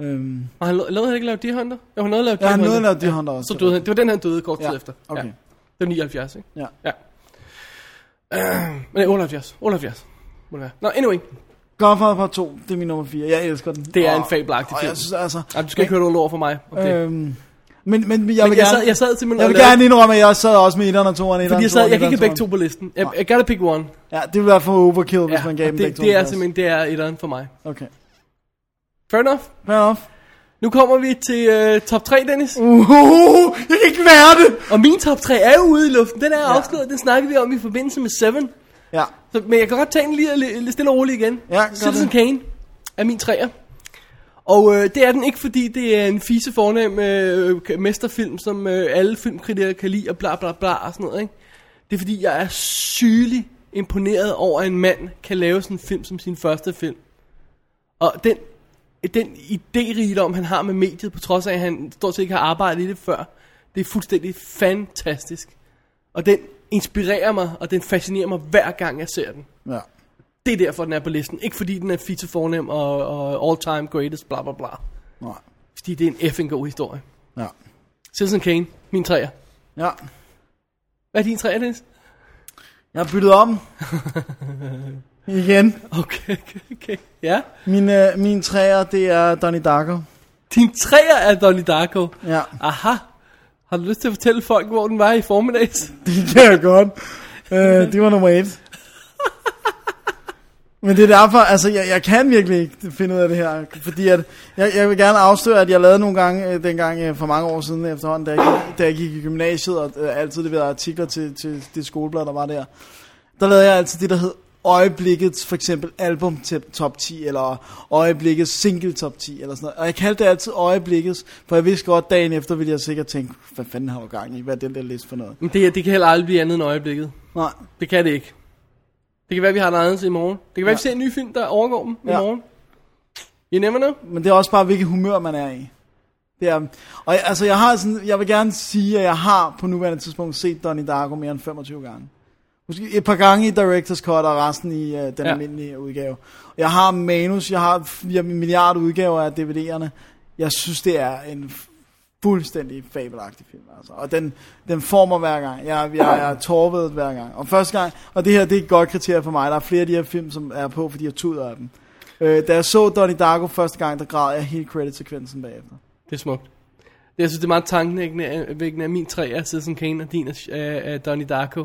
[SPEAKER 1] Øhm,
[SPEAKER 2] Og han lavede han ikke lavet Deer Hunter? Jo, han nåede lavet
[SPEAKER 1] ja,
[SPEAKER 2] Deer
[SPEAKER 1] han
[SPEAKER 2] Hunter.
[SPEAKER 1] nåede lavet de ja. hånder også.
[SPEAKER 2] Så døde han. Det var den, han døde kort tid
[SPEAKER 1] Ja,
[SPEAKER 2] efter.
[SPEAKER 1] okay.
[SPEAKER 2] Ja. Det var 79, ikke?
[SPEAKER 1] Ja.
[SPEAKER 2] ja. Øh, men 78. 78. Må det være. Nå, anyway.
[SPEAKER 1] Godfather Part 2, det er min nummer 4. Jeg elsker den.
[SPEAKER 2] Det er en
[SPEAKER 1] Og-
[SPEAKER 2] fabelagtig
[SPEAKER 1] Og
[SPEAKER 2] film.
[SPEAKER 1] jeg synes altså...
[SPEAKER 2] Ej, du skal ikke høre noget lort for mig. om det.
[SPEAKER 1] Øhm, men, men jeg vil
[SPEAKER 2] Men jeg
[SPEAKER 1] gerne...
[SPEAKER 2] sad, jeg sad simpelthen
[SPEAKER 1] jeg
[SPEAKER 2] og
[SPEAKER 1] vil
[SPEAKER 2] lavede-
[SPEAKER 1] gerne indrømme, at jeg sad også med 1'eren og 2'eren.
[SPEAKER 2] Fordi jeg, sad, jeg kan ikke have begge to på listen. Jeg, jeg gotta pick one.
[SPEAKER 1] Ja, det ville være for overkill, ja, hvis man gav
[SPEAKER 2] og
[SPEAKER 1] dem begge
[SPEAKER 2] det,
[SPEAKER 1] to.
[SPEAKER 2] det er altså
[SPEAKER 1] plads.
[SPEAKER 2] simpelthen det er etteren for mig.
[SPEAKER 1] Okay.
[SPEAKER 2] Fair enough.
[SPEAKER 1] Fair enough.
[SPEAKER 2] Nu kommer vi til uh, top 3, Dennis.
[SPEAKER 1] Mm. Uhuhu, jeg kan ikke være det!
[SPEAKER 2] Og min top 3 er jo ude i luften. Den er afsløret. Den snakkede vi om i forbindelse med Seven.
[SPEAKER 1] Ja,
[SPEAKER 2] Så, men jeg kan godt tage den lige, lige stille og roligt igen.
[SPEAKER 1] Ja, gør
[SPEAKER 2] Citizen
[SPEAKER 1] det.
[SPEAKER 2] Kane er min træer. Og øh, det er den ikke, fordi det er en fise fornem øh, k- mesterfilm, som øh, alle filmkritikere kan lide, og bla bla bla og sådan noget, ikke? Det er fordi, jeg er sygelig imponeret over, at en mand kan lave sådan en film som sin første film. Og den, den idérigdom, han har med mediet, på trods af, at han stort set ikke har arbejdet i det før, det er fuldstændig fantastisk. Og den inspirerer mig, og den fascinerer mig hver gang, jeg ser den.
[SPEAKER 1] ja.
[SPEAKER 2] Det er derfor, den er på listen. Ikke fordi den er feature fornem og, og all time greatest, bla bla bla.
[SPEAKER 1] Nej.
[SPEAKER 2] Fordi det er en effing god historie.
[SPEAKER 1] Ja.
[SPEAKER 2] Citizen Kane, min træer.
[SPEAKER 1] Ja.
[SPEAKER 2] Hvad er din træer, Dennis?
[SPEAKER 1] Jeg har byttet om. Igen.
[SPEAKER 2] Okay, okay, okay. Ja.
[SPEAKER 1] Min, øh, min træer, det er Donnie Darko.
[SPEAKER 2] Din træer er Donnie Darko.
[SPEAKER 1] Ja,
[SPEAKER 2] Aha. Har du lyst til at fortælle folk, hvor den var i formiddags?
[SPEAKER 1] det kan jeg godt. Øh, det var nummer et. Men det er derfor, altså jeg, jeg kan virkelig ikke finde ud af det her, fordi at, jeg, jeg vil gerne afsløre, at jeg lavede nogle gange, øh, dengang øh, for mange år siden efterhånden, da jeg gik, da jeg gik i gymnasiet og øh, altid leverede artikler til, til det skoleblad, der var der, der lavede jeg altid det, der hed øjeblikkets for eksempel album til top 10, eller øjeblikkets single top 10, eller sådan noget. Og jeg kaldte det altid øjeblikkets, for jeg vidste godt, dagen efter ville jeg sikkert tænke, hvad fanden har du gang i, hvad er den der liste for noget?
[SPEAKER 2] Men det, her, det kan heller aldrig blive andet end øjeblikket.
[SPEAKER 1] Nej,
[SPEAKER 2] Det kan det ikke. Det kan være, vi har noget andet til i morgen. Det kan være,
[SPEAKER 1] Ja.
[SPEAKER 2] vi ser en ny film, der overgår dem i
[SPEAKER 1] Ja.
[SPEAKER 2] morgen. You never know.
[SPEAKER 1] men det er også bare, hvilket humør man er i. Det er, og jeg, altså, jeg, har sådan, jeg vil gerne sige, at jeg har på nuværende tidspunkt set Donnie Darko mere end 25 gange. Måske et par gange i Directors Cut og resten i øh, den ja.
[SPEAKER 2] Ja.
[SPEAKER 1] almindelige udgave. Jeg har manus, jeg har 4 milliarder udgaver af DVD'erne. Jeg synes, det er en fuldstændig fabelagtig film, altså. Og den, den former hver gang. Jeg, jeg, jeg er tårvedet hver gang. Og første gang, og det her, det er et godt kriterie for mig. Der er flere af de her film, som er på, fordi jeg tuder af dem. Øh, da jeg så Donnie Darko første gang, der græd jeg hele credit-sekvensen bagefter.
[SPEAKER 2] Det er smukt. Det, Jeg synes, det er meget tankenvækkende, at min tre er Citizen Kane og din er, er er Donnie Darko.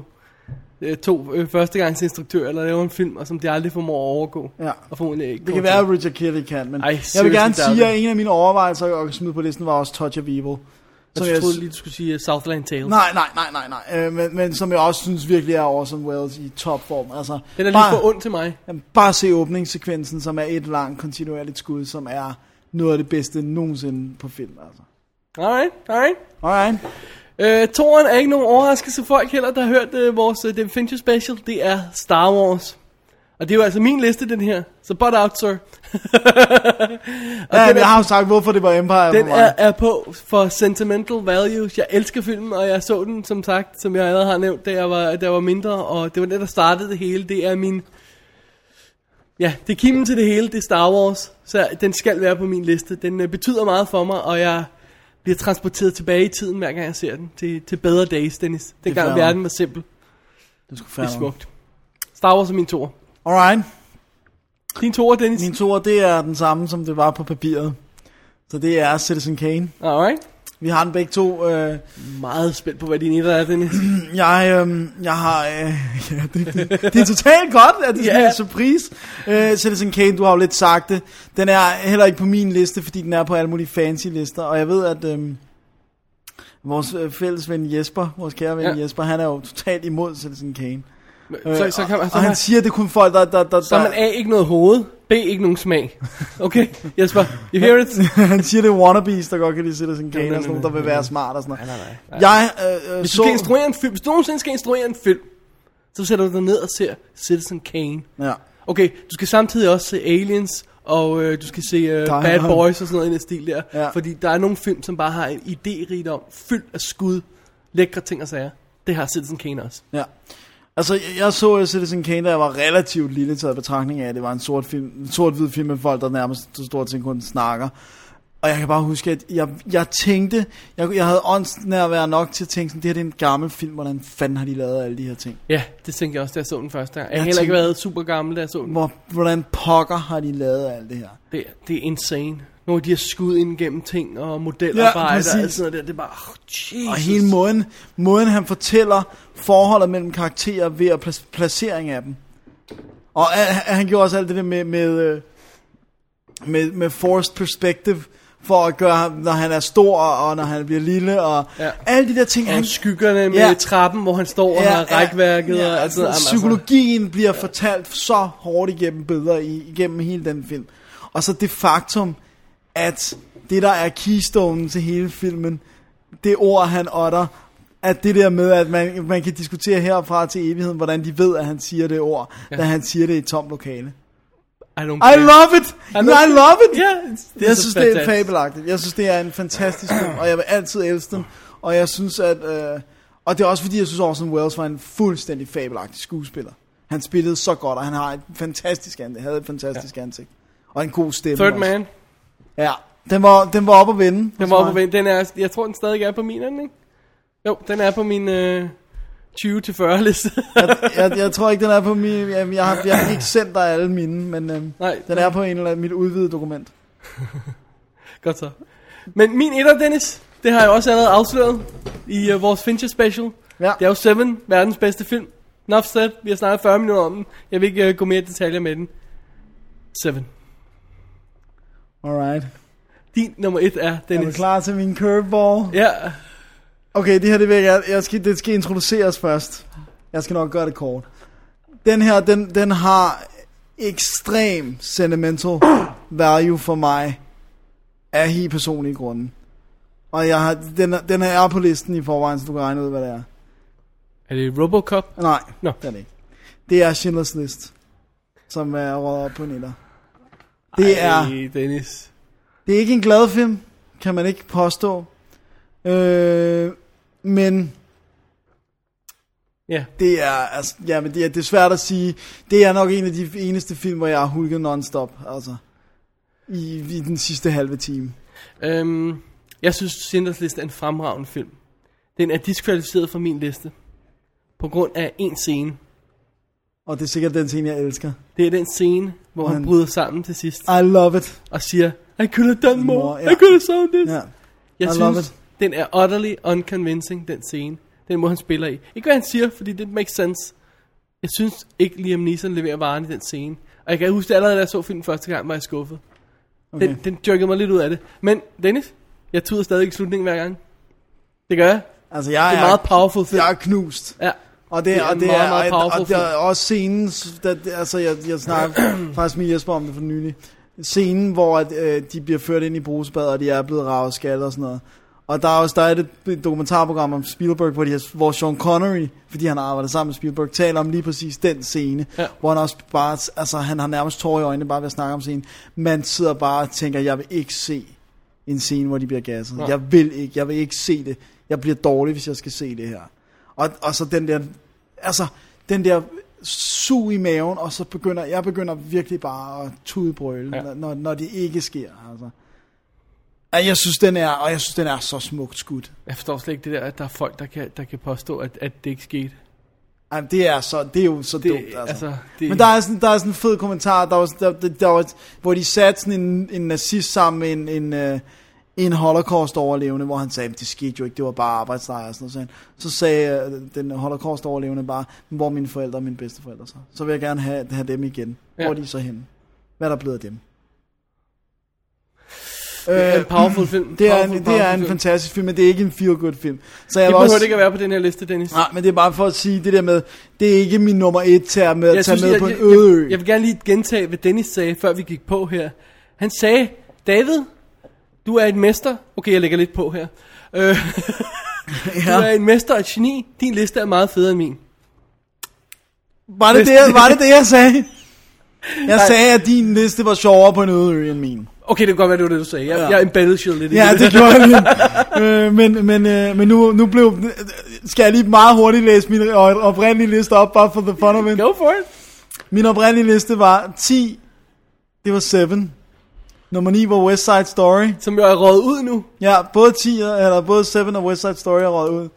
[SPEAKER 2] Det er To øh, førstegangsinstruktører, der laver en film, og som de aldrig formår at overgå.
[SPEAKER 1] Ja.
[SPEAKER 2] Og øh, formentlig ikke
[SPEAKER 1] Det kan
[SPEAKER 2] kommer
[SPEAKER 1] være,
[SPEAKER 2] til.
[SPEAKER 1] at Richard Kelly kan, men
[SPEAKER 2] Ej,
[SPEAKER 1] jeg vil
[SPEAKER 2] seriously,
[SPEAKER 1] gerne sige,
[SPEAKER 2] Darko.
[SPEAKER 1] at en af mine overvejelser, jeg kan smide på listen, var også Touch of Evil.
[SPEAKER 2] Jeg
[SPEAKER 1] jeg
[SPEAKER 2] troede
[SPEAKER 1] s-
[SPEAKER 2] lige, du skulle sige øh, Southland Tales.
[SPEAKER 1] Nej, nej, nej, nej, nej. Øh, men, men som jeg også synes virkelig er Orson Welles i topform. Altså,
[SPEAKER 2] Den er
[SPEAKER 1] bare,
[SPEAKER 2] lige for ond til mig.
[SPEAKER 1] Jamen, bare se åbningssekvensen, som er et langt kontinuerligt skud, som er noget af det bedste nogensinde på film. Altså.
[SPEAKER 2] Alright, alright.
[SPEAKER 1] Alright.
[SPEAKER 2] Øh, toren er ikke nogen overraskelse for folk heller, der har hørt øh, vores øh, David Fincher special. Det er Star Wars. Og det er jo altså min liste, den her. Så butt out, sir.
[SPEAKER 1] Ja,
[SPEAKER 2] den
[SPEAKER 1] men
[SPEAKER 2] er-
[SPEAKER 1] jeg har jo sagt, hvorfor det var Empire
[SPEAKER 2] Den
[SPEAKER 1] for mig.
[SPEAKER 2] er, er på for sentimental values. Jeg elsker filmen, og jeg så den, som sagt, som jeg allerede har nævnt, da jeg var, da jeg var mindre. Og det var den, der startede det hele. Det er min... Ja, det er kimen til det hele. Det er Star Wars. Så den skal være på min liste. Den øh, betyder meget for mig, og jeg bliver transporteret tilbage i tiden, hver gang jeg ser den. Til, til bedre days, Dennis. Dengang
[SPEAKER 1] fair.
[SPEAKER 2] verden var simpel.
[SPEAKER 1] Det er sgu
[SPEAKER 2] Det
[SPEAKER 1] fair
[SPEAKER 2] er
[SPEAKER 1] nok.
[SPEAKER 2] smukt. Star Wars er min tor.
[SPEAKER 1] Alright.
[SPEAKER 2] Din tor, Dennis.
[SPEAKER 1] Min toer, det er den samme, som det var på papiret. Så det er Citizen Kane.
[SPEAKER 2] Alright.
[SPEAKER 1] Vi har den begge to. Øh,
[SPEAKER 2] Meget spændt på, hvad din etter er, Dennis.
[SPEAKER 1] jeg, øh, jeg har... Øh, ja, det, det, det er totalt godt, at det er sådan
[SPEAKER 2] Ja.
[SPEAKER 1] en surprise. Øh, Citizen Kane, du har jo lidt sagt det. Den er heller ikke på min liste, fordi den er på alle mulige fancy lister. Og jeg ved, at... Øh, vores øh, fælles ven Jesper, vores kære ven
[SPEAKER 2] Ja.
[SPEAKER 1] ja. Jesper, han er jo totalt imod Citizen Kane.
[SPEAKER 2] Så, så kan man, så
[SPEAKER 1] Øh, og
[SPEAKER 2] har-
[SPEAKER 1] han siger, at det er kun folk, der... der, der
[SPEAKER 2] Så er man A, ikke noget hoved, B, ikke nogen smag. Okay, Jesper, you hear it?
[SPEAKER 1] han siger, det er wannabes, der godt kan lide Citizen Kane,
[SPEAKER 2] Jamen,
[SPEAKER 1] og sådan nogle, der vil være smart og sådan noget. Nej, nej, nej. Jeg øh, øh,
[SPEAKER 2] Hvis du
[SPEAKER 1] så...
[SPEAKER 2] skal instruere en film, hvis du nogensinde skal instruere en film, så sætter du dig ned og ser Citizen Kane.
[SPEAKER 1] Ja.
[SPEAKER 2] Okay, du skal samtidig også se Aliens, og øh, du skal se øh,
[SPEAKER 1] er-
[SPEAKER 2] Bad Boys og sådan noget i den stil der.
[SPEAKER 1] Ja.
[SPEAKER 2] Fordi der er nogle film, som bare har en idérigdom, fyldt af skud, lækre ting og sager. Det har Citizen Kane også.
[SPEAKER 1] ja. Altså, jeg, jeg så øh, Citizen Kane, da jeg var relativt lille taget i betragtning af, at det var en sort, film, en sort-hvid film med folk, der nærmest så stort set kun snakker. Og jeg kan bare huske, at jeg, jeg tænkte, jeg, jeg havde åndsnærvær nok til at tænke sådan, det her det er en gammel film, hvordan fanden har de lavet alle de her ting?
[SPEAKER 2] Ja, det tænkte jeg også, da jeg så den første gang. Jeg
[SPEAKER 1] Jeg
[SPEAKER 2] har heller ikke
[SPEAKER 1] tænkte-
[SPEAKER 2] været super gammel, da jeg så den.
[SPEAKER 1] Hvor, hvordan pokker har de lavet alt det her?
[SPEAKER 2] Det, det er insane. Når de har skud ind gennem ting og modelarbejde ja,
[SPEAKER 1] Ja,
[SPEAKER 2] og
[SPEAKER 1] præcis.
[SPEAKER 2] alt sådan noget der. Det er bare, oh, Jesus.
[SPEAKER 1] Og hele måden, måden han fortæller forholdet mellem karakterer ved at plas- placering af dem. Og øh, han gjorde også alt det der med, med, øh, med, med forced perspective, for at gøre, ham- når han er stor, og når han bliver lille, og
[SPEAKER 2] Ja.
[SPEAKER 1] ja. alle de der ting, han
[SPEAKER 2] og skyggerne med ja.
[SPEAKER 1] Ja.
[SPEAKER 2] trappen, hvor han står og ja, har rækværket ja, og alt
[SPEAKER 1] altså,
[SPEAKER 2] sådan noget. Jamen,
[SPEAKER 1] Psykologien bliver ja. fortalt så hårdt igennem billeder i, igennem hele den film. Og så det faktum, at det der er keystonen til hele filmen, det ord han otter, at det der med, at man, man kan diskutere herfra til evigheden, hvordan de ved, at han siger det ord, ja. da han siger det i et tomt lokale.
[SPEAKER 2] Altså, I don't
[SPEAKER 1] I
[SPEAKER 2] care.
[SPEAKER 1] love it! I
[SPEAKER 2] love
[SPEAKER 1] love, I love it!
[SPEAKER 2] Ja, it's-
[SPEAKER 1] Det, jeg
[SPEAKER 2] it's
[SPEAKER 1] synes,
[SPEAKER 2] a
[SPEAKER 1] det er
[SPEAKER 2] fantastisk.
[SPEAKER 1] fabelagtigt. Jeg synes, det er en fantastisk film, og jeg vil altid elske den. Og jeg synes, at... Øh, og det er også fordi, jeg synes, Orson Welles var en fuldstændig fabelagtig skuespiller. Han spillede så godt, og han har et fantastisk ansigt. havde et fantastisk ja. ansigt. Og en god stemme
[SPEAKER 2] Third
[SPEAKER 1] også.
[SPEAKER 2] Man.
[SPEAKER 1] Ja, den var, den var op at vinde.
[SPEAKER 2] Den var oppe ved, den er, jeg tror, den stadig er på min, er den ikke? Jo, den er på min øh, 20-40 liste.
[SPEAKER 1] Jeg, jeg, tror ikke, den er på min... Jeg, jeg, har, jeg har ikke sendt dig alle mine, men øh,
[SPEAKER 2] Nej,
[SPEAKER 1] den er på en eller anden, mit udvidede dokument.
[SPEAKER 2] Godt så. Men min etter, Dennis, det har jeg også allerede afsløret i uh, vores Fincher special.
[SPEAKER 1] Ja.
[SPEAKER 2] Det er jo Seven, verdens bedste film. Nuff said, vi har snakket 40 minutter om den. Jeg vil ikke uh, gå mere i detaljer med den. Seven.
[SPEAKER 1] Alright.
[SPEAKER 2] Din nummer et er,
[SPEAKER 1] Er du
[SPEAKER 2] Dennis.
[SPEAKER 1] klar til min curveball?
[SPEAKER 2] Ja,
[SPEAKER 1] Okay, det her det vil jeg, gerne- jeg skal, det skal introduceres først. Jeg skal nok gøre det kort. Den her, den, den har ekstrem sentimental value for mig af helt personlige grunde. Og jeg har, den, er- den her er på listen i forvejen, så du kan regne ud, hvad det er.
[SPEAKER 2] er det Robocop?
[SPEAKER 1] Nej, no.
[SPEAKER 2] Nå.
[SPEAKER 1] det er det ikke. Det er Schindlers List, som er råd op på netter. Det er...
[SPEAKER 2] Ej, Dennis.
[SPEAKER 1] Det er ikke en glad film, kan man ikke påstå. Øh, men
[SPEAKER 2] Ja,
[SPEAKER 1] det er, altså, ja, men det er, det er svært at sige. Det er nok en af de eneste film, hvor jeg har hulket non-stop, altså. I, I den sidste halve time.
[SPEAKER 2] øhm, jeg synes, Schindlers List er en fremragende film. Den er diskvalificeret fra min liste. På grund af en scene.
[SPEAKER 1] Og det er sikkert den scene, jeg elsker.
[SPEAKER 2] Det er den scene, hvor han
[SPEAKER 1] han-
[SPEAKER 2] bryder sammen til sidst.
[SPEAKER 1] I love it.
[SPEAKER 2] og siger, I could have done more,
[SPEAKER 1] More,
[SPEAKER 2] I
[SPEAKER 1] ja.
[SPEAKER 2] could have solved this.
[SPEAKER 1] Ja.
[SPEAKER 2] Jeg
[SPEAKER 1] I
[SPEAKER 2] synes,
[SPEAKER 1] love it.
[SPEAKER 2] den er utterly unconvincing, den scene. Den måde, han spiller i. Ikke hvad han siger, fordi det makes sense. Jeg synes ikke, Liam Neeson leverer varen i den scene. Og jeg kan huske det allerede, da jeg så filmen første gang, var jeg skuffet. Okay. Den, den jerkede mig lidt ud af det. Men Dennis, jeg tuder stadig i slutningen hver gang. Det gør jeg.
[SPEAKER 1] Altså, jeg
[SPEAKER 2] Det er meget powerful film.
[SPEAKER 1] Jeg er knust.
[SPEAKER 2] Ja.
[SPEAKER 1] Og det,
[SPEAKER 2] Det er
[SPEAKER 1] og det
[SPEAKER 2] meget,
[SPEAKER 1] er,
[SPEAKER 2] meget
[SPEAKER 1] og,
[SPEAKER 2] powerful
[SPEAKER 1] og, det er også scenen, s- der, der- altså jeg, jeg snakkede faktisk med Jesper om det for nylig, scenen, hvor at, øh, de bliver ført ind i brusebadet, og de er blevet ravet skat og sådan noget. Og der er også der er et- et dokumentarprogram om Spielberg, hvor, de har, hvor Sean Connery, fordi han arbejder sammen med Spielberg, taler om lige præcis den scene, ja. hvor han også bare, altså han har nærmest tårer i øjnene bare ved at snakke om scenen. Man sidder bare og tænker, jeg vil ikke se en scene, hvor de bliver gasset. Ja. Jeg vil ikke, jeg vil ikke se det. Jeg bliver dårlig, hvis jeg skal se det her. Og, og så den der, altså, den der su i maven, og så begynder, jeg begynder virkelig bare at tudebrøle, ja. når, når det ikke sker, altså. Ej, Jeg synes, den er, og jeg synes, den er så smukt skudt.
[SPEAKER 2] Jeg forstår slet ikke det der, at der er folk, der kan, der kan påstå, at, at det ikke skete.
[SPEAKER 1] Ej, det er så, det er jo så det,
[SPEAKER 2] Det,
[SPEAKER 1] dumt, altså. altså
[SPEAKER 2] altså,
[SPEAKER 1] det...
[SPEAKER 2] det-
[SPEAKER 1] Men der er, sådan, der er sådan en fed kommentar, der var, der, der, der var, hvor de satte sådan en, en nazist sammen med en, en, øh, en holocaust-overlevende, hvor han sagde, "Men det skete jo ikke, det var bare arbejdslejr og sådan noget. sagde han. Så sagde øh, den holocaust-overlevende bare, "Men hvor er mine forældre og mine bedsteforældre så? Så vil jeg gerne have, have dem igen. Ja.
[SPEAKER 2] Ja.
[SPEAKER 1] Hvor er de så henne? Hvad er der blevet af dem?
[SPEAKER 2] det er
[SPEAKER 1] Øh,
[SPEAKER 2] en powerful film.
[SPEAKER 1] det er, en,
[SPEAKER 2] powerful,
[SPEAKER 1] det er en
[SPEAKER 2] powerful film.
[SPEAKER 1] fantastisk film, men det er ikke en feel-good film. Så jeg
[SPEAKER 2] Det
[SPEAKER 1] vil
[SPEAKER 2] behøver det ikke at være på den her liste, Dennis.
[SPEAKER 1] Nej, men det er bare for at sige det der med, det er ikke min nummer et til at med, tage med på en øde ø.
[SPEAKER 2] jeg, jeg vil gerne lige gentage, hvad Dennis sagde, før vi gik på her. Han sagde, David, du er en mester. Okay, jeg lægger lidt på her. Øh, ja. Du er en mester og et geni. Din liste er meget federe end min.
[SPEAKER 1] var, det det, jeg- var det det, jeg sagde? Jeg
[SPEAKER 2] Nej.
[SPEAKER 1] sagde, at din liste var sjovere på en øde ø end min.
[SPEAKER 2] Okay, det kan godt være, det var det, du sagde. Jeg,
[SPEAKER 1] Ja.
[SPEAKER 2] ja. jeg embellishede lidt. i
[SPEAKER 1] Ja, det gjorde jeg. øh, men men, øh, men nu, nu blev... Skal jeg lige meget hurtigt læse min øh, oprindelige liste op, bare for the fun of it?
[SPEAKER 2] Go for it.
[SPEAKER 1] Min oprindelige liste var 10. Det var 7. Nummer 9 var West Side Story.
[SPEAKER 2] Som jo er røget ud nu.
[SPEAKER 1] Ja, både 10, eller både 7 og West Side Story er røget ud.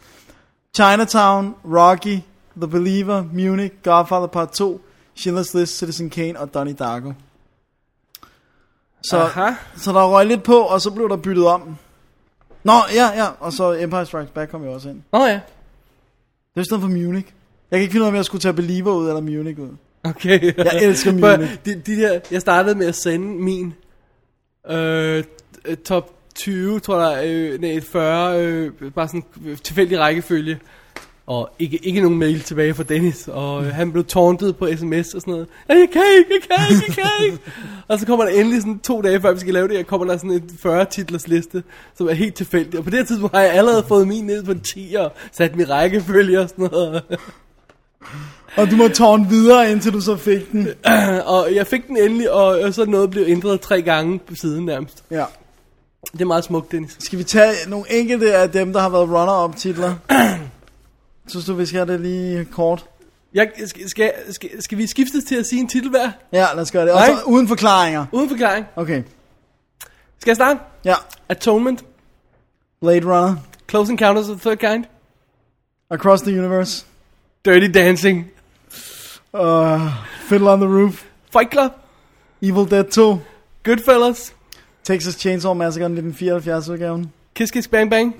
[SPEAKER 1] Chinatown, Rocky, The Believer, Munich, Godfather Part 2, Schindler's List, Citizen Kane og Donnie Darko. Så,
[SPEAKER 2] Aha.
[SPEAKER 1] så der røg lidt på, og så blev der byttet om. Nå, ja, ja, og så Empire Strikes Back kom jo også ind.
[SPEAKER 2] Nå ja.
[SPEAKER 1] Det var i stedet for Munich. Jeg kan ikke finde ud af, om jeg skulle tage Believer ud eller Munich ud.
[SPEAKER 2] Okay.
[SPEAKER 1] Jeg elsker
[SPEAKER 2] For
[SPEAKER 1] Munich.
[SPEAKER 2] de, de der, jeg startede med at sende min øh, øh, top 20, tror jeg, øh, nej, 40, øh, bare sådan øh, tilfældig rækkefølge. Og ikke, ikke nogen mail tilbage fra Dennis, og øh, han blev tauntet på sms og sådan noget. "Ja, Jeg kan ikke, jeg kan ikke, jeg kan ikke. og så kommer der endelig sådan to dage før vi skal lave det, her, kommer der sådan en 40 titlers liste, som er helt tilfældig. Og på det her tidspunkt har jeg allerede fået min ned på en 10 og sat min rækkefølge og sådan noget.
[SPEAKER 1] Og du må tårne videre, indtil du så fik den.
[SPEAKER 2] Og jeg fik den endelig, og, og så noget blev ændret tre gange på siden nærmest.
[SPEAKER 1] Ja.
[SPEAKER 2] Det er meget smukt, Dennis.
[SPEAKER 1] Skal vi tage nogle enkelte af dem, der har været runner-up titler? Synes du, vi skal have det lige kort?
[SPEAKER 2] Jeg, skal, skal, skal, skal vi skiftes til at sige en titel hver?
[SPEAKER 1] Ja, lad os gøre det. Og
[SPEAKER 2] Nej.
[SPEAKER 1] så uden forklaringer.
[SPEAKER 2] Uden forklaring.
[SPEAKER 1] Okay.
[SPEAKER 2] Skal jeg starte?
[SPEAKER 1] Ja.
[SPEAKER 2] Atonement.
[SPEAKER 1] Blade Runner.
[SPEAKER 2] Close Encounters of the Third Kind.
[SPEAKER 1] Across the Universe.
[SPEAKER 2] Dirty Dancing.
[SPEAKER 1] Uh, Fiddle on the Roof.
[SPEAKER 2] Fight Club.
[SPEAKER 1] Evil Dead 2.
[SPEAKER 2] Goodfellas.
[SPEAKER 1] Texas Chainsaw Massacre 1974-udgaven.
[SPEAKER 2] Kiss Kiss Bang Bang.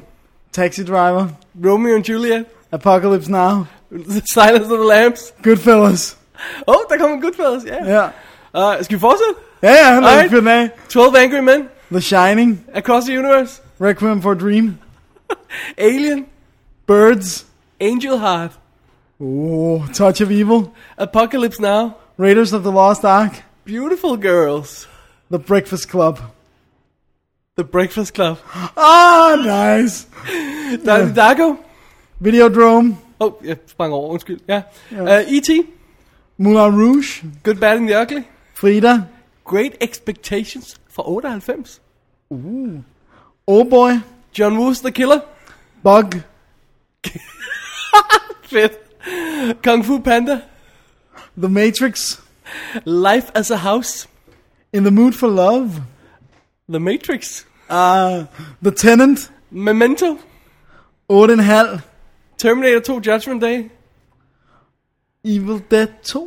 [SPEAKER 1] Taxi Driver.
[SPEAKER 2] Romeo and Juliet.
[SPEAKER 1] Apocalypse Now.
[SPEAKER 2] Silence of the Lambs.
[SPEAKER 1] Goodfellas.
[SPEAKER 2] Åh, oh, der kommer en Goodfellas, ja. Yeah.
[SPEAKER 1] Ja.
[SPEAKER 2] Uh, skal vi fortsætte?
[SPEAKER 1] Ja, ja, han har
[SPEAKER 2] Alright.
[SPEAKER 1] ikke fyrt den af.
[SPEAKER 2] 12 Angry Men.
[SPEAKER 1] The Shining.
[SPEAKER 2] Across the Universe.
[SPEAKER 1] Requiem for a Dream.
[SPEAKER 2] Alien.
[SPEAKER 1] Birds.
[SPEAKER 2] Angel Heart.
[SPEAKER 1] Oh, Touch of Evil.
[SPEAKER 2] Apocalypse Now.
[SPEAKER 1] Raiders of the Lost Ark.
[SPEAKER 2] Beautiful Girls.
[SPEAKER 1] The Breakfast Club.
[SPEAKER 2] The Breakfast Club.
[SPEAKER 1] Ah, nice.
[SPEAKER 2] Donnie Darko.
[SPEAKER 1] Videodrome.
[SPEAKER 2] Åh, oh, jeg sprang over, undskyld. Ja. Yeah. Uh, E.T.
[SPEAKER 1] Moulin Rouge.
[SPEAKER 2] Good, Bad and the Ugly.
[SPEAKER 1] Frida.
[SPEAKER 2] Great Expectations fra 98.
[SPEAKER 1] Oh Boy.
[SPEAKER 2] John Woo's The Killer.
[SPEAKER 1] Bug.
[SPEAKER 2] Fedt. Kung Fu Panda.
[SPEAKER 1] The Matrix.
[SPEAKER 2] Life as a House.
[SPEAKER 1] In the Mood for Love.
[SPEAKER 2] The Matrix.
[SPEAKER 1] Uh, the Tenant.
[SPEAKER 2] Memento.
[SPEAKER 1] 8,5.
[SPEAKER 2] Terminator 2 Judgment Day.
[SPEAKER 1] Evil Dead 2.
[SPEAKER 2] Har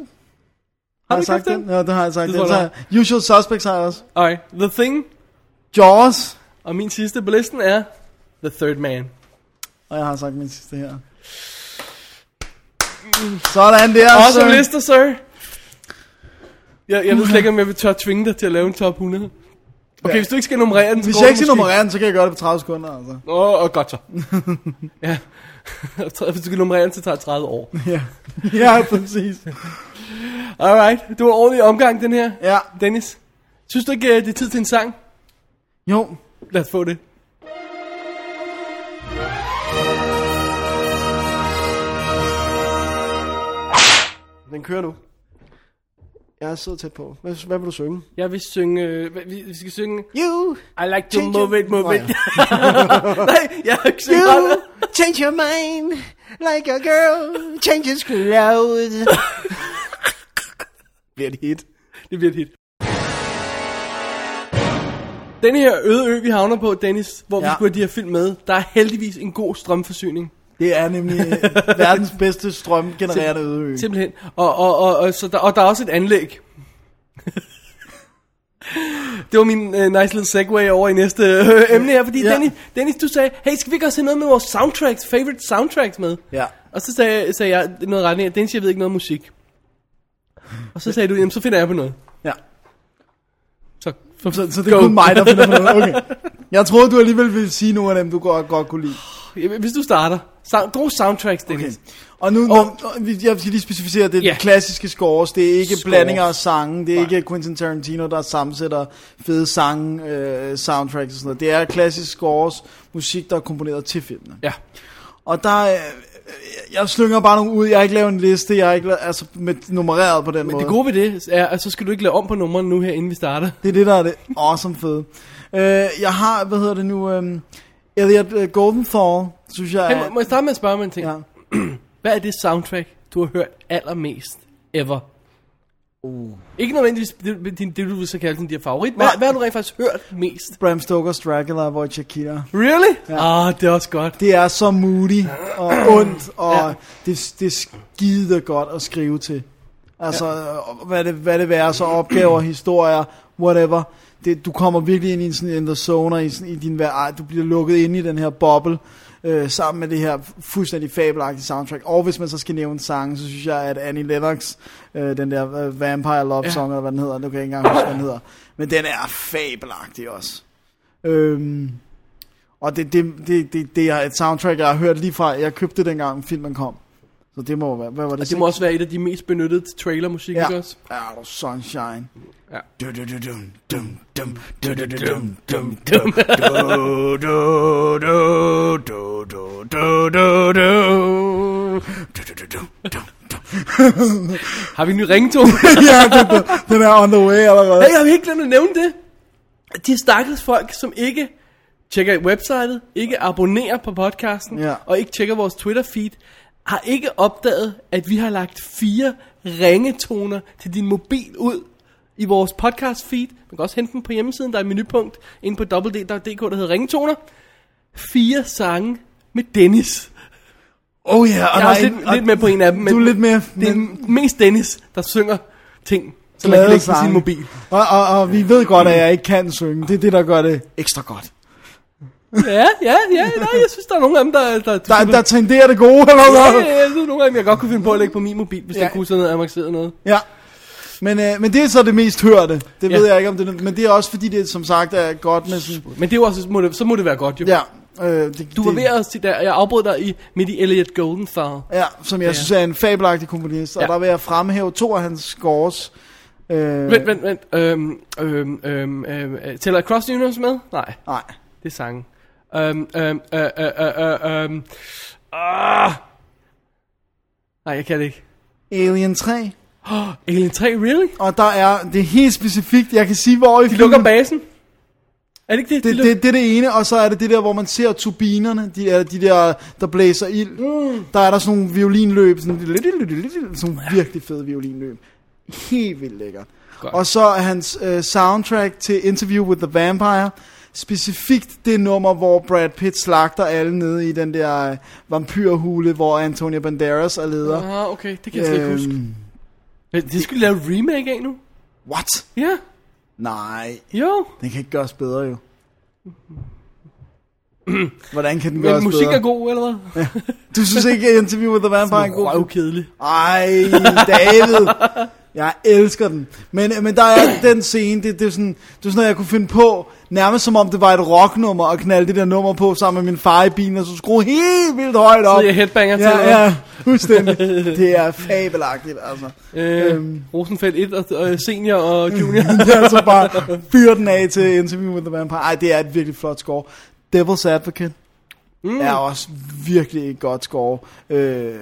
[SPEAKER 1] Har
[SPEAKER 2] du
[SPEAKER 1] jeg sagt
[SPEAKER 2] sagt
[SPEAKER 1] den?
[SPEAKER 2] det?
[SPEAKER 1] Ja, det har jeg sagt.
[SPEAKER 2] Det
[SPEAKER 1] Det
[SPEAKER 2] tror
[SPEAKER 1] har
[SPEAKER 2] jeg,
[SPEAKER 1] jeg. Usual Suspects har jeg også.
[SPEAKER 2] Alright. The Thing.
[SPEAKER 1] Jaws.
[SPEAKER 2] Og min sidste på listen er The Third Man.
[SPEAKER 1] Og jeg har sagt min sidste her. Sådan der.
[SPEAKER 2] Også
[SPEAKER 1] sir.
[SPEAKER 2] awesome lister, sir. Jeg, jeg ved slet ikke, om jeg vil tør tvinge dig til at lave en top 100. Okay, hvis du ikke skal nummerere den, så
[SPEAKER 1] Hvis
[SPEAKER 2] går
[SPEAKER 1] jeg
[SPEAKER 2] det
[SPEAKER 1] ikke skal
[SPEAKER 2] måske-
[SPEAKER 1] nummerere den, så kan jeg gøre det på 30 sekunder, altså.
[SPEAKER 2] Åh, oh, godt så. ja. Hvis du skal nummerere den, så tager det 30 år.
[SPEAKER 1] Ja, ja præcis.
[SPEAKER 2] Alright, du har ordentlig omgang, den her.
[SPEAKER 1] Ja.
[SPEAKER 2] Dennis, synes du ikke, øh, det er tid til en sang?
[SPEAKER 1] Jo,
[SPEAKER 2] Lad os få det. Den kører nu.
[SPEAKER 1] jeg er så tæt på. Hvad, hvad vil du synge?
[SPEAKER 2] Jeg vil synge... øh, hvad- Vi vi skal synge...
[SPEAKER 1] You,
[SPEAKER 2] I like to
[SPEAKER 1] Change
[SPEAKER 2] move
[SPEAKER 1] your-
[SPEAKER 2] it, move
[SPEAKER 1] Nå,
[SPEAKER 2] it. Nej, jeg har ikke synge
[SPEAKER 1] you
[SPEAKER 2] bare...
[SPEAKER 1] change your mind like a girl changes clothes.
[SPEAKER 2] bliver et hit. Det bliver et hit. Den her øde ø, vi havner på, Dennis, hvor ja. vi
[SPEAKER 1] Ja.
[SPEAKER 2] skulle have de her film med, der er heldigvis en god strømforsyning.
[SPEAKER 1] Det er nemlig øh, verdens bedste strømgenererende ødeø.
[SPEAKER 2] Simpelthen. Og, og, og, og, så der, og der er også et anlæg. det var min uh, nice little segue over i næste øh, emne her, fordi ja.
[SPEAKER 1] Ja.
[SPEAKER 2] Dennis, Dennis, du sagde, hey, skal vi ikke også have noget med vores soundtracks, favorite soundtracks med?
[SPEAKER 1] Ja.
[SPEAKER 2] Og så sagde, sagde jeg noget retning af, Dennis, jeg ved ikke noget om musik. Og så sagde du, jamen så finder jeg på noget.
[SPEAKER 1] Ja.
[SPEAKER 2] Så,
[SPEAKER 1] Så, så det er kun mig, der finder på noget. Okay. Jeg troede, du alligevel ville sige nogle af dem, du godt, godt kunne lide.
[SPEAKER 2] Jamen, Hvis du starter. Sound, gode soundtracks,
[SPEAKER 1] Okay.
[SPEAKER 2] Dennis.
[SPEAKER 1] Og nu, og, jeg skal lige specificere, det er
[SPEAKER 2] Ja.
[SPEAKER 1] yeah. klassiske scores, det er ikke
[SPEAKER 2] Scores.
[SPEAKER 1] scores. blandinger af sange, det er ikke Quentin Tarantino, der sammensætter fede sange, øh, soundtracks og sådan noget. Det er klassiske scores, musik, der er komponeret til filmene.
[SPEAKER 2] Ja.
[SPEAKER 1] Og der, øh, jeg slynger bare nogle ud, jeg har ikke lavet en liste, jeg har ikke lavet, altså med nummereret på den
[SPEAKER 2] Men
[SPEAKER 1] måde.
[SPEAKER 2] det gode ved det er, at så skal du ikke lave om på nummeren nu her, inden vi starter.
[SPEAKER 1] Det er det, der er det awesome fede. Øh, jeg har, hvad hedder det nu, øh, Elliot øh, Goldenthal, synes jeg
[SPEAKER 2] Hey, må,
[SPEAKER 1] er...
[SPEAKER 2] må jeg starte med at spørge mig en ting?
[SPEAKER 1] Ja.
[SPEAKER 2] Ja. Hvad er det soundtrack, du har hørt allermest ever? Uh. Ikke nødvendigvis det, det, det, du vil så kalde din der favorit. Hvad,
[SPEAKER 1] Nej.
[SPEAKER 2] hvad har du rent faktisk hørt mest?
[SPEAKER 1] Bram Stoker's Dracula, hvor Chiquita.
[SPEAKER 2] Really? Ja. Ah, det er også godt.
[SPEAKER 1] Det er så moody og ondt, og
[SPEAKER 2] Ja.
[SPEAKER 1] ja. det, det er skide godt at skrive til. Altså, ja. hvad, det, hvad det være, så opgaver, historier, whatever. Det, du kommer virkelig ind i en sådan in the zone, og i, sådan, i din hver, ej, du bliver lukket ind i den her boble, øh, sammen med det her fuldstændig fabelagtige soundtrack. Og hvis man så skal nævne sangen, så synes jeg, at Annie Lennox, øh, den der øh, Vampire Love
[SPEAKER 2] Ja.
[SPEAKER 1] Song, eller hvad den hedder, nu kan jeg ikke engang huske, hvad den hedder. Men den er fabelagtig også. Øhm, og det, det, det, det, det er et soundtrack, jeg har hørt lige fra, jeg købte det dengang filmen kom. Så det må være, hvad var det?
[SPEAKER 2] Og det må også være et af de mest benyttede trailermusik, ja.
[SPEAKER 1] ja.
[SPEAKER 2] ikke også?
[SPEAKER 1] Ja, og Sunshine.
[SPEAKER 2] Ja.
[SPEAKER 1] Du-du-du-dum, dum, dum, du-du-du-dum, dum, dum, du-du-du-du-du-du-du-du. Du-du-du-dum, dum, dum.
[SPEAKER 2] Har vi en ny ringtone?
[SPEAKER 1] ja, den, den, den er on the way allerede.
[SPEAKER 2] Nej, jeg har helt glemt at nævne det. De stakkels folk, som ikke tjekker websitet, ikke abonnerer på podcasten,
[SPEAKER 1] Ja.
[SPEAKER 2] og ikke tjekker vores Twitter-feed, har ikke opdaget, at vi har lagt fire ringetoner til din mobil ud i vores podcast-feed. Man kan også hente den på hjemmesiden, der er et menupunkt inde på www.dk, der hedder ringetoner. Fire sange med Dennis.
[SPEAKER 1] Oh ja, og
[SPEAKER 2] Jeg er
[SPEAKER 1] der
[SPEAKER 2] også
[SPEAKER 1] en-
[SPEAKER 2] lidt, lidt med på en af dem, men
[SPEAKER 1] Du er lidt mere...
[SPEAKER 2] det er
[SPEAKER 1] men-
[SPEAKER 2] mest Dennis, der synger ting, som man
[SPEAKER 1] glade
[SPEAKER 2] kan lægge på
[SPEAKER 1] sange.
[SPEAKER 2] sin mobil.
[SPEAKER 1] Og, og, og vi ved godt, at jeg ikke kan synge. Det er det, der gør det ekstra godt.
[SPEAKER 2] Ja, ja, ja, nej, jeg synes, der er nogle af dem, der... Der,
[SPEAKER 1] Der, der tenderer det gode, eller
[SPEAKER 2] ja,
[SPEAKER 1] hvad?
[SPEAKER 2] ja, jeg synes, nogle af dem, jeg godt kunne finde på at lægge på min mobil, hvis ja.
[SPEAKER 1] Ja.
[SPEAKER 2] jeg kunne sådan noget avanceret noget.
[SPEAKER 1] Ja. Men, øh, men det er så det mest hørte. Det
[SPEAKER 2] Ja.
[SPEAKER 1] ved jeg ikke, om det er, Men det er også, fordi det som sagt er godt med sådan...
[SPEAKER 2] Men det er jo også, må det, så må det være godt jo.
[SPEAKER 1] Ja. Øh, det,
[SPEAKER 2] Du var
[SPEAKER 1] det,
[SPEAKER 2] ved at sige der, jeg afbrød dig i, midt i Elliot Goldenthal.
[SPEAKER 1] Ja, som jeg ja. synes er en fabelagtig komponist. Og
[SPEAKER 2] Ja.
[SPEAKER 1] der vil jeg fremhæve to af hans scores. Øh,
[SPEAKER 2] Vent, vent, vent. Øhm, øhm, øhm, øhm, øh, tæller Cross the Universe med? Nej,
[SPEAKER 1] Nej.
[SPEAKER 2] det er sangen. Øhm, øhm, øh, øh, øh, øh, øhm, ah. Nej, jeg kan det ikke.
[SPEAKER 1] Alien 3.
[SPEAKER 2] Alien 3, really?
[SPEAKER 1] Og der er... Det er helt specifikt. Jeg kan sige, hvor i
[SPEAKER 2] De lukker basen? Er det ikke det? de
[SPEAKER 1] Mm. Det,
[SPEAKER 2] lukker-
[SPEAKER 1] det, det er det ene, og så er det det der, hvor man ser turbinerne, de, eller de der, der blæser ild. Mm. Der er der sådan nogle violinløb, sådan, sådan nogle virkelig fede violinløb. Helt vildt lækkert.
[SPEAKER 2] Godt.
[SPEAKER 1] Og så er hans øh, soundtrack til Interview with the Vampire, specifikt det nummer, hvor Brad Pitt slagter alle nede i den der øh, vampyrhule, hvor Antonio Banderas er leder.
[SPEAKER 2] Ah, okay, det kan jeg slet ikke huske.
[SPEAKER 1] Øhm,
[SPEAKER 2] Men Det skulle de lave en remake af nu.
[SPEAKER 1] What?
[SPEAKER 2] Ja,
[SPEAKER 1] Nej,
[SPEAKER 2] jo.
[SPEAKER 1] den kan ikke gøres bedre jo. Hvordan kan den
[SPEAKER 2] Men
[SPEAKER 1] gøres bedre?
[SPEAKER 2] musik er god, eller hvad? Ja,
[SPEAKER 1] Du synes ikke, at Interview with the Vampire er en god
[SPEAKER 2] kedelig.
[SPEAKER 1] Ej, David. Jeg elsker den. Men, men der er den scene, det, det, er sådan, det er sådan noget, jeg kunne finde på, nærmest som om det var et rocknummer, og knalde det der nummer på sammen med min far i bilen, og så skrue helt vildt højt op.
[SPEAKER 2] Så jeg headbanger til,
[SPEAKER 1] ja,
[SPEAKER 2] eller
[SPEAKER 1] ja, fuldstændig. Det er fabelagtigt, altså.
[SPEAKER 2] Øh, Rosenfeldt 1 og, og senior og
[SPEAKER 1] Mm.
[SPEAKER 2] junior.
[SPEAKER 1] Det er så bare fyre den af til Interview with the Vampire. Ej, det er et virkelig flot score. Devil's Advocate mm. er også virkelig et godt score. Øh,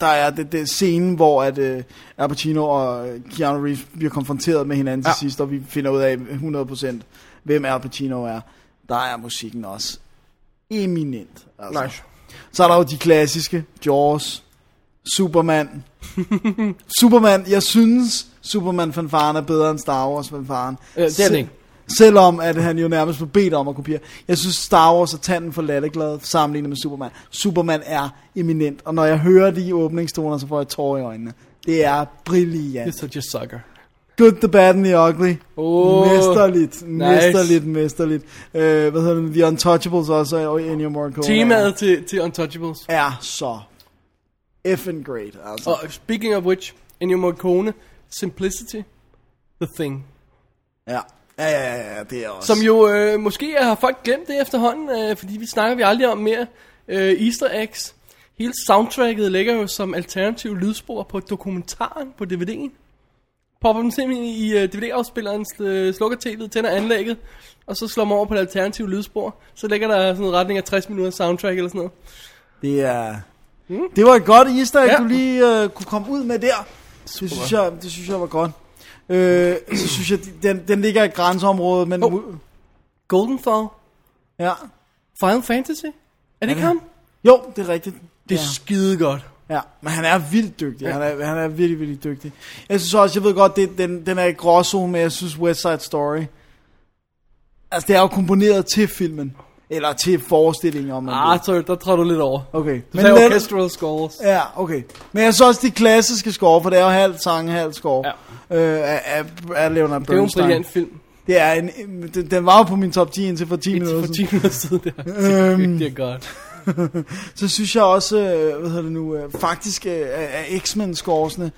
[SPEAKER 1] der er det, det scene, hvor at, øh, Al Pacino og Keanu Reeves bliver konfronteret med hinanden til
[SPEAKER 2] Ja.
[SPEAKER 1] sidst, og vi finder ud af 100% hvem Al Pacino er. Der er musikken også eminent. Altså.
[SPEAKER 2] Nice.
[SPEAKER 1] Så er der jo de klassiske, Jaws, Superman. Superman, jeg synes, Superman-fanfaren er bedre end Star Wars-fanfaren.
[SPEAKER 2] Øh, det er den ikke.
[SPEAKER 1] Selvom at han jo nærmest blev bedt om at kopiere. Jeg synes, Star Wars er tanden for latterglad sammenlignet med Superman. Superman er eminent, og når jeg hører de åbningstoner, så får jeg tårer i øjnene. Det er
[SPEAKER 2] You're
[SPEAKER 1] brilliant.
[SPEAKER 2] such a sucker.
[SPEAKER 1] Good, the bad and the ugly.
[SPEAKER 2] Åh,
[SPEAKER 1] mesterligt,
[SPEAKER 2] nice.
[SPEAKER 1] mesterligt, mesterligt. Øh, hvad hedder det? The Untouchables også, og Ennio Morricone.
[SPEAKER 2] Temaet til, til Untouchables.
[SPEAKER 1] er så effing great. Altså.
[SPEAKER 2] Og speaking of which, Ennio Morricone, Simplicity, The Thing.
[SPEAKER 1] Ja. Ja, ja, ja, ja, det er også.
[SPEAKER 2] Som jo øh, måske har folk glemt det efterhånden, øh, fordi vi snakker vi aldrig om mere øh, easter eggs. Hele soundtracket ligger jo som alternativ lydspor på dokumentaren på DVD'en. Popper den simpelthen i øh, DVD-afspillerens øh, slukker tv'et, tænder anlægget, og så slår man over på det alternative lydspor. Så ligger der sådan en retning af 60 minutter soundtrack eller sådan noget.
[SPEAKER 1] Det er... Mm. Det var et godt easter egg, ja.
[SPEAKER 2] Hmm? Ja.
[SPEAKER 1] du lige øh, kunne komme ud med der. Det synes jeg, det synes jeg var godt. Øh, så synes jeg, den, den ligger i grænseområdet, men...
[SPEAKER 2] Hov.
[SPEAKER 1] Oh.
[SPEAKER 2] Goldenthal,
[SPEAKER 1] Ja.
[SPEAKER 2] Final Fantasy? Er det ikke ham?
[SPEAKER 1] Jo, det er rigtigt.
[SPEAKER 2] Det er
[SPEAKER 1] ja.
[SPEAKER 2] skide godt.
[SPEAKER 1] Ja, men han er vildt dygtig. Han er, han er virkelig, virkelig dygtig. Jeg synes også, jeg ved godt, det, den, den er i gråzone, men jeg synes West Side Story... Altså, det er jo komponeret til filmen. Eller til forestillingen, om man
[SPEAKER 2] Ah,
[SPEAKER 1] vil.
[SPEAKER 2] sorry, der tror du lidt over.
[SPEAKER 1] Okay.
[SPEAKER 2] Du sagde
[SPEAKER 1] let-
[SPEAKER 2] orchestral scores.
[SPEAKER 1] Ja, okay. Men jeg så også de klassiske score, for det er jo halv sang, halv score.
[SPEAKER 2] Ja.
[SPEAKER 1] Øh, af, af, af Leonard
[SPEAKER 2] Det er jo en
[SPEAKER 1] Bernstein.
[SPEAKER 2] brilliant film.
[SPEAKER 1] Det er en, den, den var jo på min top 10 indtil for 10
[SPEAKER 2] Indtil
[SPEAKER 1] minutter
[SPEAKER 2] for
[SPEAKER 1] siden.
[SPEAKER 2] 10 minutter siden, det er, det, er, det er godt.
[SPEAKER 1] Så synes jeg også, øh, hvad hedder det nu, øh, faktisk øh, af X-Men scoresne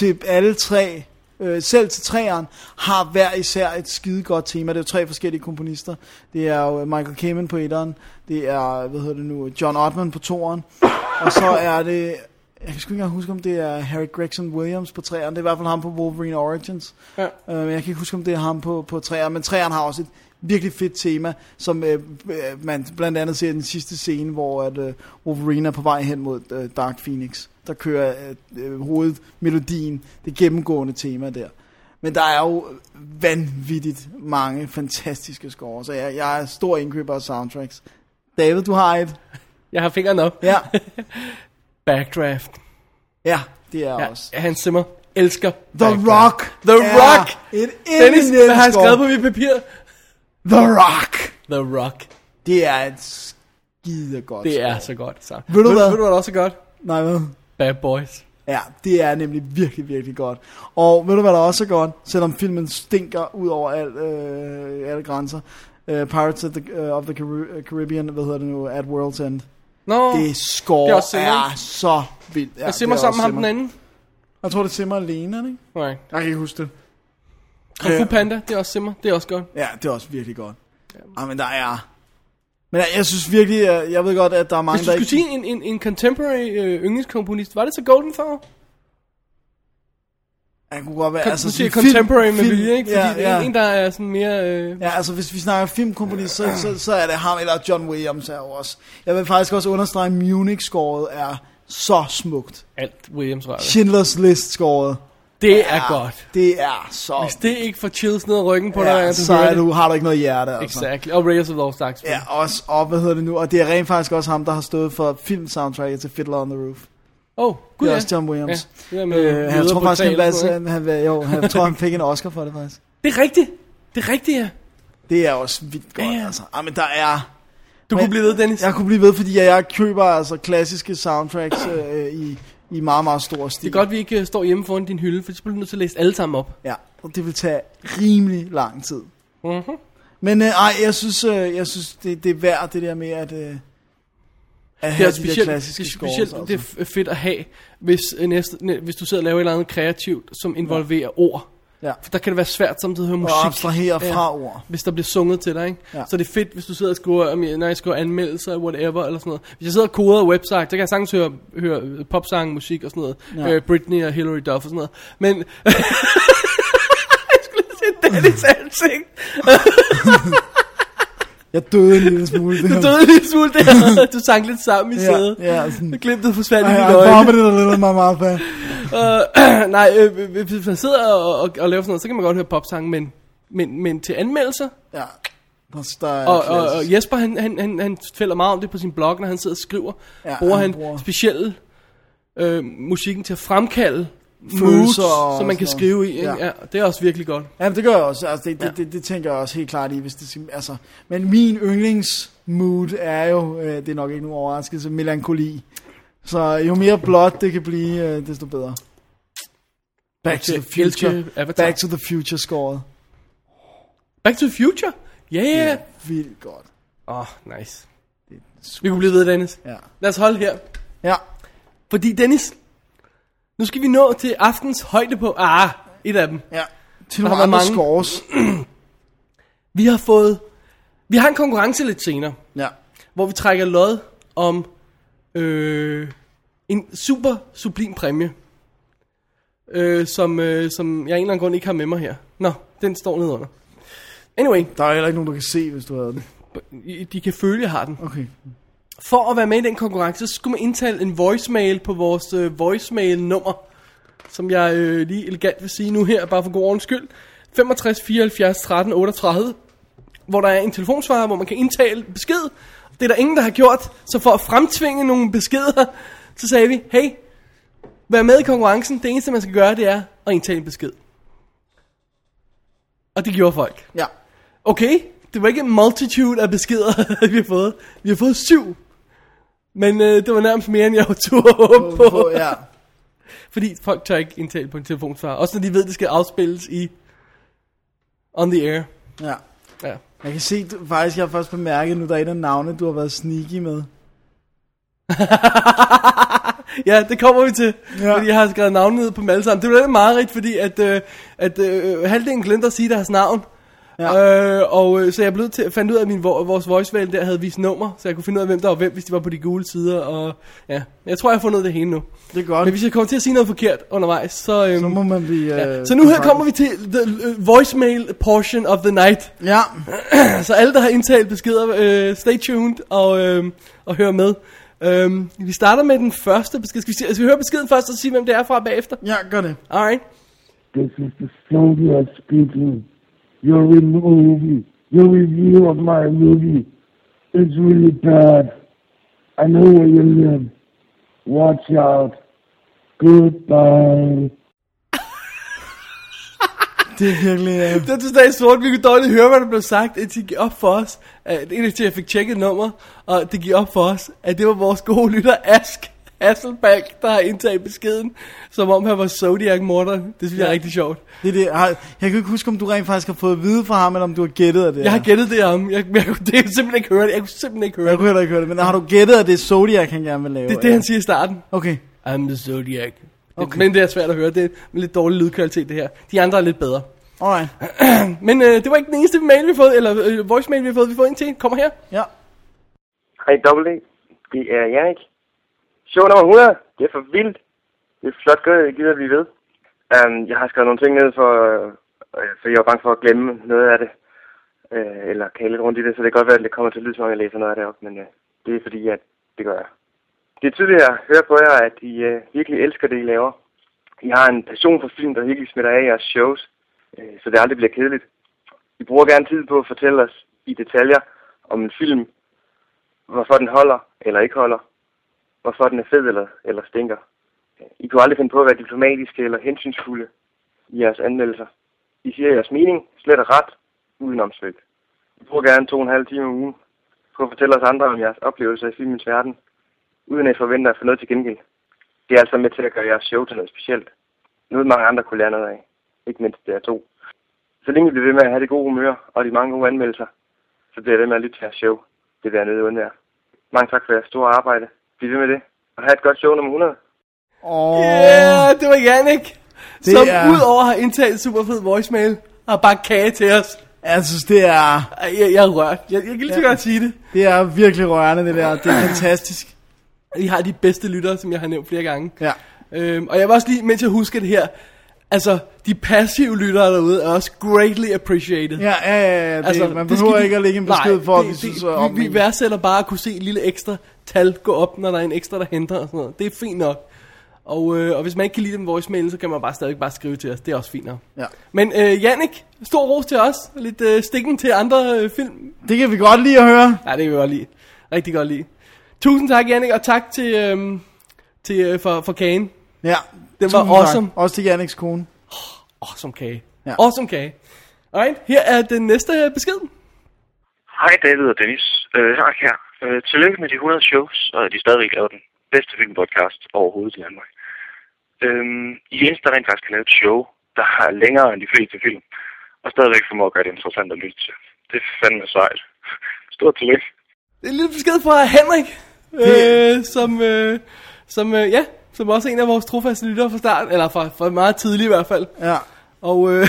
[SPEAKER 1] til alle tre, øh, selv til træeren, har hver især et skide godt tema. Det er jo tre forskellige komponister. Det er jo øh, Michael Kamen på etteren, det er, hvad hedder det nu, John Ottman på toeren, og så er det, jeg kan sgu ikke engang huske, om det er Harry Gregson Williams på træeren. Det er i hvert fald ham på Wolverine Origins.
[SPEAKER 2] Ja.
[SPEAKER 1] Øh, men jeg kan ikke huske, om det er ham på, på træerne, men træerne har også et virkelig fedt tema, som øh, øh, man blandt andet ser i den sidste scene, hvor at, øh, Wolverine er på vej hen mod øh, Dark Phoenix. Der kører øh, øh, hovedmelodien, det gennemgående tema der. Men der er jo vanvittigt mange fantastiske score, så jeg, jeg er stor indkøber af soundtracks. David, du har et?
[SPEAKER 2] Jeg har fingeren op.
[SPEAKER 1] Ja,
[SPEAKER 2] Backdraft.
[SPEAKER 1] ja det er
[SPEAKER 2] Ja,
[SPEAKER 1] også.
[SPEAKER 2] ja Hans Zimmer elsker
[SPEAKER 1] The
[SPEAKER 2] Backdraft.
[SPEAKER 1] Rock!
[SPEAKER 2] The
[SPEAKER 1] er
[SPEAKER 2] Rock!
[SPEAKER 1] Et
[SPEAKER 2] Dennis, hvad har han
[SPEAKER 1] score.
[SPEAKER 2] skrevet på mit papir?
[SPEAKER 1] The Rock!
[SPEAKER 2] The Rock.
[SPEAKER 1] Det er et skide godt
[SPEAKER 2] Det er så godt. Så.
[SPEAKER 1] Ved du hvad?
[SPEAKER 2] Ved du hvad der også er godt?
[SPEAKER 1] Nej, hvad?
[SPEAKER 2] Bad Boys.
[SPEAKER 1] Ja, det er nemlig virkelig, virkelig godt. Og ved du, hvad der også er godt? Selvom filmen stinker ud over al, øh, alle grænser. Øh, Pirates of the, øh, of the Carib- Caribbean, hvad hedder det nu? At World's End.
[SPEAKER 2] Nå,
[SPEAKER 1] Det score
[SPEAKER 2] Det er
[SPEAKER 1] det
[SPEAKER 2] også Simmer,
[SPEAKER 1] er, er så vildt. Ja,
[SPEAKER 2] jeg simmer
[SPEAKER 1] det er
[SPEAKER 2] sammen med
[SPEAKER 1] også
[SPEAKER 2] ham den anden.
[SPEAKER 1] Jeg tror, det er Simmer alene, er det ikke?
[SPEAKER 2] Nej.
[SPEAKER 1] Jeg kan ikke huske det.
[SPEAKER 2] Kung Fu Panda, det er også simmer. Det er også godt.
[SPEAKER 1] Ja, det er også virkelig godt. Ja, men der er... Men jeg, jeg synes virkelig, øh, jeg, jeg ved godt, at der er mange,
[SPEAKER 2] Hvis du
[SPEAKER 1] der
[SPEAKER 2] skulle sige en, en, en contemporary øh, yndlingskomponist, var det så Golden Far?
[SPEAKER 1] Jeg kunne godt være...
[SPEAKER 2] Altså, du siger
[SPEAKER 1] sådan
[SPEAKER 2] contemporary
[SPEAKER 1] film-
[SPEAKER 2] med
[SPEAKER 1] film-
[SPEAKER 2] vilje, ikke? Fordi det er en, der er sådan mere... Øh,
[SPEAKER 1] Ja, altså hvis vi snakker filmkomponist, så, så, så er det ham, eller John Williams er jo også. Jeg vil faktisk også understrege, at Munich-scoret er så smukt.
[SPEAKER 2] alt Williams rører. ved.
[SPEAKER 1] Schindlers List-scoret.
[SPEAKER 2] Det er godt.
[SPEAKER 1] Det er så...
[SPEAKER 2] Hvis det ikke får chills ned ad ryggen på dig,
[SPEAKER 1] Ja,
[SPEAKER 2] ja,
[SPEAKER 1] så er du, har du ikke noget hjerte, altså.
[SPEAKER 2] Exakt. Og Raiders of the Lost
[SPEAKER 1] Ja,
[SPEAKER 2] Ark. selvfølgelig.
[SPEAKER 1] også, og hvad hedder det nu, og det er rent faktisk også ham, der har stået for filmsoundtracket til Fiddler on the Roof.
[SPEAKER 2] Åh, oh, gud
[SPEAKER 1] Det er
[SPEAKER 2] ja.
[SPEAKER 1] også John Williams.
[SPEAKER 2] Ja, det der med
[SPEAKER 1] øh, jeg
[SPEAKER 2] jøder
[SPEAKER 1] tror
[SPEAKER 2] på
[SPEAKER 1] faktisk, han,
[SPEAKER 2] tag og
[SPEAKER 1] var,
[SPEAKER 2] sådan noget,
[SPEAKER 1] han, han, var- jo, han, tror, han fik en Oscar for det faktisk.
[SPEAKER 2] Det er rigtigt. Det er rigtigt, ja.
[SPEAKER 1] Det er også vildt godt,
[SPEAKER 2] Ja.
[SPEAKER 1] altså. Ah, men der er...
[SPEAKER 2] Du kunne blive ved, Dennis.
[SPEAKER 1] Jeg kunne blive ved, fordi jeg, jeg køber altså klassiske soundtracks øh, i, i meget, meget stor stil.
[SPEAKER 2] Det er godt, vi ikke øh, står hjemme foran din hylde, for så bliver du nødt til at læse alle sammen op.
[SPEAKER 1] Ja, og det vil tage rimelig lang tid.
[SPEAKER 2] Mm-hmm.
[SPEAKER 1] Men øh, ej, jeg synes, øh, jeg synes det, det er værd det der med, at... Øh, At
[SPEAKER 2] det
[SPEAKER 1] have
[SPEAKER 2] er
[SPEAKER 1] de der
[SPEAKER 2] specielt,
[SPEAKER 1] klassiske
[SPEAKER 2] det er specielt
[SPEAKER 1] scores,
[SPEAKER 2] det er fedt at have, hvis, øh, næste, næ- hvis du sidder og laver et eller andet kreativt, som involverer ja. ord.
[SPEAKER 1] Ja.
[SPEAKER 2] For der kan det være svært samtidig at høre musik.
[SPEAKER 1] abstrahere fra ord.
[SPEAKER 2] Hvis der bliver sunget til dig, ikke?
[SPEAKER 1] Ja.
[SPEAKER 2] Så det er fedt, hvis du sidder og skriver, om jeg- når jeg skriver anmeldelser, whatever, eller sådan noget. Hvis jeg sidder og koder website, så kan jeg sagtens høre, høre popsang, musik og sådan noget.
[SPEAKER 1] Ja.
[SPEAKER 2] Ja. Øh, Britney og Hillary Duff og sådan noget. Men... jeg skulle se Dennis ansigt.
[SPEAKER 1] Jeg døde en lille smule.
[SPEAKER 2] Du døde en lille smule der. Du sank lidt sammen i
[SPEAKER 1] Ja,
[SPEAKER 2] sædet.
[SPEAKER 1] ja, sådan.
[SPEAKER 2] Du glimtede forsvandt i
[SPEAKER 1] I,
[SPEAKER 2] dine
[SPEAKER 1] I
[SPEAKER 2] øjne.
[SPEAKER 1] vomited a little, my mouth. man.
[SPEAKER 2] Øh, nej, øh, hvis- hvis man sidder og, og, og laver sådan noget, så kan man godt høre popsang, men, men, men til anmeldelser.
[SPEAKER 1] Ja. Der- Der er
[SPEAKER 2] Og, og,
[SPEAKER 1] klassisk.
[SPEAKER 2] og Jesper, han, han, han, han fælder meget om det på sin blog, når han sidder og skriver.
[SPEAKER 1] Ja,
[SPEAKER 2] Ja, bruger
[SPEAKER 1] han
[SPEAKER 2] han,
[SPEAKER 1] bruger-
[SPEAKER 2] han specielt øh, musikken til at fremkalde moods,
[SPEAKER 1] Følelser og
[SPEAKER 2] som man kan
[SPEAKER 1] sådan
[SPEAKER 2] skrive i.
[SPEAKER 1] noget.
[SPEAKER 2] Ja.
[SPEAKER 1] Ja.
[SPEAKER 2] Ja, det er også virkelig godt.
[SPEAKER 1] Jamen, det gør jeg også. Altså, det, det,
[SPEAKER 2] Ja.
[SPEAKER 1] det, det, tænker jeg også helt klart i. Hvis det, sim- altså. Men min yndlingsmood er jo, øh, det er nok ikke nogen overraskelse, melankoli. Så jo mere blåt det kan blive, øh, desto bedre. Back to
[SPEAKER 2] Jeg
[SPEAKER 1] the Future.
[SPEAKER 2] elsker Avatar.
[SPEAKER 1] Back to the Future scoret.
[SPEAKER 2] Back to the Future? Ja, yeah. yeah.
[SPEAKER 1] Vildt godt.
[SPEAKER 2] Åh, oh, nice. Vi kunne blive ved, Dennis.
[SPEAKER 1] Ja.
[SPEAKER 2] Lad os holde her.
[SPEAKER 1] Ja.
[SPEAKER 2] Fordi, Dennis, nu skal vi nå til aftens højde på... Ah, et af dem.
[SPEAKER 1] ja. Til
[SPEAKER 2] Der
[SPEAKER 1] nogle
[SPEAKER 2] har
[SPEAKER 1] andre
[SPEAKER 2] været
[SPEAKER 1] mange.
[SPEAKER 2] mange.
[SPEAKER 1] scores.
[SPEAKER 2] Vi har fået... Vi har en konkurrence lidt senere,
[SPEAKER 1] Ja.
[SPEAKER 2] hvor vi trækker lod om øh, en super sublim præmie, øh, som, øh, som jeg af en eller anden grund ikke har med mig her. Nå, den står nedenunder. Anyway,
[SPEAKER 1] Der er heller ikke nogen, der kan se, hvis du havde den.
[SPEAKER 2] I- de kan føle, jeg har den.
[SPEAKER 1] Okay.
[SPEAKER 2] For at være med i den konkurrence, så skulle man indtale en voicemail på vores øh, voicemail-nummer, som jeg øh, lige elegant vil sige nu her, bare for god ordens skyld. 65 74 13 38, hvor der er en telefonsvarer, hvor man kan indtale besked. Det er der ingen, der har gjort, så for at fremtvinge nogle beskeder, så sagde vi, hey, vær med i konkurrencen. Det eneste, man skal gøre, det er at indtale en besked. Og det gjorde folk.
[SPEAKER 1] Ja.
[SPEAKER 2] Okay, det var ikke en multitude af beskeder, vi har fået. Vi har fået syv. Men øh, det var nærmest mere, end jeg tog håbe på.
[SPEAKER 1] På, ja.
[SPEAKER 2] Fordi folk tør ikke indtale på en telefonsvarer. Også når de ved, det skal afspilles i... On the air.
[SPEAKER 1] ja.
[SPEAKER 2] Ja.
[SPEAKER 1] Jeg kan se, du, faktisk, jeg har først bemærket, nu der er et af navne, du har været sneaky med.
[SPEAKER 2] ja, det kommer vi til.
[SPEAKER 1] Ja.
[SPEAKER 2] Ja. Fordi jeg har skrevet navnet ned på dem alle sammen. Det blev lidt meget rigtigt, fordi at, øh, at øh, halvdelen glemte at sige deres navn. Ja. Øh, og øh, så jeg blev nødt til, fandt ud af, at min, vo- vores voicemail der havde vist nummer, så jeg kunne finde ud af, hvem der var hvem, hvis de var på de gule sider. Og, ja. Jeg tror, jeg har fundet ud af det hele nu.
[SPEAKER 1] Det er godt.
[SPEAKER 2] Men hvis jeg kommer til at sige noget forkert undervejs, så... Øhm,
[SPEAKER 1] Så må Øh, man blive...
[SPEAKER 2] ja. så nu her kommer vi til the, øh, voicemail portion of the night.
[SPEAKER 1] Ja,
[SPEAKER 2] Så alle, der har indtalt beskeder, øh, stay tuned og, øh, og hør med. Øhm, vi starter med den første besked. Skal vi, sige- skal vi høre beskeden først og så sige, hvem det er fra bagefter?
[SPEAKER 1] ja, gør det.
[SPEAKER 2] Alright.
[SPEAKER 8] This is the soldier speaking. Your re- movie, your review of my movie is really bad. I know where you live. Watch out. Goodbye.
[SPEAKER 1] Det er virkelig... Øh,
[SPEAKER 2] Det er totalt sort. Vi kunne dårligt høre, hvad der blev sagt, indtil det gik op for os. øh, Indtil jeg fik tjekket nummer, og det gik op for os, at det var vores gode lytter Ask Hasselbalg, der har indtaget beskeden, som om han var Zodiac-morder. Det synes jeg er rigtig sjovt.
[SPEAKER 1] det er det. har- Jeg kan ikke huske, om du rent faktisk har fået at vide fra ham, eller om du har gættet af det.
[SPEAKER 2] Jeg har gættet det om. Jeg, jeg, kunne, det, jeg kunne simpelthen ikke høre det. Jeg kunne simpelthen ikke høre
[SPEAKER 1] Jeg
[SPEAKER 2] det.
[SPEAKER 1] kunne heller ikke høre det, men har du gættet, at det er Zodiac, han gerne vil lave?
[SPEAKER 2] Det er det, han siger i starten.
[SPEAKER 1] Okay.
[SPEAKER 2] I'm the Zodiac.
[SPEAKER 1] Okay.
[SPEAKER 2] Okay. Men det er svært at høre. Det er med lidt dårlig lydkvalitet, det her. De andre er lidt bedre.
[SPEAKER 1] Alright.
[SPEAKER 2] Men øh, det var ikke den eneste mail, vi har fået, eller øh, voicemail, vi har fået. Vi har fået en til. Kommer her.
[SPEAKER 1] Ja.
[SPEAKER 9] Hej Dobbelt E. Det er Jannik. Show nummer 100. Det er for vildt. Det er flot gået. Jeg gider at blive ved. Um, jeg har skrevet nogle ting ned, for, øh, for jeg var bange for at glemme noget af det. Øh, eller kale lidt rundt i det, så det kan godt være, at det kommer til at lyde, som om jeg læser noget af det op. Men øh, det er fordi, at det gør jeg. Det er tydeligt at høre på jer, at I øh, virkelig elsker det, I laver. I har en passion for film, der virkelig smitter af i jeres shows, øh, så det aldrig bliver kedeligt. I bruger gerne tid på at fortælle os i detaljer om en film, hvorfor den holder eller ikke holder, hvorfor den er fed eller, eller stinker. I kunne aldrig finde på at være diplomatiske eller hensynsfulde i jeres anmeldelser. I siger jeres mening slet og ret, uden omsvøb. I bruger gerne to og en halv time om ugen på at fortælle os andre om jeres oplevelser i filmens verden, uden at I forventer at få noget til gengæld. Det er altså med til at gøre jeres show til noget specielt. Noget mange andre kunne lære noget af. Ikke mindst det er to. Så længe I bliver ved med at have det gode humør og de mange gode anmeldelser, så bliver jeg ved med at lytte til jeres show. Det vil jeg nødt undvære. Mange tak for jeres store arbejde. Bliv ved med det. Og have et godt show nummer 100.
[SPEAKER 1] Åh,
[SPEAKER 2] Ja, yeah, det var Jannik,
[SPEAKER 1] Det
[SPEAKER 2] som
[SPEAKER 1] er-
[SPEAKER 2] er... udover har indtalt en super fed voicemail, har bare kage til os.
[SPEAKER 1] jeg synes, det er,
[SPEAKER 2] Ej, Jeg, jeg er rørt. Jeg, jeg kan lige så godt sige det.
[SPEAKER 1] det er virkelig rørende, det der. Det er fantastisk.
[SPEAKER 2] I har de bedste lyttere, som jeg har nævnt flere gange.
[SPEAKER 1] Ja.
[SPEAKER 2] Øhm, og jeg vil også lige, mens jeg husker det her, altså, de passive lyttere derude er også greatly appreciated.
[SPEAKER 1] Ja, ja, ja, ja det, altså,
[SPEAKER 2] altså,
[SPEAKER 1] man
[SPEAKER 2] det
[SPEAKER 1] behøver
[SPEAKER 2] skal de-
[SPEAKER 1] ikke at lægge en besked
[SPEAKER 2] Nej,
[SPEAKER 1] for, at
[SPEAKER 2] det-
[SPEAKER 1] vi
[SPEAKER 2] det-
[SPEAKER 1] synes øh, om
[SPEAKER 2] vi,
[SPEAKER 1] en.
[SPEAKER 2] vi værdsætter bare at kunne se et lille ekstra tal gå op, når der er en ekstra, der henter og sådan noget. Det er fint nok. Og, øh, og hvis man ikke kan lide dem voicemail, så kan man bare stadig bare skrive til os. Det er også fint nok.
[SPEAKER 1] Ja.
[SPEAKER 2] Men øh, Jannik, stor ros til os. Lidt øh, stikken til andre øh, film.
[SPEAKER 1] Det kan vi godt lide at høre.
[SPEAKER 2] Nej, det kan vi godt lide. Rigtig godt lide. Tusind tak, Jannik, og tak til, øh, til, øh, for, for kagen.
[SPEAKER 1] Ja.
[SPEAKER 2] Det var
[SPEAKER 1] Tusind tak.
[SPEAKER 2] awesome.
[SPEAKER 1] Også til Janniks kone.
[SPEAKER 2] Awesome kage.
[SPEAKER 1] Ja.
[SPEAKER 2] Ja. Awesome kage. Alright, her er den næste øh, besked.
[SPEAKER 9] Hej David og Dennis. Øh, Henrik her. Øh, tillykke med de 100 shows, og at de stadigvæk laver den bedste filmpodcast overhovedet i Danmark. Øhm, I er eneste, der rent faktisk kan lave et show, der er længere end de fleste film, og stadigvæk formår at gøre det interessant at lytte til. Det er fandme sejt. Stort tillykke.
[SPEAKER 2] Det er en lille besked fra Henrik, øh, som, øh, som, øh, ja, som også er en af vores trofaste lyttere fra start, eller fra, fra meget tidlig i hvert fald.
[SPEAKER 1] Ja.
[SPEAKER 2] Og øh,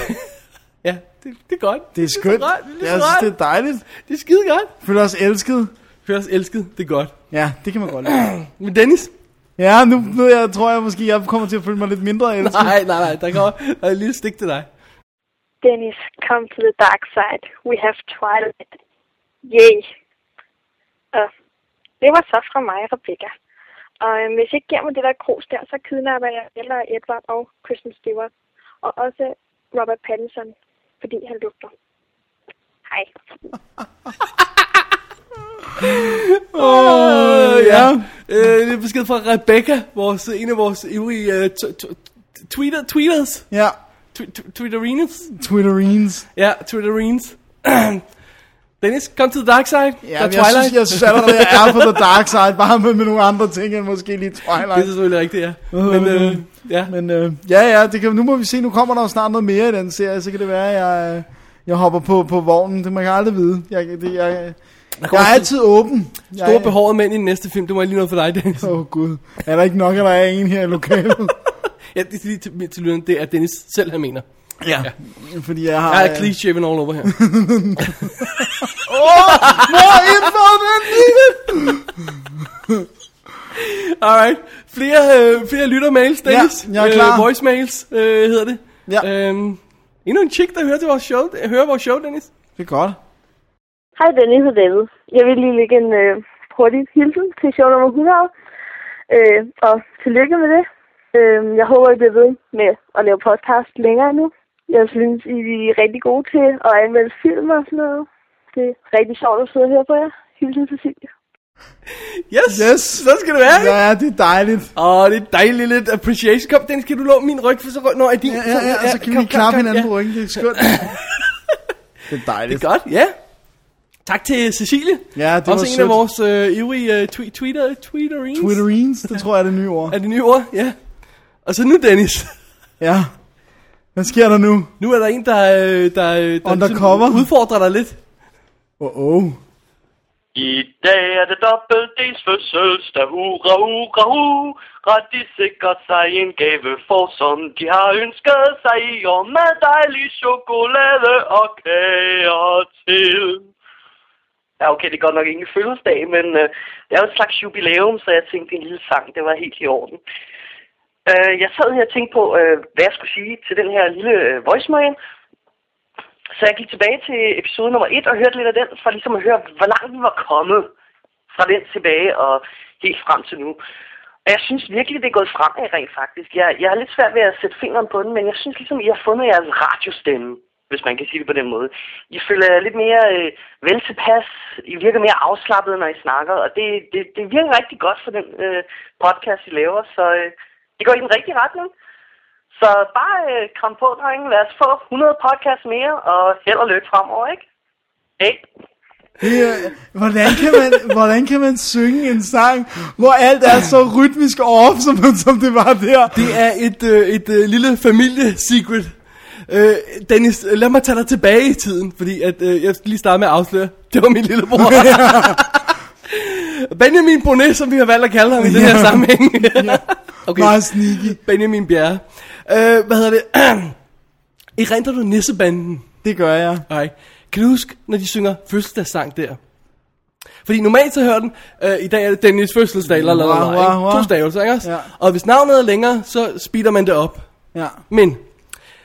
[SPEAKER 2] ja, det, det er godt.
[SPEAKER 1] Det er skønt.
[SPEAKER 2] Det er, så rart, det
[SPEAKER 1] jeg
[SPEAKER 2] er,
[SPEAKER 1] synes, det er dejligt.
[SPEAKER 2] det er skide godt.
[SPEAKER 1] Føler os elsket.
[SPEAKER 2] Først elsket, det er godt.
[SPEAKER 1] Ja, det kan man godt lide.
[SPEAKER 2] Men Dennis?
[SPEAKER 1] Ja, nu, nu jeg, tror jeg måske, jeg kommer til at føle mig lidt mindre elsket.
[SPEAKER 2] Nej, nej, nej, der går der er et lille stik til dig.
[SPEAKER 10] Dennis, come to the dark side. We have twilight. Yay. Og det var så fra mig, Rebecca. Og øhm, hvis jeg ikke giver mig det der krus der, så kidnapper jeg eller Edward og Kristen Stewart. Og også Robert Pattinson, fordi han lugter. Hej.
[SPEAKER 2] Øh, ja. Øh, det er en besked fra Rebecca, vores, en af vores ivrige øh, t- t- t- tweeter, tweeters,
[SPEAKER 1] Ja.
[SPEAKER 2] tw- tw- tweeterines.
[SPEAKER 1] Twitterines.
[SPEAKER 2] Ja, Twitterines. Dennis, kom til The Dark Side.
[SPEAKER 1] Ja, men jeg synes, jeg synes allerede, jeg er på The Dark Side, bare med, med nogle andre ting, end måske lige
[SPEAKER 2] Det er
[SPEAKER 1] Twilight.
[SPEAKER 2] selvfølgelig rigtigt, ja. Men, øh, ja.
[SPEAKER 1] Men øh, ja, ja, det kan, nu må vi se, nu kommer der jo snart noget mere i den serie, så kan det være, at jeg, øh, jeg hopper på, på vognen, det man kan aldrig vide. Jeg, det, jeg, jeg er altid åben. Jeg-
[SPEAKER 2] Store behovet mænd i den næste film, det må jeg lige noget for dig, Dennis.
[SPEAKER 1] Åh oh, gud, er der ikke nok, at der er en her i lokalet?
[SPEAKER 2] Ja, det, er lige til, til lyden, det er Dennis selv, han mener.
[SPEAKER 1] ja. Fordi jeg har...
[SPEAKER 2] Jeg
[SPEAKER 1] øh,
[SPEAKER 2] er clean shaven all over her.
[SPEAKER 1] Hvor indfører den lige?
[SPEAKER 2] Alright. Flere, øh, flere lyttermails, Dennis.
[SPEAKER 1] Ja, jeg er klar.
[SPEAKER 2] Øh, voicemails øh, hedder det.
[SPEAKER 1] Ja.
[SPEAKER 2] Øhm, endnu en chick, der hører, til vores show, hører vores show, Dennis.
[SPEAKER 1] Det er godt.
[SPEAKER 10] Hej Dennis og David. Jeg vil lige lægge en øh, hurtig hilsen til show nummer 100. Øh, og tillykke med det. Øh, jeg håber, I bliver ved med at lave podcast længere nu. Jeg synes, I er rigtig gode til at anmelde film og sådan noget. Det er rigtig sjovt at sidde her på jer. Hilsen Cecilie.
[SPEAKER 2] Yes,
[SPEAKER 1] Yes.
[SPEAKER 2] så skal det være.
[SPEAKER 1] Ja, ja, det er dejligt.
[SPEAKER 2] Åh, det er dejligt lidt appreciation. Kom, Dennis, kan du låne min ryg, for så rø- når jeg din.
[SPEAKER 1] Ja, ja, ja, så kan vi
[SPEAKER 2] kom,
[SPEAKER 1] lige klappe
[SPEAKER 2] kom, kom,
[SPEAKER 1] hinanden
[SPEAKER 2] ja.
[SPEAKER 1] på ryggen, det er skønt. Det er dejligt.
[SPEAKER 2] Det er godt, ja. Tak til Cecilie.
[SPEAKER 1] Ja, det var
[SPEAKER 2] Også en
[SPEAKER 1] sødt.
[SPEAKER 2] af vores øh, ivrige øh, twe- tweeter, tweeterines.
[SPEAKER 1] Twitterines, det tror jeg er det nye ord.
[SPEAKER 2] Er det nye ord? Ja. Og så nu, Dennis.
[SPEAKER 1] Ja. Hvad sker der nu?
[SPEAKER 2] Nu er der en, der, øh, der, øh, der
[SPEAKER 1] Undercover.
[SPEAKER 2] sådan udfordrer dig lidt.
[SPEAKER 1] Åh, oh, oh.
[SPEAKER 5] I dag er det dobbelt D's fødselsdag, hurra, hurra, hurra. De sikrer sig en gave for, som de har ønsket sig i år med dejlig chokolade og kager til. Ja, okay, det er godt nok ingen fødselsdag, men øh, det er jo et slags jubilæum, så jeg tænkte en lille sang, det var helt i orden. Øh, jeg sad her og tænkte på, øh, hvad jeg skulle sige til den her lille øh, voicemail. Så jeg gik tilbage til episode nummer 1 og hørte lidt af den, for ligesom at høre, hvor langt vi var kommet fra den tilbage og helt frem til nu. Og jeg synes virkelig, det er gået fremad rent faktisk. Jeg, jeg har lidt svært ved at sætte fingeren på den, men jeg synes ligesom, I har fundet jeres radiostemme, hvis man kan sige det på den måde. I føler jer lidt mere øh, vel tilpas, I virker mere afslappet, når I snakker, og det, det, det virker rigtig godt for den øh, podcast, I laver, så øh, det går i den rigtige retning. Så bare øh, kram på, drenge. Lad os få 100 podcasts mere, og held og lykke fremover, ikke? Hey.
[SPEAKER 1] Det er- Hvordan kan, man, hvordan kan man synge en sang, hvor alt er så rytmisk off, som, som det var der?
[SPEAKER 2] Det er et, øh, et øh, lille familiesecret. Øh, Dennis, lad mig tage dig tilbage i tiden, fordi at, øh, jeg skal lige starte med at afsløre, det var min lillebror. Benjamin Bonnet, som vi har valgt at kalde ham i den her
[SPEAKER 1] Ja.
[SPEAKER 2] sammenhæng.
[SPEAKER 1] Okay. Meget sneaky.
[SPEAKER 2] Benjamin Bjerre. Øh, hvad hedder det? Erindrer du Nissebanden?
[SPEAKER 1] Det gør jeg.
[SPEAKER 2] Nej. Kan du huske, når de synger fødselsdagssang der? Fordi normalt så hører den, øh, i dag er det Dennis fødselsdag, la la la,
[SPEAKER 1] Hurra,
[SPEAKER 2] la,
[SPEAKER 1] hurra,
[SPEAKER 2] ikke?
[SPEAKER 1] hurra.
[SPEAKER 2] to stavelser, ikke også?
[SPEAKER 1] Ja.
[SPEAKER 2] Og hvis navnet er længere, så speeder man det op.
[SPEAKER 1] Ja.
[SPEAKER 2] Men,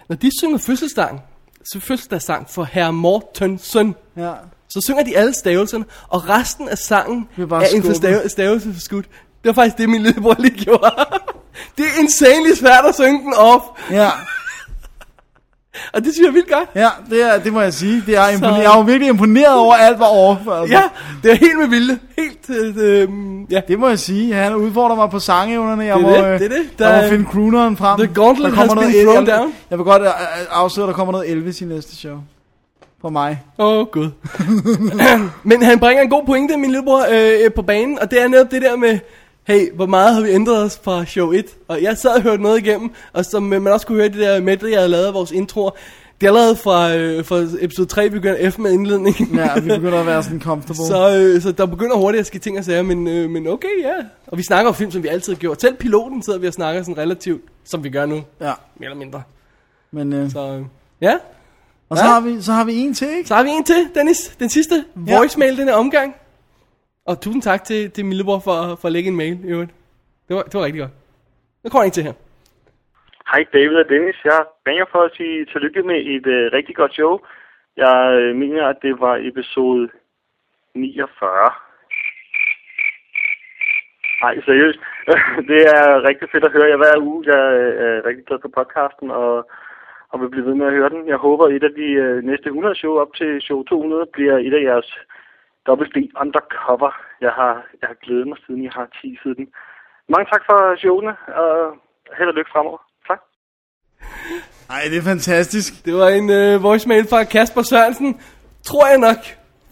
[SPEAKER 2] når de synger fødselsdagen, så fødselsdagssang for herr Mortensen,
[SPEAKER 1] Ja.
[SPEAKER 2] så synger de alle stavelserne, og resten af sangen
[SPEAKER 1] Det er bare
[SPEAKER 2] er en for
[SPEAKER 1] skubbet.
[SPEAKER 2] stave, stavelse for skudt. Det var faktisk det, min lillebror lige gjorde. det er insanely svært at synge den op,
[SPEAKER 1] Ja.
[SPEAKER 2] og det synes jeg er vildt godt.
[SPEAKER 1] Ja, det, er, det må jeg sige. Det er impone- jeg er jo virkelig imponeret over alt, hvad over. Altså.
[SPEAKER 2] Ja, det er helt med vilde. Helt, øh, øh, ja.
[SPEAKER 1] Det må jeg sige. Han udfordrer mig på sangevnerne. Jeg
[SPEAKER 2] Det er
[SPEAKER 1] må,
[SPEAKER 2] det,
[SPEAKER 1] øh,
[SPEAKER 2] det er det.
[SPEAKER 1] Der,
[SPEAKER 2] Der
[SPEAKER 1] jeg
[SPEAKER 2] er-
[SPEAKER 1] må finde crooneren frem.
[SPEAKER 2] The gauntlet
[SPEAKER 1] Der kommer
[SPEAKER 2] has been
[SPEAKER 1] noget-
[SPEAKER 2] thrown
[SPEAKER 1] jeg,
[SPEAKER 2] down.
[SPEAKER 1] Jeg vil godt øh, øh, afsløre, at der kommer noget Elvis i næste show. For mig.
[SPEAKER 2] Åh, oh, gud. Men han bringer en god pointe, min lillebror, øh, øh, på banen, og det er netop det der med, hey, hvor meget har vi ændret os fra show 1? Og jeg sad og hørte noget igennem, og som øh, man også kunne høre i det der medley, jeg havde lavet af vores introer, det er allerede fra, øh, fra episode 3, begynder F med indledningen.
[SPEAKER 1] Ja, vi begynder at være sådan comfortable. Så.
[SPEAKER 2] så, øh, så der begynder hurtigt at ske ting og sager, men, øh, men okay, ja. Og vi snakker om film, som vi altid har gjort. Selv piloten sidder vi og snakker sådan relativt, som vi gør nu,
[SPEAKER 1] Ja,
[SPEAKER 2] mere eller mindre.
[SPEAKER 1] men, øh,
[SPEAKER 2] Så øh, ja,
[SPEAKER 1] og så har, vi, så har vi en til, ikke?
[SPEAKER 2] så har vi en til, Dennis. Den sidste
[SPEAKER 1] Ja.
[SPEAKER 2] voicemail ja. denne omgang. Og tusind tak til, til Milleborg for, for at lægge en mail, i øvrigt. Det var, det var rigtig godt. Nu kommer en til her.
[SPEAKER 9] Hej David og Dennis. Jeg ringer for at sige tillykke med et øh, rigtig godt show. Jeg øh, mener, at det var episode 49. Nej, seriøst. det er rigtig fedt at høre jer hver uge. Jeg øh, er rigtig glad for podcasten og, og vil blive ved med at høre den. Jeg håber, at et af de øh, næste 100 show op til show 200 bliver et af jeres WD Undercover. Jeg har, jeg har glædet mig, siden jeg har teaset den. Mange tak for showene, og held og lykke fremover. Tak.
[SPEAKER 1] Nej, det er fantastisk.
[SPEAKER 2] Det var en øh, voicemail fra Kasper Sørensen. Tror jeg nok.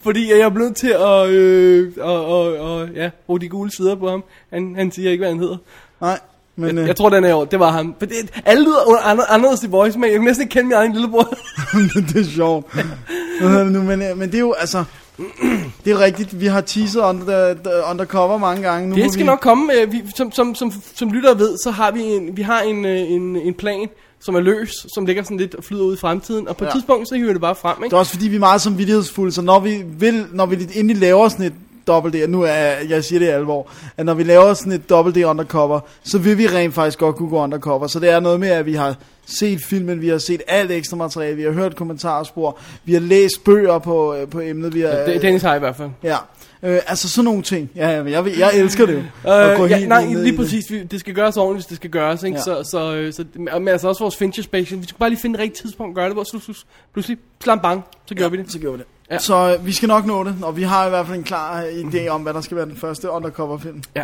[SPEAKER 2] Fordi jeg er blevet til at øh, og, og, og, ja, bruge de gule sider på ham. Han, han siger ikke, hvad han hedder.
[SPEAKER 1] Nej, men... øh,
[SPEAKER 2] Jeg tror, den er i år. Det var ham. For det, alle lyder under- ander- anderledes i voicemail. Jeg kan næsten ikke kende min egen lillebror.
[SPEAKER 1] det er sjovt. Hvad hedder det nu? Men, øh, men det er jo, altså... Det er rigtigt, vi har teaset under, the- undercover mange gange. Nu må
[SPEAKER 2] Det skal
[SPEAKER 1] vi,
[SPEAKER 2] nok komme. øh, Vi, som, som, som, som lytter ved, så har vi en, vi har en, øh, en, en plan, som er løs, som ligger sådan lidt og flyder ud i fremtiden. Og på et
[SPEAKER 1] Ja.
[SPEAKER 2] tidspunkt, så hiver vi det bare frem,
[SPEAKER 1] Det
[SPEAKER 2] ikke?
[SPEAKER 1] er også fordi, vi er meget samvittighedsfulde, så når vi, vil, når vi lidt endelig laver sådan et dobbelt D, nu er jeg, jeg siger det i alvor, at når vi laver sådan et dobbelt D undercover, så vil vi rent faktisk godt kunne gå undercover. Så det er noget med, at vi har set filmen, vi har set alt ekstra materiale, vi har hørt kommentarspor, vi har læst bøger på, øh, på emnet, vi har...
[SPEAKER 2] Det, Dennis har i hvert fald.
[SPEAKER 1] Ja, øh, altså sådan nogle ting. Ja, ja, men jeg, ved- jeg elsker det jo. at gå
[SPEAKER 2] Øh, ja,
[SPEAKER 1] helt
[SPEAKER 2] nej,
[SPEAKER 1] ned i
[SPEAKER 2] lige
[SPEAKER 1] det.
[SPEAKER 2] præcis. Vi, det skal gøres ordentligt, hvis det skal gøres, ikke?
[SPEAKER 1] Ja.
[SPEAKER 2] Ja. Så, så, øh, så, og- men altså også vores Fincher Special. Vi skulle bare lige finde et rigtigt tidspunkt at gøre det, hvor slu- slu- pludselig, slam bang, så gør vi det.
[SPEAKER 1] Så gjorde vi det. Ja.
[SPEAKER 2] Ja.
[SPEAKER 1] Så øh, vi skal nok nå det, og vi har i hvert fald en klar øh, idé om, hvad der skal være den første undercover-film.
[SPEAKER 2] Ja,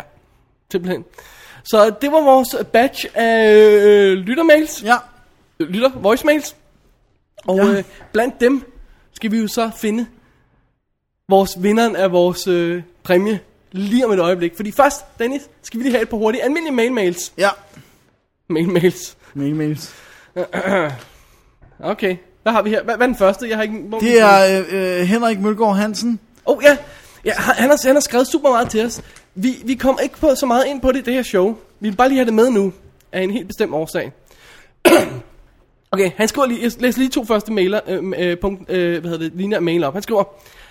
[SPEAKER 2] simpelthen. Så det var vores batch af øh, lyttermails.
[SPEAKER 1] Ja,
[SPEAKER 2] lytter voicemails. Og
[SPEAKER 1] Ja.
[SPEAKER 2] ja. øh, blandt dem skal vi jo så finde vores vinderen af vores øh, præmie lige om et øjeblik. Fordi først, Dennis, skal vi lige have et par hurtige almindelige mailmails.
[SPEAKER 1] ja.
[SPEAKER 2] Mailmails.
[SPEAKER 1] Mail mails.
[SPEAKER 2] Okay. Hvad har vi her? Hvad, hvad er den første? Jeg har ikke... Hvor
[SPEAKER 1] Det er øh, øh, Henrik Mølgaard Hansen.
[SPEAKER 2] Åh, oh, ja. ja han, han har, han har skrevet super meget til os. Vi, vi kom ikke på så meget ind på det i det her show. Vi vil bare lige have det med nu, af en helt bestemt årsag. okay, han skriver lige, jeg læser lige to første mailer, øh, øh, punkt, øh, hvad hedder det, linjer af mail op. Han skriver,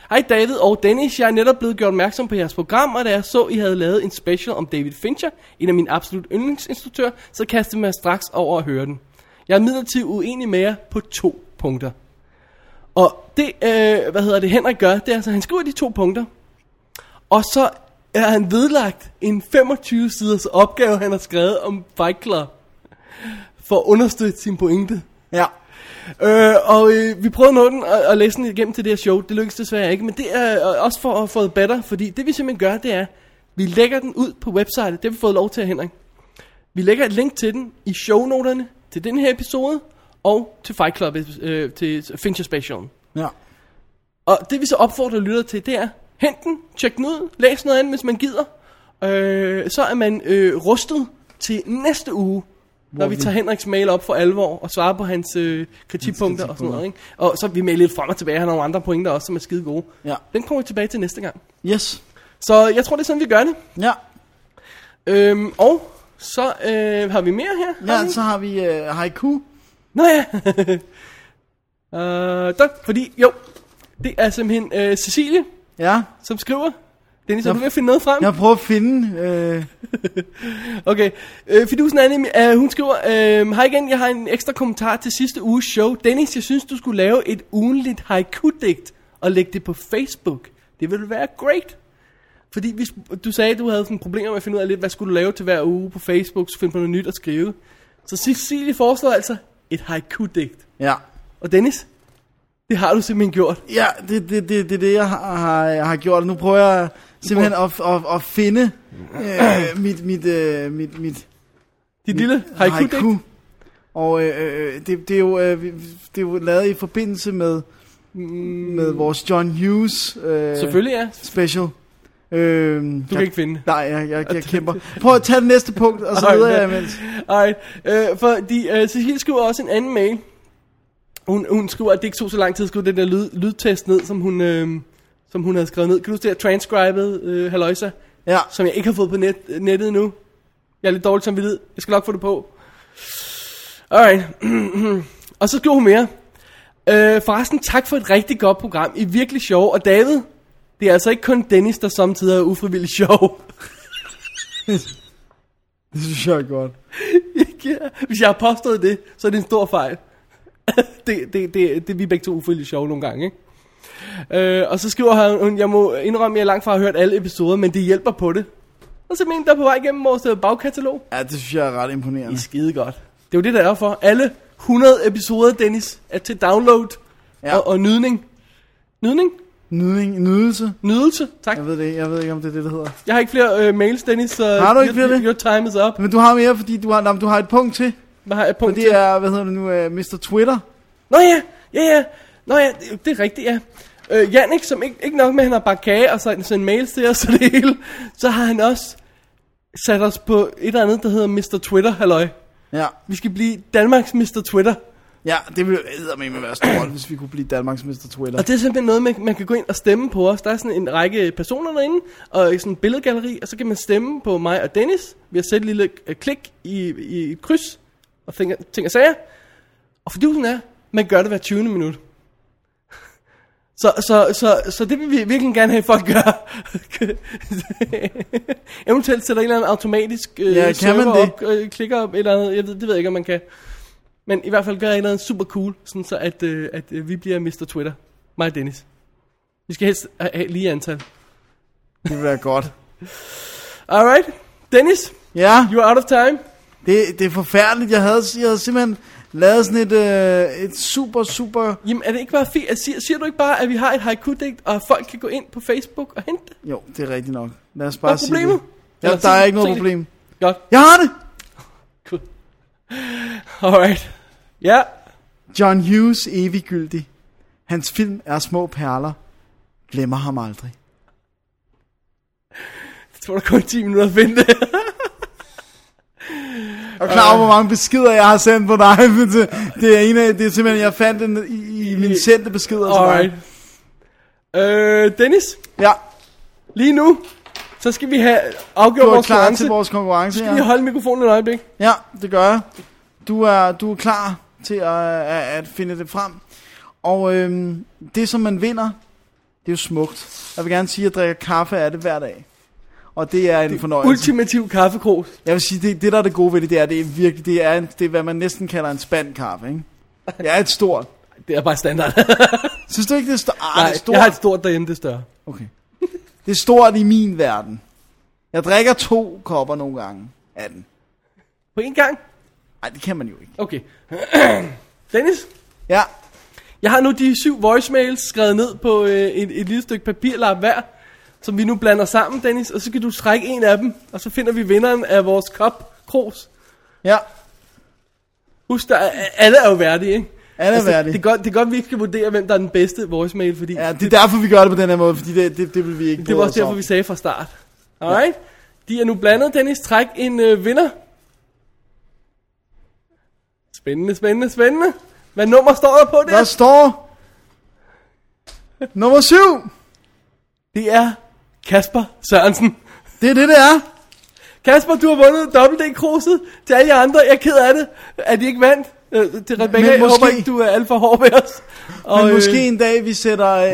[SPEAKER 2] Hej David og Dennis, jeg er netop blevet gjort opmærksom på jeres program, og da jeg så, I havde lavet en special om David Fincher, en af mine absolut yndlingsinstruktører, så kastede jeg mig straks over at høre den. Jeg er midlertid uenig med jer på to punkter. Og det, øh, hvad hedder det, Henrik gør, det er, altså, han skriver de to punkter, og så er han vedlagt en 25-siders opgave, han har skrevet om Fight Club, for at understøtte sin pointe.
[SPEAKER 1] Ja.
[SPEAKER 2] Øh, og øh, vi prøvede at nå den og, og læse den igennem til det her show. Det lykkedes desværre ikke, men det er øh, også for at få det better, fordi det vi simpelthen gør, det er, vi lægger den ud på websitet. Det har vi fået lov til, Henrik. Vi lægger et link til den i shownoterne til den her episode og til Fight Club, øh, til Fincher Specialen.
[SPEAKER 1] Ja.
[SPEAKER 2] Og det vi så opfordrer lytter til, det er, hent den, tjek den ud, læs noget andet, hvis man gider. Øh, så er man øh, rustet til næste uge, når vi tager Henriks mail op for alvor og svarer på hans øh, kritikpunkter og sådan noget. Ikke? Og så vi mailer lidt frem og tilbage, han har nogle andre pointer også, som er skide gode.
[SPEAKER 1] Ja.
[SPEAKER 2] Den kommer vi tilbage til næste gang.
[SPEAKER 1] Yes.
[SPEAKER 2] Så jeg tror, det er sådan, vi gør det.
[SPEAKER 1] Ja,
[SPEAKER 2] Øhm, og så øh, har vi mere her. har vi
[SPEAKER 1] ja
[SPEAKER 2] ikke?
[SPEAKER 1] så har vi øh, haiku.
[SPEAKER 2] Nå ja. øh, der, fordi, jo, det er simpelthen øh, Cecilie,
[SPEAKER 1] Ja,
[SPEAKER 2] som skriver. Dennis, er du ved at finde noget frem?
[SPEAKER 1] jeg prøver at finde... Øh,
[SPEAKER 2] Okay, øh, Fidusen er nemlig, øh, hun skriver, øh, Hej igen, jeg har en ekstra kommentar til sidste uges show. Dennis, jeg synes, du skulle lave et ugenligt haiku-digt og lægge det på Facebook. Det ville være great. Fordi hvis, du sagde, at du havde sådan problemer med at finde ud af lidt, hvad skulle du lave til hver uge på Facebook, så finde på noget nyt at skrive. Så Cecilie foreslår altså et haiku-digt.
[SPEAKER 1] ja,
[SPEAKER 2] Og Dennis, det har du simpelthen gjort.
[SPEAKER 1] ja det, det, det, det er det, jeg har, har, har gjort. Nu prøver jeg simpelthen at, at, at finde øh, mit, mit, øh, mit, mit
[SPEAKER 2] Dit lille haiku-digt.
[SPEAKER 1] haiku. Og øh, øh, det, det, er jo, øh, vi- det er jo lavet i forbindelse med, Mm. med vores John Hughes øh,
[SPEAKER 2] Selvfølgelig, ja.
[SPEAKER 1] special. Øh, du
[SPEAKER 2] Du kan ikke finde det.
[SPEAKER 1] Nej, jeg, jeg, jeg kæmper. Prøv at tage det næste punkt, og så
[SPEAKER 2] Ej,
[SPEAKER 1] videre
[SPEAKER 2] ja.
[SPEAKER 1] jeg imens.
[SPEAKER 2] Alright, øh, fordi øh, Cecilie skriver også en anden mail. Hun, hun skriver, at det ikke tog så lang tid at skrive den der lyd, lydtest ned, som hun, øh, som hun havde skrevet ned. Kan du huske det her transcribet, øh, Haloisa,
[SPEAKER 1] Ja,
[SPEAKER 2] som jeg ikke har fået på net, nettet endnu? Jeg er lidt dårlig samvittighed. Jeg skal nok få det på. Alright. og så skriver hun mere. Øh, forresten, tak for et rigtig godt program. I er virkelig sjov. Og David, det er altså ikke kun Dennis, der samtidig er ufrivillig sjov.
[SPEAKER 1] det synes jeg er godt.
[SPEAKER 2] Ja, hvis jeg har påstået det, så er det en stor fejl. det, det, det, det er vi begge to ufølgelige sjove nogle gange, ikke? Øh, og så skriver han, hun, jeg må indrømme, at jeg langt fra har hørt alle episoder, men det hjælper på det. Og så mener der er på vej igennem vores øh, bagkatalog.
[SPEAKER 1] Ja, det synes jeg er ret
[SPEAKER 2] Det
[SPEAKER 1] imponerende.
[SPEAKER 2] er skide godt. Det er jo det, der er for. Alle 100 episoder, Dennis, er til download ja.
[SPEAKER 1] Ja.
[SPEAKER 2] og, og nydning. Nydning?
[SPEAKER 1] Nydning, nydelse.
[SPEAKER 2] Nydelse? Tak.
[SPEAKER 1] Jeg ved det ikke, jeg ved ikke, om det er det, det hedder.
[SPEAKER 2] Jeg har ikke flere øh, mails, Dennis, så
[SPEAKER 1] Har du ikke
[SPEAKER 2] your,
[SPEAKER 1] flere det?
[SPEAKER 2] your time is up.
[SPEAKER 1] Men du har mere, fordi du har, nej, men du har et punkt til.
[SPEAKER 2] Hvad har jeg
[SPEAKER 1] Og
[SPEAKER 2] punkt
[SPEAKER 1] det
[SPEAKER 2] til?
[SPEAKER 1] er, hvad hedder det nu, uh, Mr. Twitter.
[SPEAKER 2] Nå ja, ja ja, nå ja, det, det er rigtigt, ja. Øh, Jannik, som ikke, ikke nok med, at han har bare kage og sendt, sendt mails til os og det hele, så har han også sat os på et eller andet, der hedder Mr. Twitter, halløj.
[SPEAKER 1] Ja,
[SPEAKER 2] Vi skal blive Danmarks Mr. Twitter.
[SPEAKER 1] ja det ville jo med være stort, hvis vi kunne blive Danmarks Mr. Twitter.
[SPEAKER 2] Og det er simpelthen noget, man, man kan gå ind og stemme på os. Der er sådan en række personer derinde, og sådan en billedgalleri, og så kan man stemme på mig og Dennis ved at sætte et lille øh, klik i, i et kryds og ting, ting og sager. Og fordusen er, man gør det hver 20. minut. Så, så, så, så det vil vi virkelig gerne have, folk gør. Eventuelt sætter en eller anden automatisk øh,
[SPEAKER 1] Ja, kan
[SPEAKER 2] server
[SPEAKER 1] man det?
[SPEAKER 2] op, øh, klikker op, et eller andet. Jeg ved, det ved jeg ikke, om man kan. Men i hvert fald gør jeg noget super cool, sådan så at, øh, at øh, vi bliver Mr. Twitter. Mig og Dennis. Vi skal helst ha- have lige antal.
[SPEAKER 1] Det ville være godt.
[SPEAKER 2] Alright. Dennis,
[SPEAKER 1] Ja,
[SPEAKER 2] you're out of time.
[SPEAKER 1] det, det er forfærdeligt. Jeg havde, jeg havde simpelthen lavet sådan et, øh, et super, super...
[SPEAKER 2] Jamen er det ikke bare fint? altså, Siger, siger du ikke bare, at vi har et haiku-digt, og folk kan gå ind på Facebook og hente det?
[SPEAKER 1] Jo, det er rigtigt nok. Lad os
[SPEAKER 2] Hvad
[SPEAKER 1] bare
[SPEAKER 2] er
[SPEAKER 1] sige
[SPEAKER 2] problemet?
[SPEAKER 1] det. Ja, der er ikke noget
[SPEAKER 2] Se det.
[SPEAKER 1] problem.
[SPEAKER 2] Godt.
[SPEAKER 1] Jeg har det!
[SPEAKER 2] Alright. Ja.
[SPEAKER 1] John Hughes eviggyldig. Hans film er små perler. Glemmer ham aldrig.
[SPEAKER 2] Det tog da kun 10 minutter at finde det.
[SPEAKER 1] Jeg er klar over, hvor mange beskeder jeg har sendt på dig. men det- Det er, en af, det er simpelthen, jeg fandt den i, i mine sendte beskeder til
[SPEAKER 2] Alright.
[SPEAKER 1] dig.
[SPEAKER 2] Øh, Dennis,
[SPEAKER 1] Ja,
[SPEAKER 2] lige nu, så skal vi have
[SPEAKER 1] du
[SPEAKER 2] afgjort
[SPEAKER 1] er
[SPEAKER 2] vores
[SPEAKER 1] klar
[SPEAKER 2] konkurrence.
[SPEAKER 1] til vores konkurrence.
[SPEAKER 2] Skal vi
[SPEAKER 1] Ja.
[SPEAKER 2] holde mikrofonen et øjeblik?
[SPEAKER 1] ja, det gør jeg. Du er, du er klar til at, at- at finde det frem. Og øhm, det, som man vinder, det er jo smukt. Jeg vil gerne sige, at jeg drikker kaffe af det hver dag. Og det er en fornøjelse.
[SPEAKER 2] Ultimativ kaffekrog.
[SPEAKER 1] Jeg vil sige, det, det der er det gode ved det, det er, det er virkelig, det er, en, det er hvad man næsten kalder en spand kaffe, ikke? Jeg er et stort.
[SPEAKER 2] Det er bare standard.
[SPEAKER 1] Synes du ikke, det er, sto- ah,
[SPEAKER 2] Nej,
[SPEAKER 1] det er stort?
[SPEAKER 2] jeg har et stort derhjemme, det er større.
[SPEAKER 1] Okay. Det er stort i min verden. Jeg drikker to kopper nogle gange af den.
[SPEAKER 2] På en gang?
[SPEAKER 1] Nej, det kan man jo ikke.
[SPEAKER 2] Okay. Dennis,
[SPEAKER 1] Ja,
[SPEAKER 2] jeg har nu de syv voicemails skrevet ned på øh, et, et lille stykke papirlap hver, som vi nu blander sammen, Dennis, og så kan du trække en af dem, og så finder vi vinderen af vores kop, Kros.
[SPEAKER 1] ja.
[SPEAKER 2] Husk, der er, alle er jo værdige, ikke? Altså,
[SPEAKER 1] Alle er værdige.
[SPEAKER 2] Det er, godt, det er godt, vi ikke skal vurdere, hvem der er den bedste voicemail, fordi
[SPEAKER 1] ja, det er derfor, vi gør det på den her måde, fordi det, det, det vil vi ikke
[SPEAKER 2] det var
[SPEAKER 1] bryde
[SPEAKER 2] også
[SPEAKER 1] os
[SPEAKER 2] derfor,
[SPEAKER 1] om.
[SPEAKER 2] vi sagde fra start. Alright? De er nu blandet, Dennis. Træk en øh, vinder. Spændende, spændende, spændende. Hvad nummer står der på
[SPEAKER 1] Der
[SPEAKER 2] det?
[SPEAKER 1] står... Nummer syv!
[SPEAKER 2] Det er Kasper Sørensen.
[SPEAKER 1] Det er det, det er.
[SPEAKER 2] Kasper, du har vundet dobbelt d kruset til alle jer andre. Jeg er ked af det, at I ikke vandt. Øh, til Rebecca, jeg
[SPEAKER 1] måske-
[SPEAKER 2] håber ikke, du er alt for hård ved os.
[SPEAKER 1] Men
[SPEAKER 2] øh,
[SPEAKER 1] måske en dag, vi sætter, øh,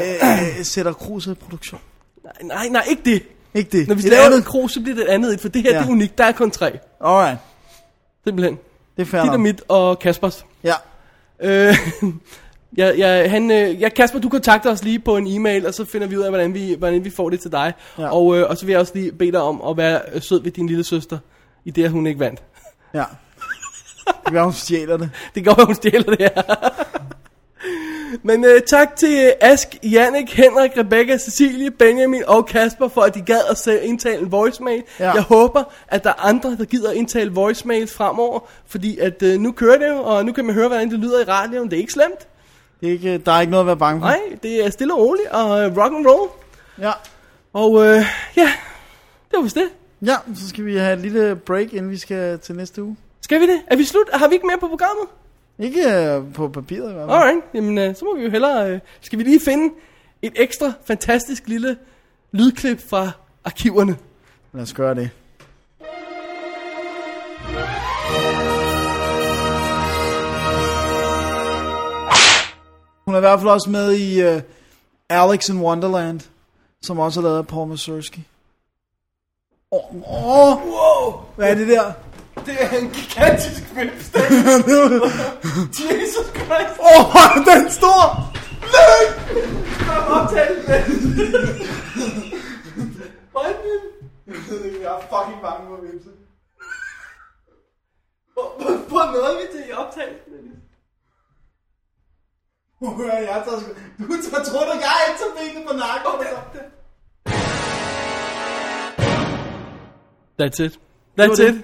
[SPEAKER 1] øh, sætter kruset i produktion.
[SPEAKER 2] øh, Nej, nej, ikke det.
[SPEAKER 1] Ikke det.
[SPEAKER 2] Når vi
[SPEAKER 1] Et
[SPEAKER 2] laver
[SPEAKER 1] andet.
[SPEAKER 2] et krus, så bliver det et andet et, for det her
[SPEAKER 1] Ja.
[SPEAKER 2] ja. det er unikt. Der er kun tre.
[SPEAKER 1] Alright.
[SPEAKER 2] Simpelthen.
[SPEAKER 1] Det er fair
[SPEAKER 2] Dit og
[SPEAKER 1] nok.
[SPEAKER 2] mit og Kaspers.
[SPEAKER 1] Ja.
[SPEAKER 2] Øh, ja, ja, han, øh, ja, Kasper, du kontakter os lige på en e-mail, og så finder vi ud af, hvordan vi, hvordan vi får det til dig.
[SPEAKER 1] Ja.
[SPEAKER 2] Ja. Og, øh, og så vil jeg også lige bede dig om at være øh, sød ved din lille søster, i det, at hun ikke vandt.
[SPEAKER 1] Ja. Det kan være, hun stjæler det.
[SPEAKER 2] Det går, hun stjæler det her. Men øh, tak til øh, Ask, Jannik, Henrik, Rebecca, Cecilie, Benjamin og Kasper for, at de gad at se- indtale en voicemail.
[SPEAKER 1] Ja.
[SPEAKER 2] Ja. Jeg håber, at der er andre, der gider indtale voicemails fremover, fordi at øh, nu kører det jo, og nu kan man høre, hvordan det lyder i radioen. Det er ikke slemt.
[SPEAKER 1] det er ikke, der er ikke noget at være bange for.
[SPEAKER 2] Nej, det er stille og roligt og øh, rock and roll.
[SPEAKER 1] Ja.
[SPEAKER 2] Og øh, ja, det var vist det.
[SPEAKER 1] ja, så skal vi have et lille break, inden vi skal til næste uge.
[SPEAKER 2] Skal vi det? Er vi slut? Har vi ikke mere på programmet?
[SPEAKER 1] Ikke øh, på papiret i hvert fald.
[SPEAKER 2] Alright, jamen øh, så må vi jo hellere... Øh, skal vi lige finde et ekstra fantastisk lille lydklip fra arkiverne?
[SPEAKER 1] Lad os gøre det. Hun er i hvert fald også med i uh, Alex in Wonderland, som også er lavet af Paul Mazursky. Åh, oh, oh,
[SPEAKER 2] Wow,
[SPEAKER 1] hvad er det der?
[SPEAKER 2] det er en gigantisk vipstik. Jesus Christ.
[SPEAKER 1] Åh, oh, den er stor!
[SPEAKER 2] Kom op til den. Hold den.
[SPEAKER 1] Jeg er fucking bange for vipse.
[SPEAKER 2] På noget, vi til i optagelsen.
[SPEAKER 1] Jeg tager sgu... Du tager tror du, jeg ikke tager benene på nakken?
[SPEAKER 2] That's it. That's
[SPEAKER 1] Det var
[SPEAKER 2] it.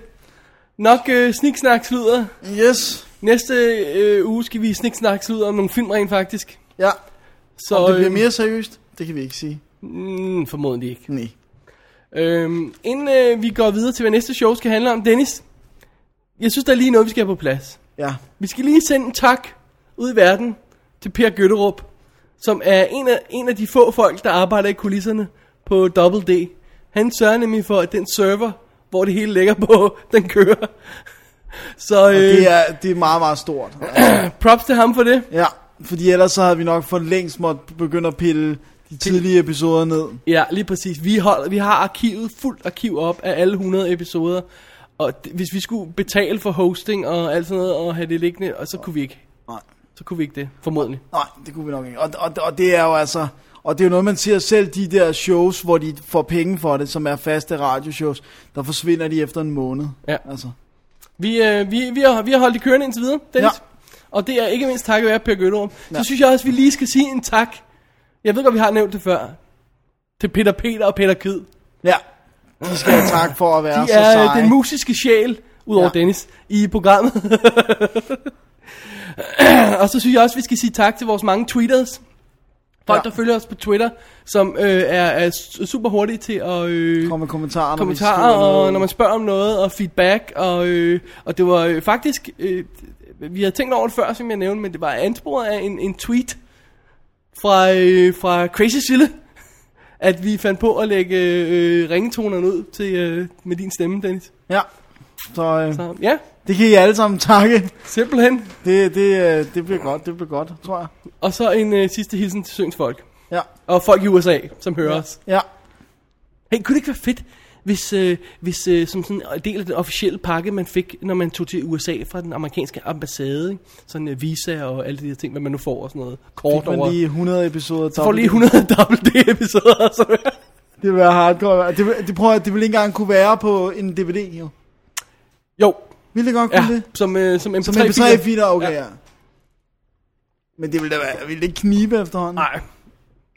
[SPEAKER 2] Nok øh, sniksnak sludder.
[SPEAKER 1] Yes.
[SPEAKER 2] Næste øh, uge skal vi sniksnak sludder om nogle film rent faktisk.
[SPEAKER 1] Ja,
[SPEAKER 2] Så,
[SPEAKER 1] om det bliver
[SPEAKER 2] øh,
[SPEAKER 1] mere seriøst, det kan vi ikke sige.
[SPEAKER 2] Mm, formodentlig ikke.
[SPEAKER 1] Nej.
[SPEAKER 2] Øhm, inden øh, vi går videre til, hvad næste show skal handle om, Dennis, jeg synes, der er lige noget, vi skal have på plads.
[SPEAKER 1] Ja.
[SPEAKER 2] Vi skal lige sende en tak ud i verden til Per Gøtterup, som er en af, en af de få folk, der arbejder i kulisserne på Double D. Han sørger nemlig for, at den server, hvor det hele ligger på, den kører. Så øh,
[SPEAKER 1] Det
[SPEAKER 2] er...
[SPEAKER 1] er, det er meget, meget stort.
[SPEAKER 2] props til ham for det.
[SPEAKER 1] Ja, fordi ellers så havde vi nok for længst måtte begynde at pille de tidlige episoder ned.
[SPEAKER 2] Ja, lige præcis. Vi, holder, vi har arkivet, fuldt arkiv op af alle 100 episoder. Og d- hvis vi skulle betale for hosting og alt sådan noget, og have det liggende, og så kunne vi ikke.
[SPEAKER 1] Nej.
[SPEAKER 2] Så kunne vi ikke det, formodentlig.
[SPEAKER 1] Nej, det kunne vi nok ikke. Og, og, og det er jo altså... Og det er jo noget, man siger selv, de der shows, hvor de får penge for det, som er faste radioshows, der forsvinder de efter en måned.
[SPEAKER 2] Ja.
[SPEAKER 1] Altså,
[SPEAKER 2] Vi, øh, vi, vi, har, vi har holdt det kørende indtil videre, Dennis.
[SPEAKER 1] Ja.
[SPEAKER 2] Ja. Og det er ikke mindst takket være Per Gøtterum. Ja.
[SPEAKER 1] Ja.
[SPEAKER 2] Så synes jeg også, vi lige skal sige en tak. Jeg ved godt, vi har nævnt det før. Til Peter Peter og Peter Kid.
[SPEAKER 1] ja. De skal have tak for at være
[SPEAKER 2] De
[SPEAKER 1] så
[SPEAKER 2] er
[SPEAKER 1] seje.
[SPEAKER 2] øh, den musiske sjæl, udover
[SPEAKER 1] Ja.
[SPEAKER 2] ja. Dennis, i programmet. og så synes jeg også, vi skal sige tak til vores mange tweeters. Folk,
[SPEAKER 1] Ja.
[SPEAKER 2] ja. der følger os på Twitter, som øh, er, er su- super hurtige til at... Øh,
[SPEAKER 1] Kom med kommentarer, når vi
[SPEAKER 2] kommentarer,
[SPEAKER 1] skriver noget.
[SPEAKER 2] og når man spørger om noget, og feedback, og, øh, og det var øh, faktisk, øh, vi havde tænkt over det før, som jeg nævnte, men det var ansporet af en, en tweet fra, øh, fra Crazy Sille, at vi fandt på at lægge øh, ringetonerne ud til, øh, med din stemme, Dennis.
[SPEAKER 1] Ja, så, øh, så
[SPEAKER 2] Så ja,
[SPEAKER 1] det kan I alle sammen takke.
[SPEAKER 2] simpelthen.
[SPEAKER 1] Det, det, øh, det bliver godt, det bliver godt, tror jeg.
[SPEAKER 2] Og så en øh, sidste hilsen til Søns folk.
[SPEAKER 1] Ja,
[SPEAKER 2] Og folk i USA, som hører os.
[SPEAKER 1] ja.
[SPEAKER 2] Hey, kunne det ikke være fedt, hvis, øh, hvis øh, som sådan en del af den officielle pakke, man fik, når man tog til USA fra den amerikanske ambassade, ikke? sådan øh, visa og alle de der ting, hvad man nu får og sådan noget, kort
[SPEAKER 1] Fik man
[SPEAKER 2] over.
[SPEAKER 1] lige 100 episoder.
[SPEAKER 2] får lige 100 dobbelt D-episoder, så
[SPEAKER 1] Det vil være hardcore. Det, vil- det, prøver, det vil ikke engang kunne være på en DVD, jo.
[SPEAKER 2] Jo,
[SPEAKER 1] Vil det godt kunne ja.
[SPEAKER 2] ja,
[SPEAKER 1] det?
[SPEAKER 2] som, øh, som
[SPEAKER 1] Som
[SPEAKER 2] MP3-filer.
[SPEAKER 1] MP3-filer, okay, ja.
[SPEAKER 2] Ja.
[SPEAKER 1] ja. Men det ville da være, ville det ikke knibe efterhånden?
[SPEAKER 2] Nej,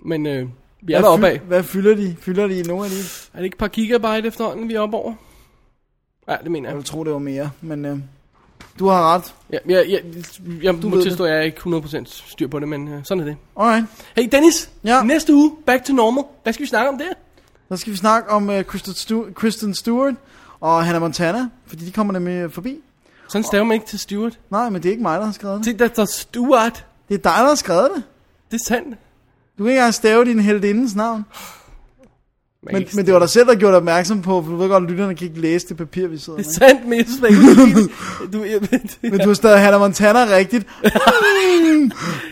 [SPEAKER 2] men øh, vi er
[SPEAKER 1] Hvad
[SPEAKER 2] deroppe
[SPEAKER 1] fyl-
[SPEAKER 2] af.
[SPEAKER 1] Hvad fylder de? Fylder de nogle af de?
[SPEAKER 2] Er det ikke et par gigabyte efterhånden, vi er oppe over? Ja, det mener
[SPEAKER 1] Jeg
[SPEAKER 2] jeg.
[SPEAKER 1] ville tro, det var mere, men øh, du har ret.
[SPEAKER 2] Jeg, jeg, jeg, jeg, jeg
[SPEAKER 1] ved
[SPEAKER 2] må
[SPEAKER 1] det.
[SPEAKER 2] tilstå, at jeg er ikke 100% styr på det, men øh, sådan er det.
[SPEAKER 1] Alright,
[SPEAKER 2] Hey Dennis,
[SPEAKER 1] Ja.
[SPEAKER 2] næste uge, back to normal. Hvad skal vi snakke om der?
[SPEAKER 1] så skal vi snakke om øh, Kristen, Stu- Kristen Stewart og Hannah Montana, fordi de kommer nemlig øh, forbi.
[SPEAKER 2] Sådan staver man ikke til Stuart.
[SPEAKER 1] Nej, men det er ikke mig, der har skrevet det.
[SPEAKER 2] Se, der står Stuart.
[SPEAKER 1] Det er dig, der har skrevet det.
[SPEAKER 2] Det er sandt.
[SPEAKER 1] Du kan ikke engang stave din heldindes navn. Men, men det var dig selv, der gjorde dig opmærksom på, for du ved godt, at lytterne kan ikke læse det papir, vi sidder
[SPEAKER 2] Det
[SPEAKER 1] med.
[SPEAKER 2] er sandt, men jeg synes, man kan ikke lide det. du, jeg,
[SPEAKER 1] Men du har stadig Hannah Montana rigtigt.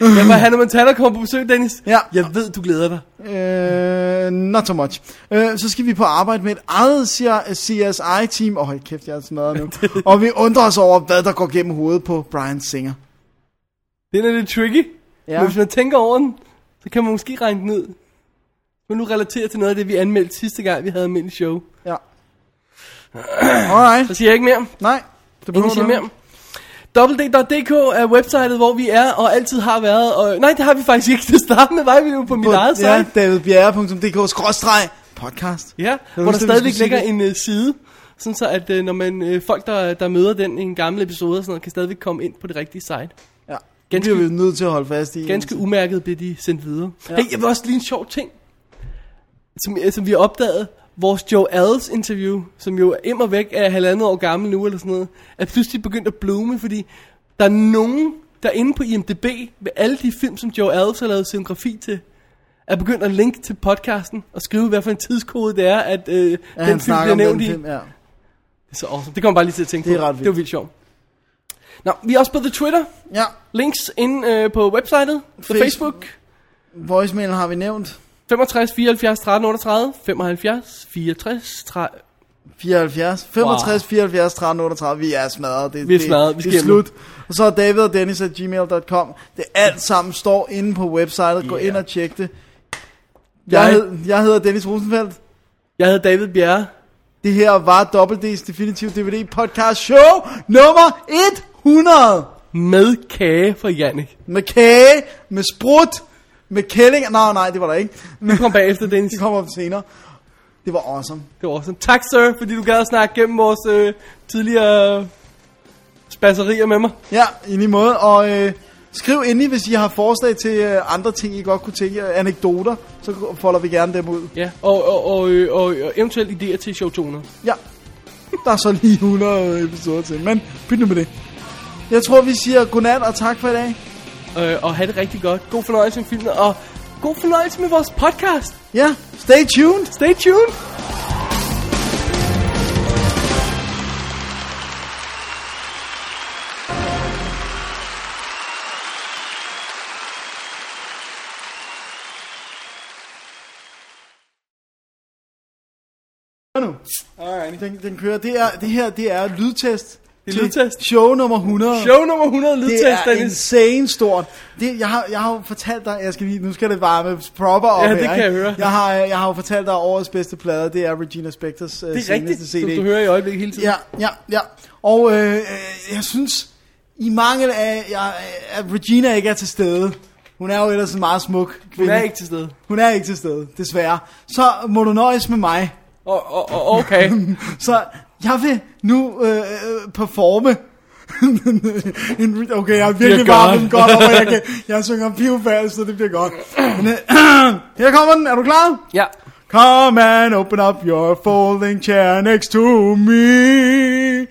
[SPEAKER 2] jeg var Hannah Montana kommer på besøg, Dennis.
[SPEAKER 1] Ja.
[SPEAKER 2] Jeg ved, du glæder dig.
[SPEAKER 1] Øh, not so much. Øh, så skal vi på arbejde med et eget CSI-team. Åh, oh, kæft, jeg er smadret nu. og vi undrer os over, hvad der går gennem hovedet på Brian Singer.
[SPEAKER 2] Den er lidt tricky. Ja. Men hvis man tænker over den, så kan man måske regne den ud. Men nu relaterer til noget af det, vi anmeldte sidste gang, vi havde almindelig show.
[SPEAKER 1] Ja. Alright.
[SPEAKER 2] Så siger jeg ikke mere.
[SPEAKER 1] Nej. Det
[SPEAKER 2] Ingen
[SPEAKER 1] behøver
[SPEAKER 2] siger
[SPEAKER 1] du
[SPEAKER 2] mere.
[SPEAKER 1] ikke.
[SPEAKER 2] www.dk er websitet, hvor vi er og altid har været. Og... Nej, det har vi faktisk ikke. Det startende var vi jo på mit eget site.
[SPEAKER 1] Ja, davidbjerre.dk-podcast.
[SPEAKER 2] Ja,
[SPEAKER 1] var
[SPEAKER 2] hvor der
[SPEAKER 1] vist det, vi
[SPEAKER 2] stadigvæk
[SPEAKER 1] skulle
[SPEAKER 2] ligger
[SPEAKER 1] sige.
[SPEAKER 2] en øh, side, sådan så at øh, når man øh, folk, der, der møder den i en gammel episode, og sådan noget, kan stadigvæk komme ind på det rigtige site.
[SPEAKER 1] Ja. Det
[SPEAKER 2] Ganske-
[SPEAKER 1] bliver vi nødt til at holde fast i.
[SPEAKER 2] Ganske umærket blev de sendt videre. Ja. Hey, jeg vil også lige en sjov ting, som, øh, som vi opdagede. Vores Joe Adels interview, som jo immer væk er halvandet år gammel nu, eller sådan noget, er pludselig begyndt at blume, fordi der er nogen, der inde på IMDb, med alle de film, som Joe Adels har lavet scenografi til, er begyndt at linke til podcasten, og skrive, hvad for en tidskode det er, at øh, den
[SPEAKER 1] ja, han
[SPEAKER 2] film
[SPEAKER 1] snakker
[SPEAKER 2] bliver
[SPEAKER 1] om den
[SPEAKER 2] nævnt i.
[SPEAKER 1] film, ja.
[SPEAKER 2] Det er så awesome. Det kommer bare lige til at tænke
[SPEAKER 1] Det er
[SPEAKER 2] på.
[SPEAKER 1] ret vildt.
[SPEAKER 2] Det var vildt sjovt. Nå, vi er også på The Twitter.
[SPEAKER 1] Ja,
[SPEAKER 2] Links inde øh, på websitet. The
[SPEAKER 1] Facebook.
[SPEAKER 2] Facebook.
[SPEAKER 1] voicemail har vi nævnt.
[SPEAKER 2] 65 74 13 38 75 64 30
[SPEAKER 1] 74, 65, 74, 13, 38, vi er smadret. Det,
[SPEAKER 2] Vi er smadret, vi
[SPEAKER 1] det,
[SPEAKER 2] skal
[SPEAKER 1] det er
[SPEAKER 2] hjem nu.
[SPEAKER 1] slut. Og så er David og Dennis at gmail.com. Det alt sammen står inde på websitet. Gå ind og tjek det. Jeg,
[SPEAKER 2] Jeg-
[SPEAKER 1] hed, jeg hedder Dennis Rosenfeldt.
[SPEAKER 2] Jeg hedder David Bjerre
[SPEAKER 1] Det her var Double D's Definitive DVD Podcast Show nummer 100.
[SPEAKER 2] med kage fra Jannik.
[SPEAKER 1] Med kage, med sprut, med kælling. Nej, nej, det var der ikke.
[SPEAKER 2] Du kom bagefter, Dennis.
[SPEAKER 1] Det kommer op senere. Det var awesome.
[SPEAKER 2] Det var awesome. Tak, sir, fordi du gad at snakke gennem vores øh, tidligere spasserier med mig.
[SPEAKER 1] Ja, i lige måde. Og øh, skriv endelig, hvis I har forslag til øh, andre ting, I godt kunne tænke jer. Anekdoter, så folder vi gerne dem ud.
[SPEAKER 2] Ja, og, og, og, øh, og, og eventuelt idéer til show 200.
[SPEAKER 1] Ja, der er så lige 100 episoder til. Men pyt nu med det. Jeg tror, vi siger godnat og tak for i dag.
[SPEAKER 2] Øh, og have det rigtig godt. God fornøjelse med filmen, og god fornøjelse med vores podcast.
[SPEAKER 1] Ja, stay tuned.
[SPEAKER 2] Stay tuned.
[SPEAKER 1] Hør nu. Den, den kører. Det, er, det her, det er lydtest.
[SPEAKER 2] Det er
[SPEAKER 1] til
[SPEAKER 2] lydtest.
[SPEAKER 1] Show nummer 100.
[SPEAKER 2] Show nummer 100
[SPEAKER 1] Det
[SPEAKER 2] lydtest,
[SPEAKER 1] er
[SPEAKER 2] Dennis.
[SPEAKER 1] insane stort. Det, jeg, har, jeg har jo fortalt dig, jeg skal lige, nu skal det varme proper op
[SPEAKER 2] Ja,
[SPEAKER 1] her,
[SPEAKER 2] det kan
[SPEAKER 1] ikke?
[SPEAKER 2] jeg høre.
[SPEAKER 1] Jeg har, øh, jeg har jo fortalt dig, at årets bedste plade, det er Regina Spectors uh,
[SPEAKER 2] Det er
[SPEAKER 1] seneste
[SPEAKER 2] rigtigt,
[SPEAKER 1] CD.
[SPEAKER 2] som du hører i øjeblikket hele tiden.
[SPEAKER 1] Ja, ja, ja. Og øh, øh, jeg synes, i mangel af, jeg, øh, at Regina ikke er til stede, hun er jo ellers en meget smuk kvinde.
[SPEAKER 2] Hun er ikke til stede.
[SPEAKER 1] Hun er ikke til stede, desværre. Så må du nøjes med mig.
[SPEAKER 2] Og, og, og okay.
[SPEAKER 1] Så jeg vil nu øh, øh, performe. en, re- okay, jeg er virkelig
[SPEAKER 2] Bliver
[SPEAKER 1] varm
[SPEAKER 2] godt.
[SPEAKER 1] den godt, og jeg, kan, jeg synger pivfald, så det bliver godt. Men, øh, her kommer den, er du klar?
[SPEAKER 2] ja.
[SPEAKER 1] Come and open up your folding chair next to me.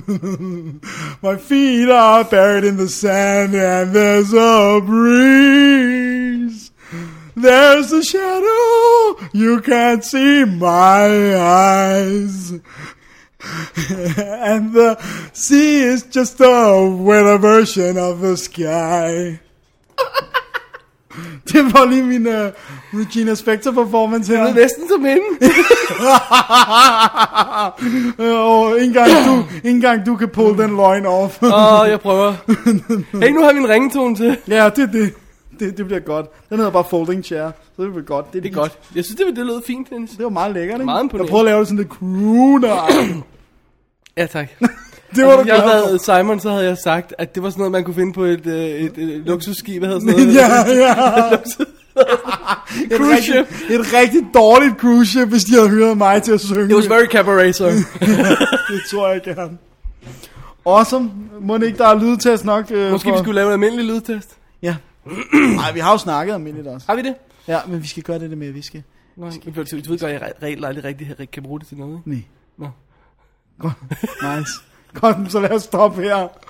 [SPEAKER 1] My feet are buried in the sand and there's a breeze. There's a shadow, you can't see my eyes. and the sea is just a wetter version of the sky. Det var lige min uh, Regina Spektor performance her.
[SPEAKER 2] Det er næsten som hende.
[SPEAKER 1] Øh, og ikke engang, du, ikke engang du kan pull den løgn off.
[SPEAKER 2] Åh, jeg prøver. Hey, nu har vi en ringetone til.
[SPEAKER 1] ja, det, det, det, det bliver godt. Den hedder bare Folding Chair, så det bliver godt.
[SPEAKER 2] Det er godt. Jeg synes, det, det lød fint, Dennis.
[SPEAKER 1] Det var meget lækkert, ikke?
[SPEAKER 2] Meget
[SPEAKER 1] jeg
[SPEAKER 2] imponerende.
[SPEAKER 1] prøver at lave det sådan lidt crooner.
[SPEAKER 2] Ja, tak.
[SPEAKER 1] det var du
[SPEAKER 2] Hvis jeg
[SPEAKER 1] glad
[SPEAKER 2] havde
[SPEAKER 1] for.
[SPEAKER 2] været Simon, så havde jeg sagt, at det var sådan noget, man kunne finde på et, øh, et, et, et luksusskib, hvad hedder sådan noget.
[SPEAKER 1] ja, ja. et,
[SPEAKER 2] Cruise
[SPEAKER 1] rigtig,
[SPEAKER 2] ship.
[SPEAKER 1] et rigtig dårligt cruise ship, hvis de havde hørt mig til at synge.
[SPEAKER 2] It was very cabaret, sir.
[SPEAKER 1] Det tror jeg gerne. Awesome. Må det ikke, der er lydtest nok? Øh,
[SPEAKER 2] Måske vi skulle lave en almindelig lydtest.
[SPEAKER 1] Ja. Nej, vi har jo snakket om det også.
[SPEAKER 2] Har vi det?
[SPEAKER 1] Ja, men vi skal gøre det der med, at vi skal...
[SPEAKER 2] Nej, du ved godt, jeg regler aldrig rigtig her, kan bruge det til noget, ikke?
[SPEAKER 1] Nej.
[SPEAKER 2] Nå.
[SPEAKER 1] Godt. Nice. Godt, så lad os stoppe her.